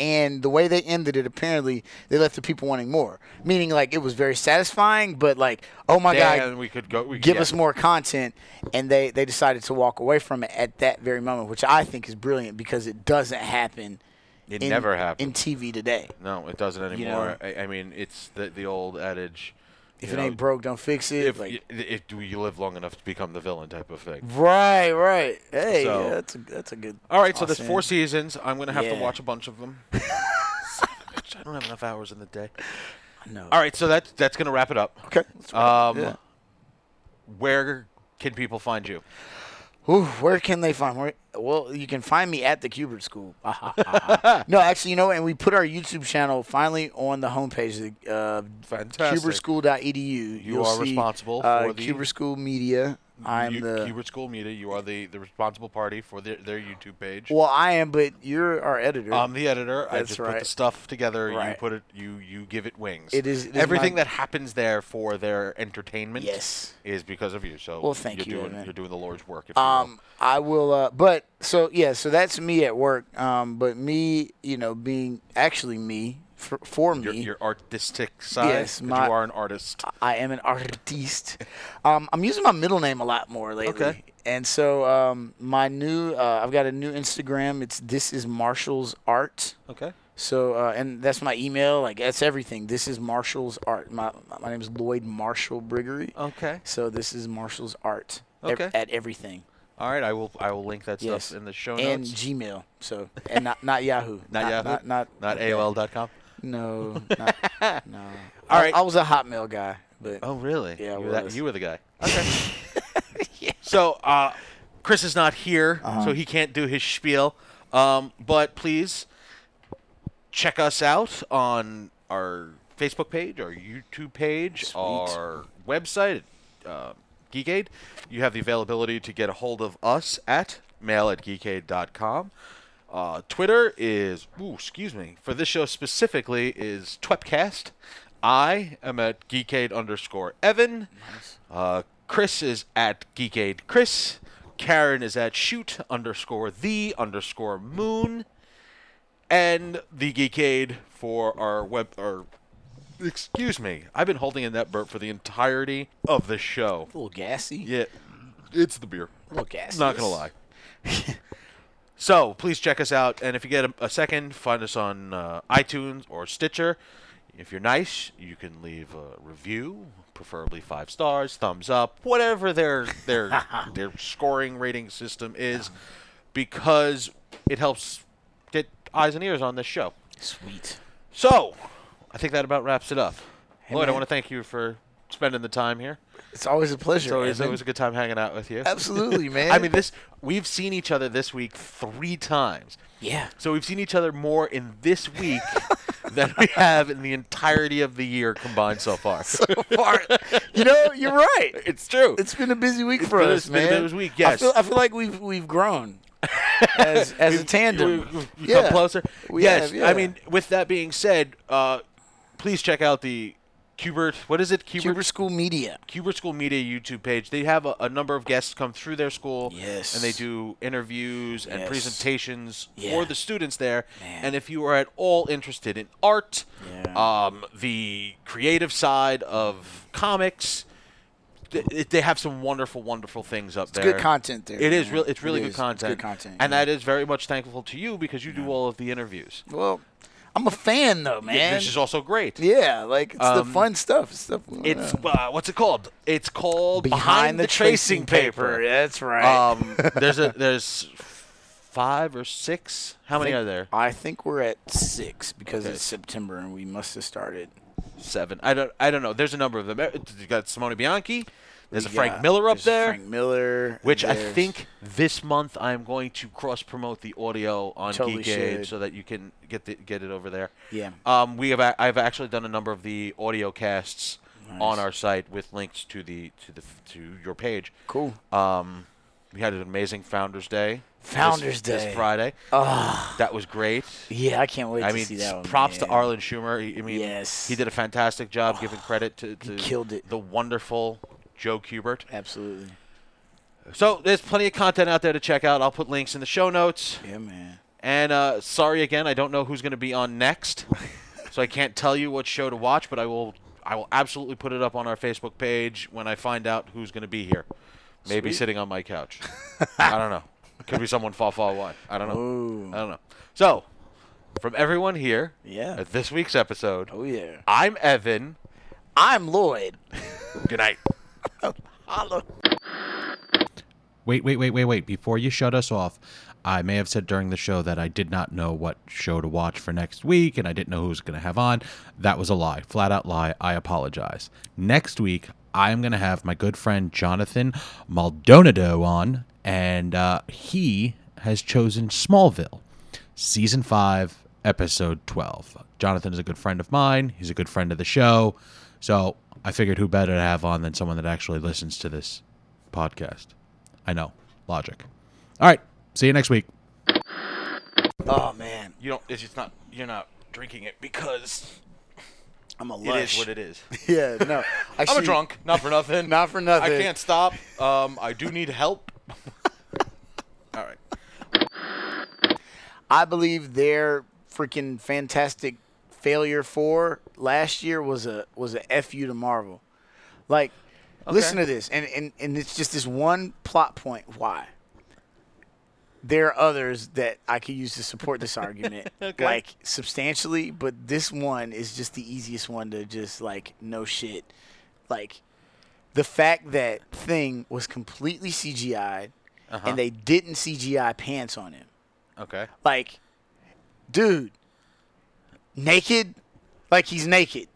Speaker 2: And the way they ended it, apparently, they left the people wanting more. Meaning, like it was very satisfying, but like, oh my
Speaker 1: Damn,
Speaker 2: god,
Speaker 1: we could go. We,
Speaker 2: give
Speaker 1: yeah.
Speaker 2: us more content. And they they decided to walk away from it at that very moment, which I think is brilliant because it doesn't happen.
Speaker 1: It never happens.
Speaker 2: in TV today.
Speaker 1: No, it doesn't
Speaker 2: You
Speaker 1: anymore. I, I mean, it's the the old adage.
Speaker 2: If
Speaker 1: you
Speaker 2: it
Speaker 1: know,
Speaker 2: ain't broke, don't fix it.
Speaker 1: if
Speaker 2: like,
Speaker 1: y- if do you live long enough to become the villain type of thing.
Speaker 2: right, right. Hey,
Speaker 1: So-
Speaker 2: yeah, that's a, that's a good.
Speaker 1: All right, so there's
Speaker 2: Awesome.
Speaker 1: four seasons. I'm gonna have
Speaker 2: Yeah.
Speaker 1: to watch a bunch of them. I don't have enough hours in the day.
Speaker 2: No.
Speaker 1: All right, so that's that's gonna wrap it up.
Speaker 2: Okay. let's wrap
Speaker 1: Um,
Speaker 2: it up. Yeah.
Speaker 1: Where can people find you?
Speaker 2: Ooh, where can they find? Where, well, you can find me at the Cubert School. no, actually, you know, and we put our YouTube channel finally on the homepage of uh,
Speaker 1: Fantastic.
Speaker 2: cuberschool.edu.
Speaker 1: You
Speaker 2: You'll
Speaker 1: are
Speaker 2: see,
Speaker 1: responsible
Speaker 2: uh,
Speaker 1: for the-
Speaker 2: Cuber School Media. I'm
Speaker 1: you,
Speaker 2: the
Speaker 1: Hubert School Media. You are the, the responsible party for their, their YouTube page.
Speaker 2: well, I am, but you're our editor.
Speaker 1: I'm the editor. I
Speaker 2: That's
Speaker 1: just put
Speaker 2: right.
Speaker 1: the stuff together. You
Speaker 2: Right.
Speaker 1: put it. You you give it wings.
Speaker 2: It is- it is
Speaker 1: everything
Speaker 2: my-
Speaker 1: that happens there for their entertainment.
Speaker 2: Yes.
Speaker 1: is because of you. So
Speaker 2: Well, thank
Speaker 1: you're
Speaker 2: you,
Speaker 1: Doing,
Speaker 2: Evan.
Speaker 1: you're doing the Lord's work. If you will.
Speaker 2: Um, I will. Uh, but so yeah, so that's me at work. Um, but me, you know, being actually me for, for me.
Speaker 1: your, your artistic side.
Speaker 2: Yes,
Speaker 1: 'cause
Speaker 2: my-
Speaker 1: you are an artist.
Speaker 2: I am an artiste. Um, I'm using my middle name a lot more lately.
Speaker 1: Okay.
Speaker 2: And so um, my new, uh, I've got a new Instagram. It's this is Marshall's Art.
Speaker 1: Okay.
Speaker 2: So uh, and that's my email. Like that's everything. This is Marshall's Art. My my name is Lloyd Marshall Briggery.
Speaker 1: Okay.
Speaker 2: So this is Marshall's Art. ev-
Speaker 1: Oh. Okay.
Speaker 2: at everything.
Speaker 1: All right, I will. I will link that
Speaker 2: Yes.
Speaker 1: stuff in the show
Speaker 2: and
Speaker 1: notes.
Speaker 2: Gmail. So and not not Yahoo.
Speaker 1: Not Yahoo?
Speaker 2: Not not,
Speaker 1: Not AOL.com.
Speaker 2: No. Not, no.
Speaker 1: All
Speaker 2: I-
Speaker 1: right.
Speaker 2: I was a Hotmail guy, but
Speaker 1: Oh, really?
Speaker 2: Yeah, I
Speaker 1: you were, that-
Speaker 2: was.
Speaker 1: you were the guy. Okay. So, uh, Chris is not here, so he can't do his spiel. Um, but please check us out on our Facebook page, our YouTube page, our website, uh, Geekade. You have the availability to get a hold of us at mail at geekade.com. Uh, Twitter is, ooh, excuse me, for this show specifically is Twepcast. I am at geekade underscore Evan. Uh, Chris is at geekade Chris. Karen is at shoot underscore the underscore moon and the Geekade for our web or excuse me, I've been holding in that burp for the entirety of the show.
Speaker 2: a little gassy.
Speaker 1: Yeah, it's the beer.
Speaker 2: A little gassy.
Speaker 1: Not gonna lie. so please check us out, and if you get a, a second, find us on uh, iTunes or Stitcher. If you're nice, you can leave a review, preferably five stars, thumbs up, whatever their their their scoring rating system is, because it helps get eyes and ears on this show.
Speaker 2: Sweet.
Speaker 1: So, I think that about wraps it up. Lloyd, I
Speaker 2: man.
Speaker 1: want to thank you for spending the time here.
Speaker 2: It's always a pleasure.
Speaker 1: It's always,
Speaker 2: Evan.
Speaker 1: always a good time hanging out with you.
Speaker 2: Absolutely, man.
Speaker 1: I mean, this we've seen each other this week three times.
Speaker 2: yeah.
Speaker 1: So we've seen each other more in this week than we have in the entirety of the year combined so far.
Speaker 2: Far- you know, you're right.
Speaker 1: it's true.
Speaker 2: It's been a busy week for
Speaker 1: been a-
Speaker 2: us,
Speaker 1: been a
Speaker 2: man.
Speaker 1: busy week,
Speaker 2: I
Speaker 1: yes.
Speaker 2: feel, I feel like we've we've grown as as a tandem.
Speaker 1: You- you
Speaker 2: yeah.
Speaker 1: come closer.
Speaker 2: We
Speaker 1: yes.
Speaker 2: have, yeah.
Speaker 1: I mean, with that being said, uh, please check out the Cubert. What is it?
Speaker 2: Cuber School Media.
Speaker 1: Cuber School Media YouTube page. They have a, a number of guests come through their school.
Speaker 2: Yes.
Speaker 1: And they do interviews and
Speaker 2: Yes.
Speaker 1: presentations
Speaker 2: Yeah.
Speaker 1: for the students there.
Speaker 2: Man.
Speaker 1: And if you are at all interested in art,
Speaker 2: Yeah.
Speaker 1: um, the creative side of comics, th- it- they have some wonderful, wonderful things up there.
Speaker 2: Good content there.
Speaker 1: It is
Speaker 2: man.
Speaker 1: real. It's really
Speaker 2: It
Speaker 1: good
Speaker 2: is. It's
Speaker 1: content.
Speaker 2: Good content.
Speaker 1: And
Speaker 2: yeah.
Speaker 1: that is very much thankful to you because you do all of the interviews.
Speaker 2: well, I'm a fan though, man.
Speaker 1: Which is also great.
Speaker 2: yeah, like it's the
Speaker 1: Um,
Speaker 2: fun stuff. It's stuff.
Speaker 1: It's
Speaker 2: uh,
Speaker 1: uh, what's it called? It's called Behind, the, Tracing paper.
Speaker 2: That's right.
Speaker 1: Um, there's a there's five or six. How many are there?
Speaker 2: I think we're at six because
Speaker 1: Okay.
Speaker 2: it's September and we must have started.
Speaker 1: Seven. I don't I don't know. There's a number of them. Uh, You got Simone Bianchi. There's a
Speaker 2: We
Speaker 1: Frank
Speaker 2: got-
Speaker 1: Miller up
Speaker 2: there's
Speaker 1: there,
Speaker 2: Frank Miller,
Speaker 1: which I
Speaker 2: there's-
Speaker 1: think this month I'm going to cross promote the audio on
Speaker 2: Totally
Speaker 1: Geekade
Speaker 2: should.
Speaker 1: so that you can get the, get it over there.
Speaker 2: Yeah.
Speaker 1: Um, we have a- I've actually done a number of the audio casts on
Speaker 2: Nice.
Speaker 1: our site with links to the to the to your page.
Speaker 2: Cool.
Speaker 1: Um, we had an amazing Founders Day. this-
Speaker 2: Founders Day.
Speaker 1: this Friday. that was great.
Speaker 2: Yeah, I can't wait
Speaker 1: I
Speaker 2: to
Speaker 1: mean,
Speaker 2: see that one.
Speaker 1: props to
Speaker 2: man.
Speaker 1: Arlen Schumer. He- I mean,
Speaker 2: Yes.
Speaker 1: he did a fantastic job giving credit to, to
Speaker 2: killed it.
Speaker 1: the wonderful Joe Kubert.
Speaker 2: Absolutely.
Speaker 1: So there's plenty of content out there to check out. I'll put links in the show notes.
Speaker 2: Yeah, man.
Speaker 1: And uh, sorry again, I don't know who's going to be on next, so I can't tell you what show to watch. But I will, I will absolutely put it up on our Facebook page when I find out who's going to be here. Maybe
Speaker 2: Sweet.
Speaker 1: sitting on my couch. I don't know. Could be someone far, far away. I don't know.
Speaker 2: Ooh.
Speaker 1: I don't know. So, from everyone here
Speaker 2: Yeah.
Speaker 1: at this week's episode,
Speaker 2: Oh yeah.
Speaker 1: I'm Evan.
Speaker 2: I'm Lloyd.
Speaker 1: Good night.
Speaker 2: Holla.
Speaker 3: Wait, wait, wait, wait, wait. Before you shut us off, I may have said during the show that I did not know what show to watch for next week and I didn't know who was going to have on. That was a lie, flat out lie. I apologize. Next week, I am going to have my good friend Jonathan Maldonado on, and uh, he has chosen Smallville season 5 episode 12 jonathan is a good friend of mine he's a good friend of the show so i figured who better to have on than someone that actually listens to this podcast i know logic all right see you next week
Speaker 2: Oh man,
Speaker 1: You don't. It's just not. You're not drinking it because
Speaker 2: I'm a
Speaker 1: it is
Speaker 2: lush.
Speaker 1: what it is.
Speaker 2: Yeah, no.
Speaker 1: I'm a
Speaker 2: Actually,
Speaker 1: drunk. Not for nothing.
Speaker 2: Not for nothing.
Speaker 1: I can't stop. Um, I do need help. All right.
Speaker 2: I believe their freaking fantastic failure four last year was a was a fu to Marvel. Like, listen to this, and, and and it's just this one plot point. Why? There are others that I could use to support this argument,
Speaker 1: Okay.
Speaker 2: like substantially, but this one is just the easiest one to just like no shit, like the fact that thing was completely CGI'd
Speaker 1: Uh-huh.
Speaker 2: and they didn't CGI pants on him.
Speaker 1: Okay.
Speaker 2: Like, dude, naked, like he's naked.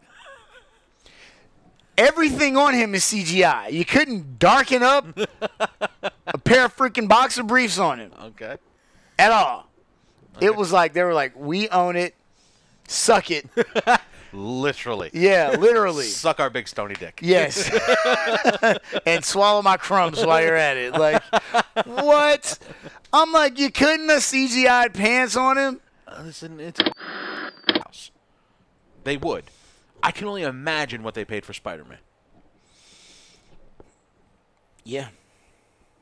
Speaker 2: Everything on him is CGI. You couldn't darken up a pair of freaking boxer briefs on him
Speaker 1: Okay.
Speaker 2: at all. It was like they were like, "We own it, suck it."
Speaker 1: Literally.
Speaker 2: Yeah, literally.
Speaker 1: Suck our big stony dick.
Speaker 2: Yes. and swallow my crumbs while you're at it. Like, what? I'm like, you couldn't have CGI'd pants on him?
Speaker 1: Uh, Listen, it's house. They would. I can only imagine what they paid for Spider-Man.
Speaker 2: Yeah,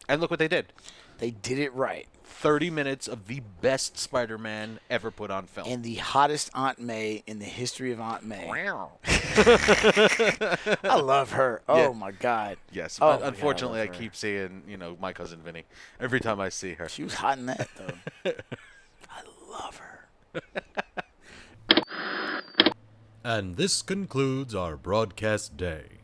Speaker 1: And look what they did.
Speaker 2: they did it right.
Speaker 1: 30 minutes of the best Spider-Man ever put on film.
Speaker 2: And the hottest Aunt May in the history of Aunt May.
Speaker 1: Wow.
Speaker 2: I love her. Oh
Speaker 1: Yeah.
Speaker 2: my God.
Speaker 1: yes,
Speaker 2: Oh
Speaker 1: but
Speaker 2: my God,
Speaker 1: unfortunately I
Speaker 2: love her.
Speaker 1: keep seeing, you know, my cousin Vinny every time I see her.
Speaker 2: She was hot in that though. I love her.
Speaker 4: And this concludes our broadcast day.